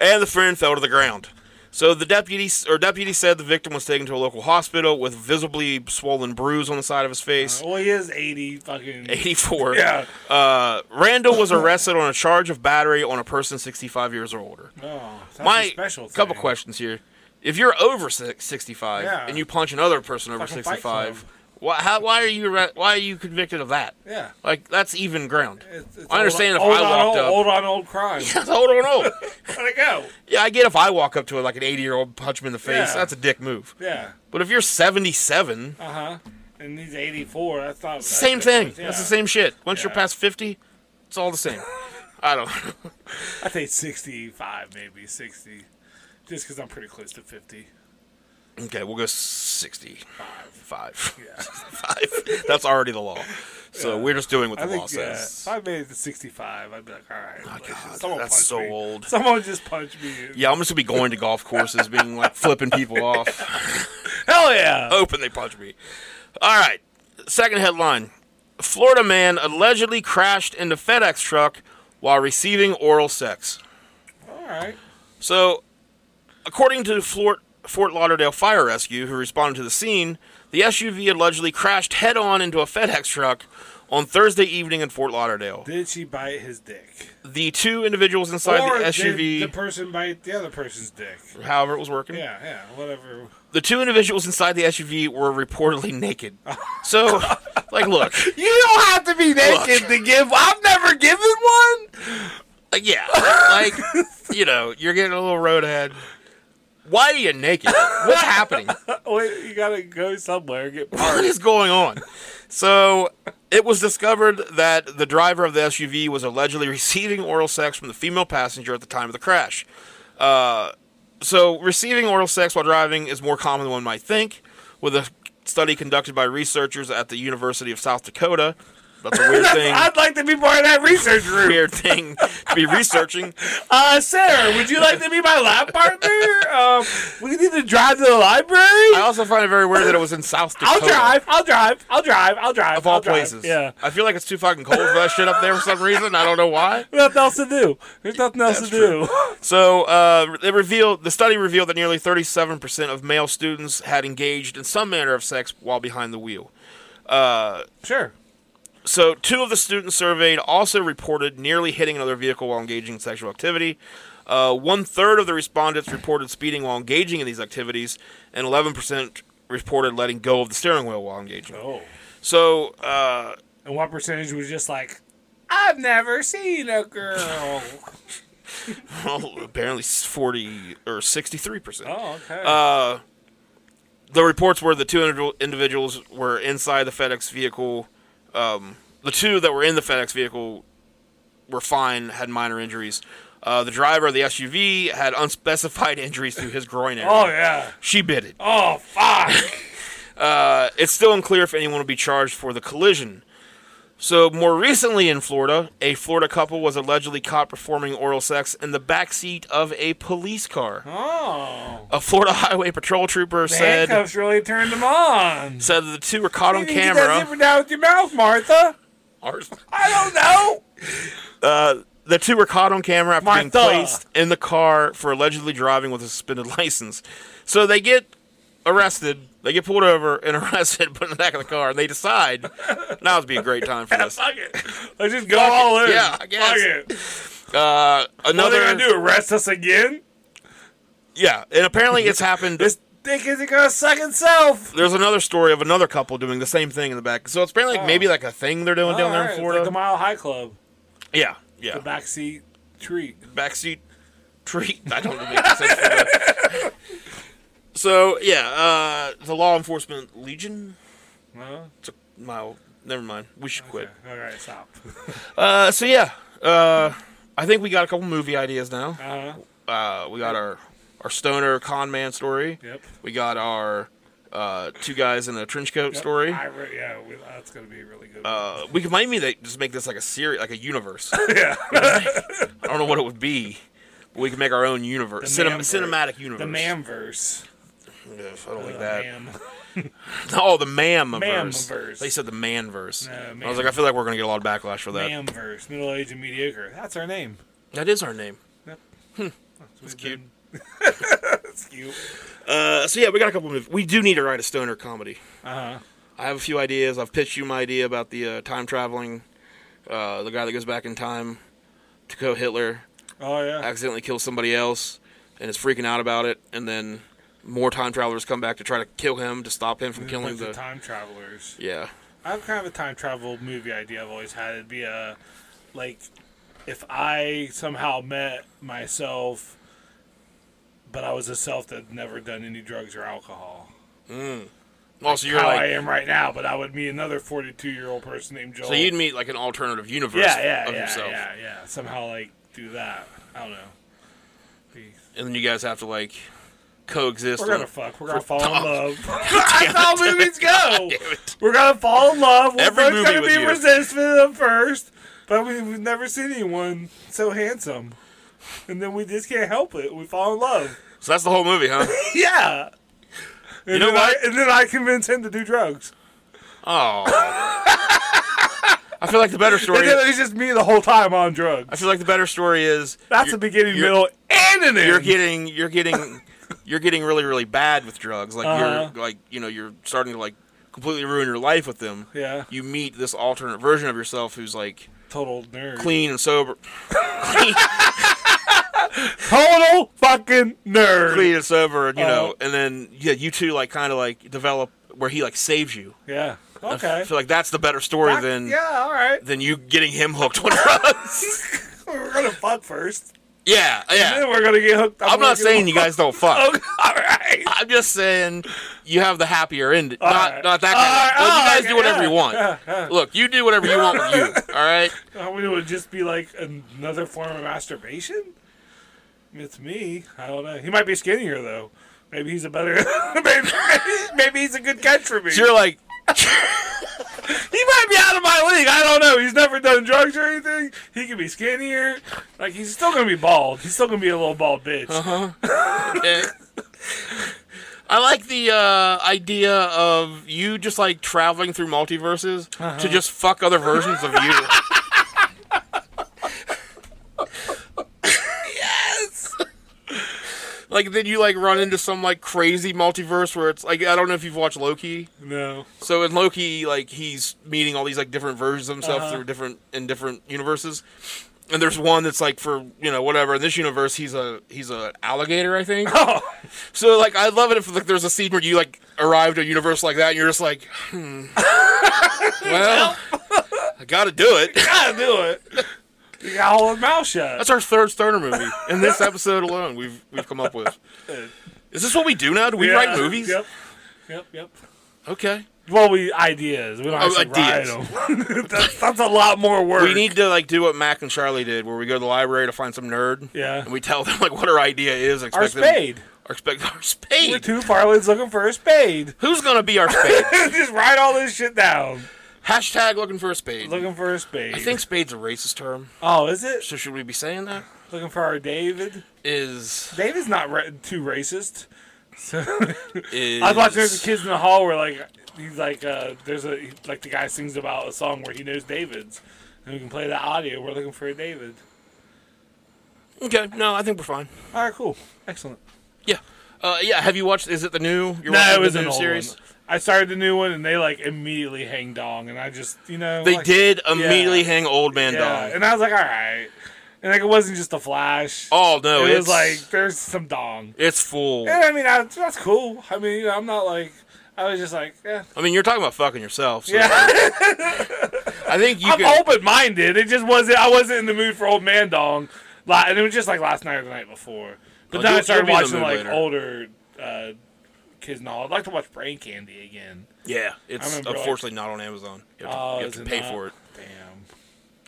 [SPEAKER 2] and the friend fell to the ground. So the deputy or deputy said the victim was taken to a local hospital with visibly swollen bruise on the side of his face.
[SPEAKER 3] Well, he is 80 fucking.
[SPEAKER 2] 84.
[SPEAKER 3] Uh, Yeah.
[SPEAKER 2] Uh, Randall was arrested on a charge of battery on a person 65 years or older.
[SPEAKER 3] Oh, that's
[SPEAKER 2] my
[SPEAKER 3] a special thing.
[SPEAKER 2] couple questions here. If you're over six- 65
[SPEAKER 3] Yeah.
[SPEAKER 2] and you punch another person over
[SPEAKER 3] Fucking Fight
[SPEAKER 2] 65,
[SPEAKER 3] Club.
[SPEAKER 2] why how, why are you arre- why are you convicted of that?
[SPEAKER 3] Yeah.
[SPEAKER 2] Like that's even ground.
[SPEAKER 3] It's, it's
[SPEAKER 2] I understand
[SPEAKER 3] old,
[SPEAKER 2] if I
[SPEAKER 3] old
[SPEAKER 2] walked
[SPEAKER 3] on,
[SPEAKER 2] up.
[SPEAKER 3] Old on old crime.
[SPEAKER 2] That's hold on, hold.
[SPEAKER 3] Let it go.
[SPEAKER 2] yeah, I get if I walk up to like an 80 year old punch him in the face.
[SPEAKER 3] Yeah.
[SPEAKER 2] That's a dick move.
[SPEAKER 3] Yeah.
[SPEAKER 2] But if you're 77,
[SPEAKER 3] Uh huh. And he's 84. That's not.
[SPEAKER 2] same
[SPEAKER 3] that's-
[SPEAKER 2] thing.
[SPEAKER 3] yeah.
[SPEAKER 2] That's the same shit. Once you're
[SPEAKER 3] Yeah.
[SPEAKER 2] past 50, it's all the same. I don't.
[SPEAKER 3] I think 65, maybe 60. Just because I'm pretty close to 50.
[SPEAKER 2] Okay, we'll go 65.
[SPEAKER 3] Yeah.
[SPEAKER 2] Five. That's already the law. So we're just doing what the
[SPEAKER 3] I
[SPEAKER 2] law
[SPEAKER 3] think yeah,
[SPEAKER 2] says.
[SPEAKER 3] if I made it to 65, I'd be like, all right. like,
[SPEAKER 2] God,
[SPEAKER 3] someone
[SPEAKER 2] that's
[SPEAKER 3] punch
[SPEAKER 2] so
[SPEAKER 3] me.
[SPEAKER 2] old.
[SPEAKER 3] Someone just punch me.
[SPEAKER 2] Yeah, I'm just gonna be going to golf courses, being like flipping people off,
[SPEAKER 3] Hell yeah.
[SPEAKER 2] hoping they punch me. All right, second headline: Florida man allegedly crashed into FedEx truck while receiving oral sex.
[SPEAKER 3] All right.
[SPEAKER 2] So, according to Fort, Fort Lauderdale Fire Rescue, who responded to the scene, the SUV allegedly crashed head-on into a FedEx truck on Thursday evening in Fort Lauderdale.
[SPEAKER 3] Did she bite his dick?
[SPEAKER 2] The two individuals inside
[SPEAKER 3] or
[SPEAKER 2] the
[SPEAKER 3] did
[SPEAKER 2] SUV,
[SPEAKER 3] the person bite the other person's dick?
[SPEAKER 2] however it was working,
[SPEAKER 3] Yeah, yeah, whatever.
[SPEAKER 2] the two individuals inside the SUV were reportedly naked. So, like, look,
[SPEAKER 3] You don't have to be
[SPEAKER 2] naked
[SPEAKER 3] to give. I've never given one.
[SPEAKER 2] like, uh, yeah, like, you know, you're getting a little roadhead. Why are you naked? What's happening?
[SPEAKER 3] Wait, you gotta go somewhere and get
[SPEAKER 2] What is going on? So, it was discovered that the driver of the SUV was allegedly receiving oral sex from the female passenger at the time of the crash. Uh, so, receiving oral sex while driving is more common than one might think, with a study conducted by researchers at the University of South Dakota. That's a weird thing.
[SPEAKER 3] I'd like to be part of that research room.
[SPEAKER 2] weird thing to be researching.
[SPEAKER 3] Uh, Sarah, would you like to be my lab partner? Um, we need to drive to the library.
[SPEAKER 2] I also find it very weird that it was in South Dakota.
[SPEAKER 3] I'll drive. I'll drive. I'll drive. I'll drive.
[SPEAKER 2] Of all
[SPEAKER 3] I'll drive.
[SPEAKER 2] places.
[SPEAKER 3] Yeah.
[SPEAKER 2] I feel like it's too fucking cold for that shit up there for some reason. I don't know why.
[SPEAKER 3] Nothing else to do. There's nothing else to do.
[SPEAKER 2] So uh, they revealed the study revealed that nearly 37% of male students had engaged in some manner of sex while behind the wheel.
[SPEAKER 3] Sure.
[SPEAKER 2] So two of the students surveyed also reported nearly hitting another vehicle while engaging in sexual activity. Uh, one third of the respondents reported speeding while engaging in these activities, and 11% reported letting go of the steering wheel while engaging.
[SPEAKER 3] Oh.
[SPEAKER 2] So uh,
[SPEAKER 3] And what percentage was just like, I've never seen a girl.
[SPEAKER 2] Well, apparently s- 40 or 63%.
[SPEAKER 3] oh, okay.
[SPEAKER 2] Uh, The reports were the two individual- individuals were inside the FedEx vehicle. Um, the two that were in the FedEx vehicle were fine, had minor injuries. Uh, the driver of the SUV had unspecified injuries to his groin area.
[SPEAKER 3] oh yeah.
[SPEAKER 2] She bit it.
[SPEAKER 3] Oh fuck.
[SPEAKER 2] Uh, it's still unclear if anyone will be charged for the collision. So, more recently in Florida, a Florida couple was allegedly caught performing oral sex in the backseat of a police car.
[SPEAKER 3] Oh.
[SPEAKER 2] A Florida Highway Patrol trooper
[SPEAKER 3] The
[SPEAKER 2] said
[SPEAKER 3] handcuffs really turned them on.
[SPEAKER 2] said that the two were caught on
[SPEAKER 3] You can Get that
[SPEAKER 2] camera.
[SPEAKER 3] zipper down with your mouth, Martha.
[SPEAKER 2] Ours.
[SPEAKER 3] I don't know.
[SPEAKER 2] Uh, The two were caught on camera after being
[SPEAKER 3] Martha.
[SPEAKER 2] placed in the car for allegedly driving with a suspended license. So they get arrested. They get pulled over and arrested, put in the back of the car, and they decide now would be a great time for this. Uh,
[SPEAKER 3] Fuck it. Let's just go
[SPEAKER 2] Fuck it.
[SPEAKER 3] all in.
[SPEAKER 2] Yeah, I guess.
[SPEAKER 3] Fuck it.
[SPEAKER 2] Uh,
[SPEAKER 3] What are they
[SPEAKER 2] another,
[SPEAKER 3] gonna do? Arrest us again?
[SPEAKER 2] yeah, and apparently it's happened.
[SPEAKER 3] This dick isn't gonna suck itself.
[SPEAKER 2] there's another story of another couple doing the same thing in the back. So it's apparently like,
[SPEAKER 3] Oh.
[SPEAKER 2] maybe like a thing they're doing down there
[SPEAKER 3] Alright,
[SPEAKER 2] in
[SPEAKER 3] it's
[SPEAKER 2] Florida.
[SPEAKER 3] like the Mile High Club,
[SPEAKER 2] yeah, yeah.
[SPEAKER 3] the backseat treat.
[SPEAKER 2] backseat treat. I don't know. if it makes sense for that. so yeah, uh, the law enforcement legion.
[SPEAKER 3] No.
[SPEAKER 2] It's a mile. Never mind. We should quit.
[SPEAKER 3] All right, stop.
[SPEAKER 2] Uh, so yeah, uh, I think we got a couple movie ideas now.
[SPEAKER 3] Uh huh.
[SPEAKER 2] Uh, we got our our stoner con man story.
[SPEAKER 3] Yep.
[SPEAKER 2] We got our uh, two guys in a trench coat
[SPEAKER 3] Yep.
[SPEAKER 2] story.
[SPEAKER 3] I re- yeah, we, that's gonna be really good.
[SPEAKER 2] Uh, we could maybe they just make this like a series, like a universe.
[SPEAKER 3] yeah.
[SPEAKER 2] I don't know what it would be. But we could make our own universe,
[SPEAKER 3] The
[SPEAKER 2] Cinem-
[SPEAKER 3] Manverse.
[SPEAKER 2] cinematic universe.
[SPEAKER 3] the Mamverse.
[SPEAKER 2] Ugh, I don't like
[SPEAKER 3] The
[SPEAKER 2] that.
[SPEAKER 3] Mam.
[SPEAKER 2] Oh, the mamverse.
[SPEAKER 3] Mamverse.
[SPEAKER 2] They said the manverse.
[SPEAKER 3] No,
[SPEAKER 2] I was
[SPEAKER 3] man-
[SPEAKER 2] like, I feel like we're gonna get a lot of backlash for that.
[SPEAKER 3] Mamverse. Middle aged and mediocre. That's our name.
[SPEAKER 2] That is our name.
[SPEAKER 3] That's
[SPEAKER 2] cute.
[SPEAKER 3] That's cute.
[SPEAKER 2] Uh, so yeah, we got a couple of. We do need to write a stoner comedy.
[SPEAKER 3] Uh huh.
[SPEAKER 2] I have a few ideas. I've pitched you my idea about the uh, time traveling, uh, the guy that goes back in time to kill Hitler,
[SPEAKER 3] Oh yeah.
[SPEAKER 2] accidentally kills somebody else, and is freaking out about it, and then more time travelers come back to try to kill him to stop him from
[SPEAKER 3] There's a
[SPEAKER 2] killing
[SPEAKER 3] bunch
[SPEAKER 2] the.
[SPEAKER 3] of time travelers.
[SPEAKER 2] yeah,
[SPEAKER 3] I have kind of a time travel movie idea I've always had. It'd be a like if I somehow met myself, but I was a self that had never done any drugs or alcohol.
[SPEAKER 2] also you're
[SPEAKER 3] How
[SPEAKER 2] like,
[SPEAKER 3] I am right now, but I would meet another forty-two-year-old person named Joel.
[SPEAKER 2] so you'd meet like an alternative universe
[SPEAKER 3] yeah, yeah,
[SPEAKER 2] of
[SPEAKER 3] yeah,
[SPEAKER 2] yourself.
[SPEAKER 3] yeah, yeah. Somehow like do that. I don't know. Be-
[SPEAKER 2] and then you guys have to like coexist.
[SPEAKER 3] We're gonna
[SPEAKER 2] on-
[SPEAKER 3] fuck. We're gonna fall in love.
[SPEAKER 2] Damn
[SPEAKER 3] That's how movies go.
[SPEAKER 2] Damn it.
[SPEAKER 3] We're gonna fall in love. We're
[SPEAKER 2] Every
[SPEAKER 3] both
[SPEAKER 2] movie
[SPEAKER 3] gonna
[SPEAKER 2] with
[SPEAKER 3] be
[SPEAKER 2] you.
[SPEAKER 3] resentful at first, but we, we've never seen anyone so handsome. And then we just can't help it. We fall in love.
[SPEAKER 2] So that's the whole movie, huh?
[SPEAKER 3] Yeah. And
[SPEAKER 2] You know
[SPEAKER 3] then
[SPEAKER 2] what?
[SPEAKER 3] I, and then I convince him to do drugs.
[SPEAKER 2] Oh. I feel like the better story.
[SPEAKER 3] And then it's just me the whole time on
[SPEAKER 2] I
[SPEAKER 3] drugs.
[SPEAKER 2] feel like the better story is
[SPEAKER 3] That's
[SPEAKER 2] you're,
[SPEAKER 3] the beginning,
[SPEAKER 2] you're-
[SPEAKER 3] middle, and an end.
[SPEAKER 2] you're getting you're getting you're getting really really bad with drugs. Like
[SPEAKER 3] Uh-huh.
[SPEAKER 2] you're like you know you're starting to like completely ruin your life with them.
[SPEAKER 3] yeah,
[SPEAKER 2] You meet this alternate version of yourself who's like
[SPEAKER 3] total nerd.
[SPEAKER 2] clean and sober, clean,
[SPEAKER 3] Total fucking nerd.
[SPEAKER 2] clean and sober, and you know,
[SPEAKER 3] Uh-huh.
[SPEAKER 2] and then yeah, you two like kind of like develop where he like saves you.
[SPEAKER 3] Yeah.
[SPEAKER 2] I
[SPEAKER 3] Okay.
[SPEAKER 2] feel like that's the better story than
[SPEAKER 3] yeah. All right.
[SPEAKER 2] than you getting him hooked on drugs.
[SPEAKER 3] We're gonna fuck first.
[SPEAKER 2] yeah,
[SPEAKER 3] Then
[SPEAKER 2] yeah.
[SPEAKER 3] we're gonna get hooked.
[SPEAKER 2] I'm
[SPEAKER 3] gonna
[SPEAKER 2] not
[SPEAKER 3] get
[SPEAKER 2] saying you
[SPEAKER 3] hooked.
[SPEAKER 2] guys don't fuck.
[SPEAKER 3] Okay, all right.
[SPEAKER 2] I'm just saying you have the happier end.
[SPEAKER 3] All
[SPEAKER 2] not
[SPEAKER 3] right.
[SPEAKER 2] not that
[SPEAKER 3] All
[SPEAKER 2] kind
[SPEAKER 3] right.
[SPEAKER 2] of.
[SPEAKER 3] Oh,
[SPEAKER 2] you guys
[SPEAKER 3] okay.
[SPEAKER 2] do whatever you
[SPEAKER 3] Yeah.
[SPEAKER 2] want.
[SPEAKER 3] Yeah, yeah.
[SPEAKER 2] Look, you do whatever you want with you. All right.
[SPEAKER 3] I mean, it would just be like another form of masturbation. It's me. I don't know. He might be skinnier though. Maybe he's a better. maybe, maybe he's a good catch for me.
[SPEAKER 2] So you're like,
[SPEAKER 3] He might be out of my league. I don't know. He's never done drugs or anything. He could be skinnier. Like he's still gonna be bald. He's still gonna be a little bald bitch.
[SPEAKER 2] Uh-huh. okay. I like the uh, idea of you just like traveling through multiverses
[SPEAKER 3] Uh-huh.
[SPEAKER 2] to just fuck other versions of you. yes. Like then you like run into some like crazy multiverse where it's like I don't know if you've watched Loki.
[SPEAKER 3] No.
[SPEAKER 2] So in Loki, like he's meeting all these like different versions of himself
[SPEAKER 3] Uh-huh.
[SPEAKER 2] through different in different universes, and there's one that's like for you know whatever. In this universe, he's a he's a alligator, I think.
[SPEAKER 3] Oh.
[SPEAKER 2] so like I love it if like there's a scene where you like arrived at a universe like that, and you're just like, hmm, well, I got to do it.
[SPEAKER 3] Gotta do it. You gotta hold his mouth shut.
[SPEAKER 2] That's our third Stoner movie in this episode alone. We've we've come up with. Is this what we do now? Do we
[SPEAKER 3] Yeah.
[SPEAKER 2] write movies?
[SPEAKER 3] Yep. Yep. Yep.
[SPEAKER 2] Okay.
[SPEAKER 3] Well, we ideas. We don't
[SPEAKER 2] Oh,
[SPEAKER 3] actually write
[SPEAKER 2] ideas.
[SPEAKER 3] 'em. that's, that's a lot more work.
[SPEAKER 2] We need to like do what Mac and Charlie did, where we go to the library to find some nerd.
[SPEAKER 3] Yeah.
[SPEAKER 2] And we tell them like what our idea is. and
[SPEAKER 3] our
[SPEAKER 2] Expect them-
[SPEAKER 3] spade.
[SPEAKER 2] Our spade. Our
[SPEAKER 3] We're
[SPEAKER 2] spade.
[SPEAKER 3] two farlands looking for a spade.
[SPEAKER 2] Who's gonna be our spade?
[SPEAKER 3] Just write all this shit down.
[SPEAKER 2] Hashtag looking for a spade.
[SPEAKER 3] Looking for a spade.
[SPEAKER 2] I think spade's a racist term.
[SPEAKER 3] Oh, is it
[SPEAKER 2] So should we be saying that?
[SPEAKER 3] looking for our David?
[SPEAKER 2] Is
[SPEAKER 3] David's not ra- too racist. So
[SPEAKER 2] is
[SPEAKER 3] I was watching there's kids in the hall where like he's like uh, there's a he- like the guy sings about a song where he knows David's and we can play the audio. We're looking for a David.
[SPEAKER 2] Okay, no, I think we're fine.
[SPEAKER 3] All right, cool, excellent.
[SPEAKER 2] Yeah, uh, yeah. Have you watched? Is it the new? You're
[SPEAKER 3] No, it
[SPEAKER 2] watching
[SPEAKER 3] was
[SPEAKER 2] the
[SPEAKER 3] an
[SPEAKER 2] new
[SPEAKER 3] old
[SPEAKER 2] series.
[SPEAKER 3] one. I started the new one, and they like immediately hang dong, and I just you know
[SPEAKER 2] They
[SPEAKER 3] like-
[SPEAKER 2] did immediately
[SPEAKER 3] Yeah.
[SPEAKER 2] hang old man
[SPEAKER 3] yeah,
[SPEAKER 2] dong.
[SPEAKER 3] and I was like, all right, and like it wasn't just the Flash.
[SPEAKER 2] Oh no,
[SPEAKER 3] it
[SPEAKER 2] it's
[SPEAKER 3] was like there's some dong,
[SPEAKER 2] it's full.
[SPEAKER 3] and I mean I, that's cool. I mean you know, I'm not like I was just like eh.
[SPEAKER 2] I mean, you're talking about fucking yourself. So
[SPEAKER 3] yeah,
[SPEAKER 2] I think you
[SPEAKER 3] I'm
[SPEAKER 2] could.
[SPEAKER 3] open minded. It just wasn't I wasn't in the mood for old man dong, La- and it was just like last night or the night before.
[SPEAKER 2] Well,
[SPEAKER 3] But then I
[SPEAKER 2] Oh, you'll-
[SPEAKER 3] started
[SPEAKER 2] you'll be in the
[SPEAKER 3] watching
[SPEAKER 2] mood
[SPEAKER 3] like
[SPEAKER 2] later.
[SPEAKER 3] older uh, kids and all. I'd like to watch Brain Candy again.
[SPEAKER 2] Yeah,
[SPEAKER 3] I
[SPEAKER 2] it's
[SPEAKER 3] remember, like-
[SPEAKER 2] unfortunately not on Amazon. You have to,
[SPEAKER 3] Oh,
[SPEAKER 2] you have
[SPEAKER 3] is
[SPEAKER 2] to
[SPEAKER 3] it
[SPEAKER 2] pay
[SPEAKER 3] not?
[SPEAKER 2] for it.
[SPEAKER 3] Damn.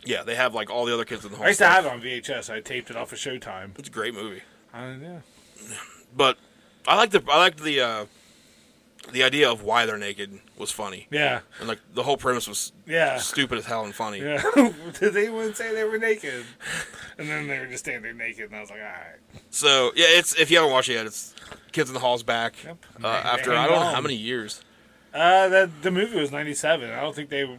[SPEAKER 2] Yeah, they have like all the other kids in the whole.
[SPEAKER 3] I used to
[SPEAKER 2] stuff.
[SPEAKER 3] have it on VHS. I taped it off of Showtime.
[SPEAKER 2] It's a great movie,
[SPEAKER 3] Uh, yeah.
[SPEAKER 2] but I like the I like the uh, the idea of why they're naked was funny,
[SPEAKER 3] Yeah.
[SPEAKER 2] and like the whole premise was
[SPEAKER 3] Yeah.
[SPEAKER 2] stupid as hell and funny.
[SPEAKER 3] Yeah. Did anyone say they were naked? And then they were just standing there naked, and I was like, all right.
[SPEAKER 2] So yeah, it's if you haven't watched it yet, it's Kids in the Hall's back
[SPEAKER 3] Yep.
[SPEAKER 2] uh,
[SPEAKER 3] Bang,
[SPEAKER 2] after
[SPEAKER 3] bang,
[SPEAKER 2] I don't know
[SPEAKER 3] bang.
[SPEAKER 2] how many years.
[SPEAKER 3] Uh, that the movie was '97. I don't think they.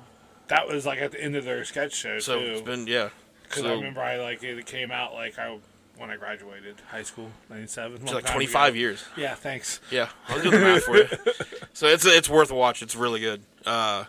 [SPEAKER 3] That was like at the end of their sketch show
[SPEAKER 2] So
[SPEAKER 3] too.
[SPEAKER 2] it's been yeah.
[SPEAKER 3] Because I
[SPEAKER 2] So
[SPEAKER 3] remember I like it came out like I when I graduated high school '97.
[SPEAKER 2] it's like 25 years.
[SPEAKER 3] Yeah. Thanks.
[SPEAKER 2] Yeah, I'll do the math for you. So it's it's worth a watch. It's really good. Uh,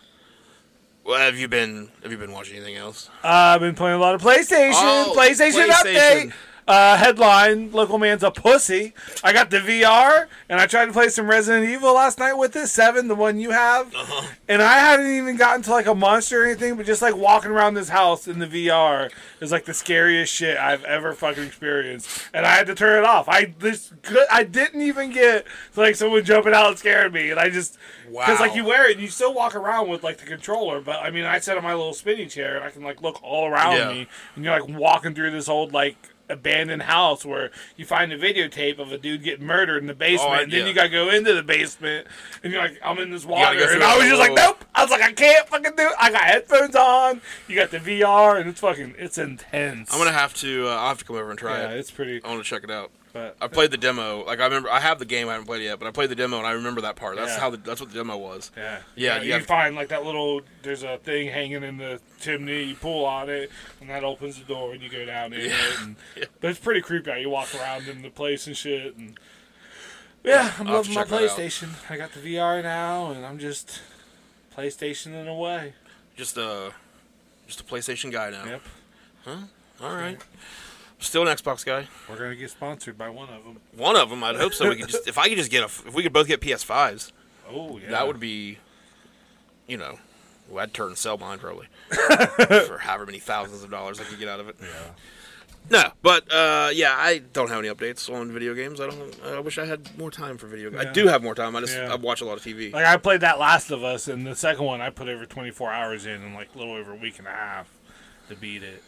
[SPEAKER 2] well, have you been have you been watching anything else?
[SPEAKER 3] Uh, I've been playing a lot of PlayStation.
[SPEAKER 2] Oh,
[SPEAKER 3] PlayStation,
[SPEAKER 2] PlayStation.
[SPEAKER 3] update. Uh, headline: Local man's a pussy. I got the VR, and I tried to play some Resident Evil last night with it. Seven, the one you have,
[SPEAKER 2] Uh-huh.
[SPEAKER 3] and I hadn't even gotten to like a monster or anything, but just like walking around this house in the VR is like the scariest shit I've ever fucking experienced. And I had to turn it off. I this good. I didn't even get to, like someone jumping out and scaring me, and I just because like
[SPEAKER 2] Wow.
[SPEAKER 3] you wear it and you still walk around with like the controller, but I mean I sit on my little spinning chair and I can like look all around
[SPEAKER 2] Yeah.
[SPEAKER 3] me and you're like walking through this old like abandoned house where you find a videotape of a dude getting murdered in the basement
[SPEAKER 2] Oh, I-
[SPEAKER 3] and then
[SPEAKER 2] yeah.
[SPEAKER 3] you gotta go into the basement and you're like I'm in this water
[SPEAKER 2] go through
[SPEAKER 3] and I
[SPEAKER 2] that
[SPEAKER 3] was just like
[SPEAKER 2] little-
[SPEAKER 3] nope I was like I can't fucking do it I got headphones on you got the VR and it's fucking it's intense
[SPEAKER 2] I'm gonna have to uh, I will have to come over and try
[SPEAKER 3] yeah
[SPEAKER 2] it.
[SPEAKER 3] it's pretty
[SPEAKER 2] I want to check it out.
[SPEAKER 3] but
[SPEAKER 2] I played the demo. Like I remember, I have the game. I haven't played it yet, but I played the demo and I remember that part. That's
[SPEAKER 3] Yeah.
[SPEAKER 2] how the, that's what the demo was.
[SPEAKER 3] Yeah.
[SPEAKER 2] Yeah, you
[SPEAKER 3] You,
[SPEAKER 2] have-
[SPEAKER 3] find like that little there's a thing hanging in the chimney, you pull on it, and that opens the door and you go down in it and,
[SPEAKER 2] Yeah.
[SPEAKER 3] but it's pretty creepy how you walk around in the place and shit and Yeah, I'm
[SPEAKER 2] I'll have to
[SPEAKER 3] loving my
[SPEAKER 2] check that out.
[SPEAKER 3] PlayStation. I got the VR now and I'm just PlayStation in a way.
[SPEAKER 2] Just a just a PlayStation guy now.
[SPEAKER 3] Yep.
[SPEAKER 2] All right. Still an Xbox guy.
[SPEAKER 3] We're gonna get sponsored by one of them.
[SPEAKER 2] One of them, I'd hope so. We could just if I could just get a if we could both get PS5s,
[SPEAKER 3] Oh yeah.
[SPEAKER 2] that would be, you know, well, I'd turn and sell mine probably for however many thousands of dollars I could get out of it.
[SPEAKER 3] Yeah.
[SPEAKER 2] No, but uh, yeah, I don't have any updates on video games. I don't. I wish I had more time for video. games. I
[SPEAKER 3] Yeah.
[SPEAKER 2] do have more time. I just
[SPEAKER 3] Yeah.
[SPEAKER 2] I watch a lot of TV.
[SPEAKER 3] Like I played that Last of Us, and the second one I put over 24 hours in, and like a little over a week and a half to beat it.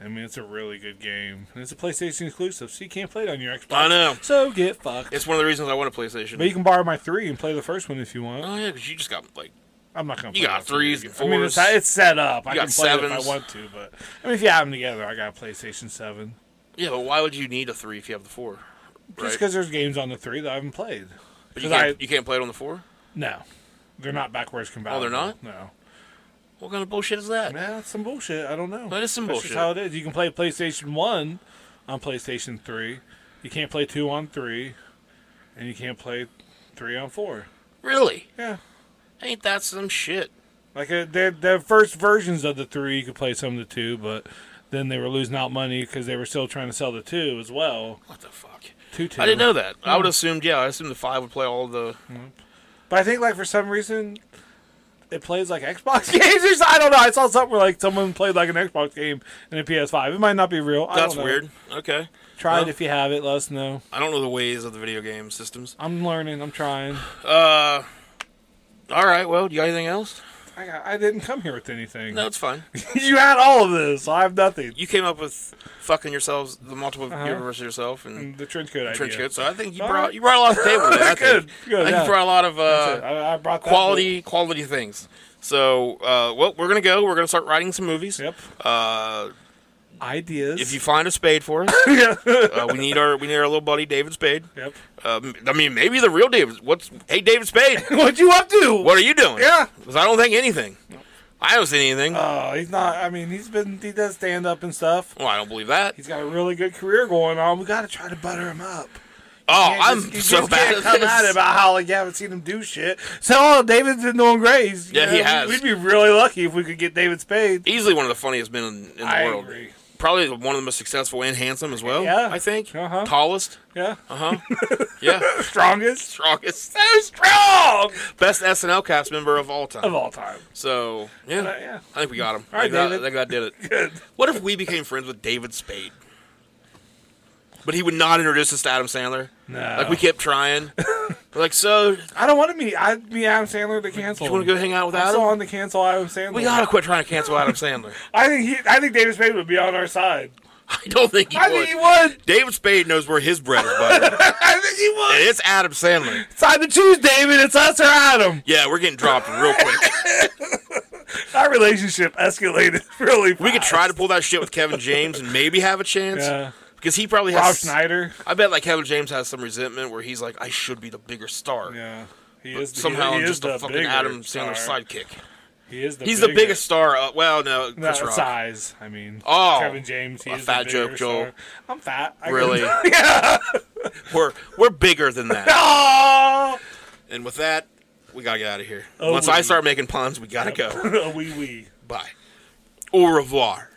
[SPEAKER 3] I mean, it's a really good game, and it's a PlayStation exclusive, so you can't play it on your Xbox.
[SPEAKER 2] I know.
[SPEAKER 3] So get fucked.
[SPEAKER 2] it's one of the reasons I want a PlayStation.
[SPEAKER 3] But you can borrow my three and play the first one if you want.
[SPEAKER 2] oh yeah, because you just got like
[SPEAKER 3] I'm not gonna.
[SPEAKER 2] You
[SPEAKER 3] play
[SPEAKER 2] got
[SPEAKER 3] that three
[SPEAKER 2] threes and
[SPEAKER 3] again. I mean, it's,
[SPEAKER 2] fours.
[SPEAKER 3] it's set up. I
[SPEAKER 2] got
[SPEAKER 3] can play it if
[SPEAKER 2] sevens.
[SPEAKER 3] I want to, but I mean, if you have them together, I got a PlayStation Seven.
[SPEAKER 2] yeah, but why would you need a three if you have the four?
[SPEAKER 3] Just
[SPEAKER 2] right?
[SPEAKER 3] because there's games on the three that I haven't played.
[SPEAKER 2] But you
[SPEAKER 3] 'cause
[SPEAKER 2] can't,
[SPEAKER 3] I-
[SPEAKER 2] you can't play it on the four.
[SPEAKER 3] No, they're not backwards compatible.
[SPEAKER 2] Oh, not?
[SPEAKER 3] No.
[SPEAKER 2] What kind of bullshit is that?
[SPEAKER 3] Yeah, that's some bullshit. I don't know.
[SPEAKER 2] That is some
[SPEAKER 3] That's
[SPEAKER 2] bullshit.
[SPEAKER 3] Just how it is. You can play PlayStation One on PlayStation Three. You can't play two on three, and you can't play three on four.
[SPEAKER 2] Really?
[SPEAKER 3] Yeah,
[SPEAKER 2] Ain't that some shit?
[SPEAKER 3] like uh, the the first versions of the three, you could play some of the two, but then they were losing out money because they were still trying to sell the two as well.
[SPEAKER 2] What the fuck?
[SPEAKER 3] Two two.
[SPEAKER 2] I didn't know that. I
[SPEAKER 3] Hmm.
[SPEAKER 2] would assumed, yeah, I assumed the five would play all the.
[SPEAKER 3] But I think like for some reason it plays like Xbox games or something. I don't know. I saw something where like someone played like an Xbox game in a PS5. It might not be real. I
[SPEAKER 2] That's
[SPEAKER 3] don't know.
[SPEAKER 2] weird. Okay.
[SPEAKER 3] Try it
[SPEAKER 2] Huh?
[SPEAKER 3] if you have it. Let us know.
[SPEAKER 2] I don't know the ways of the video game systems.
[SPEAKER 3] I'm learning. I'm trying.
[SPEAKER 2] Uh. All right. Well, you got anything else?
[SPEAKER 3] I, got, I didn't come here with anything.
[SPEAKER 2] No, it's fine.
[SPEAKER 3] you had all of this. I have nothing.
[SPEAKER 2] You came up with fucking yourselves, the multiple
[SPEAKER 3] Uh-huh.
[SPEAKER 2] universe of yourself, and
[SPEAKER 3] Mm, The trench coat
[SPEAKER 2] trench
[SPEAKER 3] idea.
[SPEAKER 2] coat. So I think you
[SPEAKER 3] All
[SPEAKER 2] brought
[SPEAKER 3] right.
[SPEAKER 2] you brought a lot of table. there, I think.
[SPEAKER 3] Good, good,
[SPEAKER 2] I think
[SPEAKER 3] yeah.
[SPEAKER 2] you brought a lot of
[SPEAKER 3] That's
[SPEAKER 2] uh,
[SPEAKER 3] it. I, I brought that
[SPEAKER 2] quality quality things. So, uh, well, we're gonna go. We're gonna start writing some movies.
[SPEAKER 3] Yep.
[SPEAKER 2] Uh,
[SPEAKER 3] Ideas.
[SPEAKER 2] if you find a spade for us, uh, we need our we need our little buddy David Spade.
[SPEAKER 3] yep.
[SPEAKER 2] Uh, m- I mean, maybe the real David. What's hey David Spade?
[SPEAKER 3] what you up to?
[SPEAKER 2] What are you doing?
[SPEAKER 3] Yeah.
[SPEAKER 2] because I don't think anything. I haven't seen anything.
[SPEAKER 3] Uh, he's not. I mean, he's been. He does stand up and stuff.
[SPEAKER 2] well, I don't believe that.
[SPEAKER 3] He's got a really good career going on. We got to try to butter him up.
[SPEAKER 2] Oh,
[SPEAKER 3] Can't
[SPEAKER 2] I'm
[SPEAKER 3] just- you
[SPEAKER 2] so
[SPEAKER 3] just
[SPEAKER 2] bad
[SPEAKER 3] Can't come
[SPEAKER 2] this.
[SPEAKER 3] out about how like you haven't seen him do shit. So oh, David's been doing great. He's- you
[SPEAKER 2] Yeah, he
[SPEAKER 3] know,
[SPEAKER 2] has.
[SPEAKER 3] We'd be really lucky if we could get David Spade.
[SPEAKER 2] Easily one of the funniest men in, in the
[SPEAKER 3] I
[SPEAKER 2] world.
[SPEAKER 3] agree.
[SPEAKER 2] Probably one of the most successful and handsome as well.
[SPEAKER 3] Yeah.
[SPEAKER 2] I think.
[SPEAKER 3] Uh-huh.
[SPEAKER 2] Tallest.
[SPEAKER 3] Yeah,
[SPEAKER 2] Uh huh. yeah.
[SPEAKER 3] strongest
[SPEAKER 2] Strongest. So strong. Best SNL cast member of all time.
[SPEAKER 3] of all time.
[SPEAKER 2] So yeah,
[SPEAKER 3] Uh, yeah.
[SPEAKER 2] I think we got him.
[SPEAKER 3] All right,
[SPEAKER 2] I, think that,
[SPEAKER 3] David.
[SPEAKER 2] I think that did it.
[SPEAKER 3] Good.
[SPEAKER 2] What if we became friends with David Spade? But he would not introduce us to Adam Sandler.
[SPEAKER 3] No,
[SPEAKER 2] Like we kept trying. We're like, so do
[SPEAKER 3] I don't want to meet. I'd be Adam Sandler to cancel.
[SPEAKER 2] you want to go hang out with
[SPEAKER 3] I'm still
[SPEAKER 2] Adam?
[SPEAKER 3] on the cancel Adam Sandler.
[SPEAKER 2] We gotta quit trying to cancel Adam Sandler.
[SPEAKER 3] I think he, I think David Spade would be on our side.
[SPEAKER 2] I don't think he
[SPEAKER 3] I
[SPEAKER 2] would.
[SPEAKER 3] think he would.
[SPEAKER 2] David Spade knows where his bread is buttered. and
[SPEAKER 3] I think he would.
[SPEAKER 2] it's Adam Sandler.
[SPEAKER 3] It's time to choose, David. It's us or Adam.
[SPEAKER 2] Yeah, we're getting dropped real quick.
[SPEAKER 3] Our relationship escalated really. Fast.
[SPEAKER 2] We could try to pull that shit with Kevin James and maybe have a chance.
[SPEAKER 3] Yeah.
[SPEAKER 2] Because he probably
[SPEAKER 3] Rob
[SPEAKER 2] has.
[SPEAKER 3] Schneider.
[SPEAKER 2] I bet like Kevin James has some resentment where he's like, I should be the bigger star.
[SPEAKER 3] Yeah. He
[SPEAKER 2] But
[SPEAKER 3] is the-
[SPEAKER 2] somehow
[SPEAKER 3] he
[SPEAKER 2] I'm
[SPEAKER 3] is
[SPEAKER 2] just
[SPEAKER 3] the
[SPEAKER 2] a fucking
[SPEAKER 3] bigger
[SPEAKER 2] Adam Sandler
[SPEAKER 3] star.
[SPEAKER 2] sidekick.
[SPEAKER 3] He is the
[SPEAKER 2] He's the
[SPEAKER 3] bigger-
[SPEAKER 2] biggest star. Uh, well, no,
[SPEAKER 3] No,
[SPEAKER 2] Chris Rock.
[SPEAKER 3] size. I mean,
[SPEAKER 2] Oh,
[SPEAKER 3] Kevin James. He
[SPEAKER 2] a
[SPEAKER 3] is the
[SPEAKER 2] fat
[SPEAKER 3] bigger
[SPEAKER 2] joke, Joel.
[SPEAKER 3] star. I'm fat. I
[SPEAKER 2] Really?
[SPEAKER 3] can- yeah.
[SPEAKER 2] We're we're bigger than that.
[SPEAKER 3] Oh,
[SPEAKER 2] and with that, we gotta get out of here.
[SPEAKER 3] Oh,
[SPEAKER 2] Once
[SPEAKER 3] we-
[SPEAKER 2] I start making puns, we gotta go.
[SPEAKER 3] wee wee.
[SPEAKER 2] Bye. Au revoir.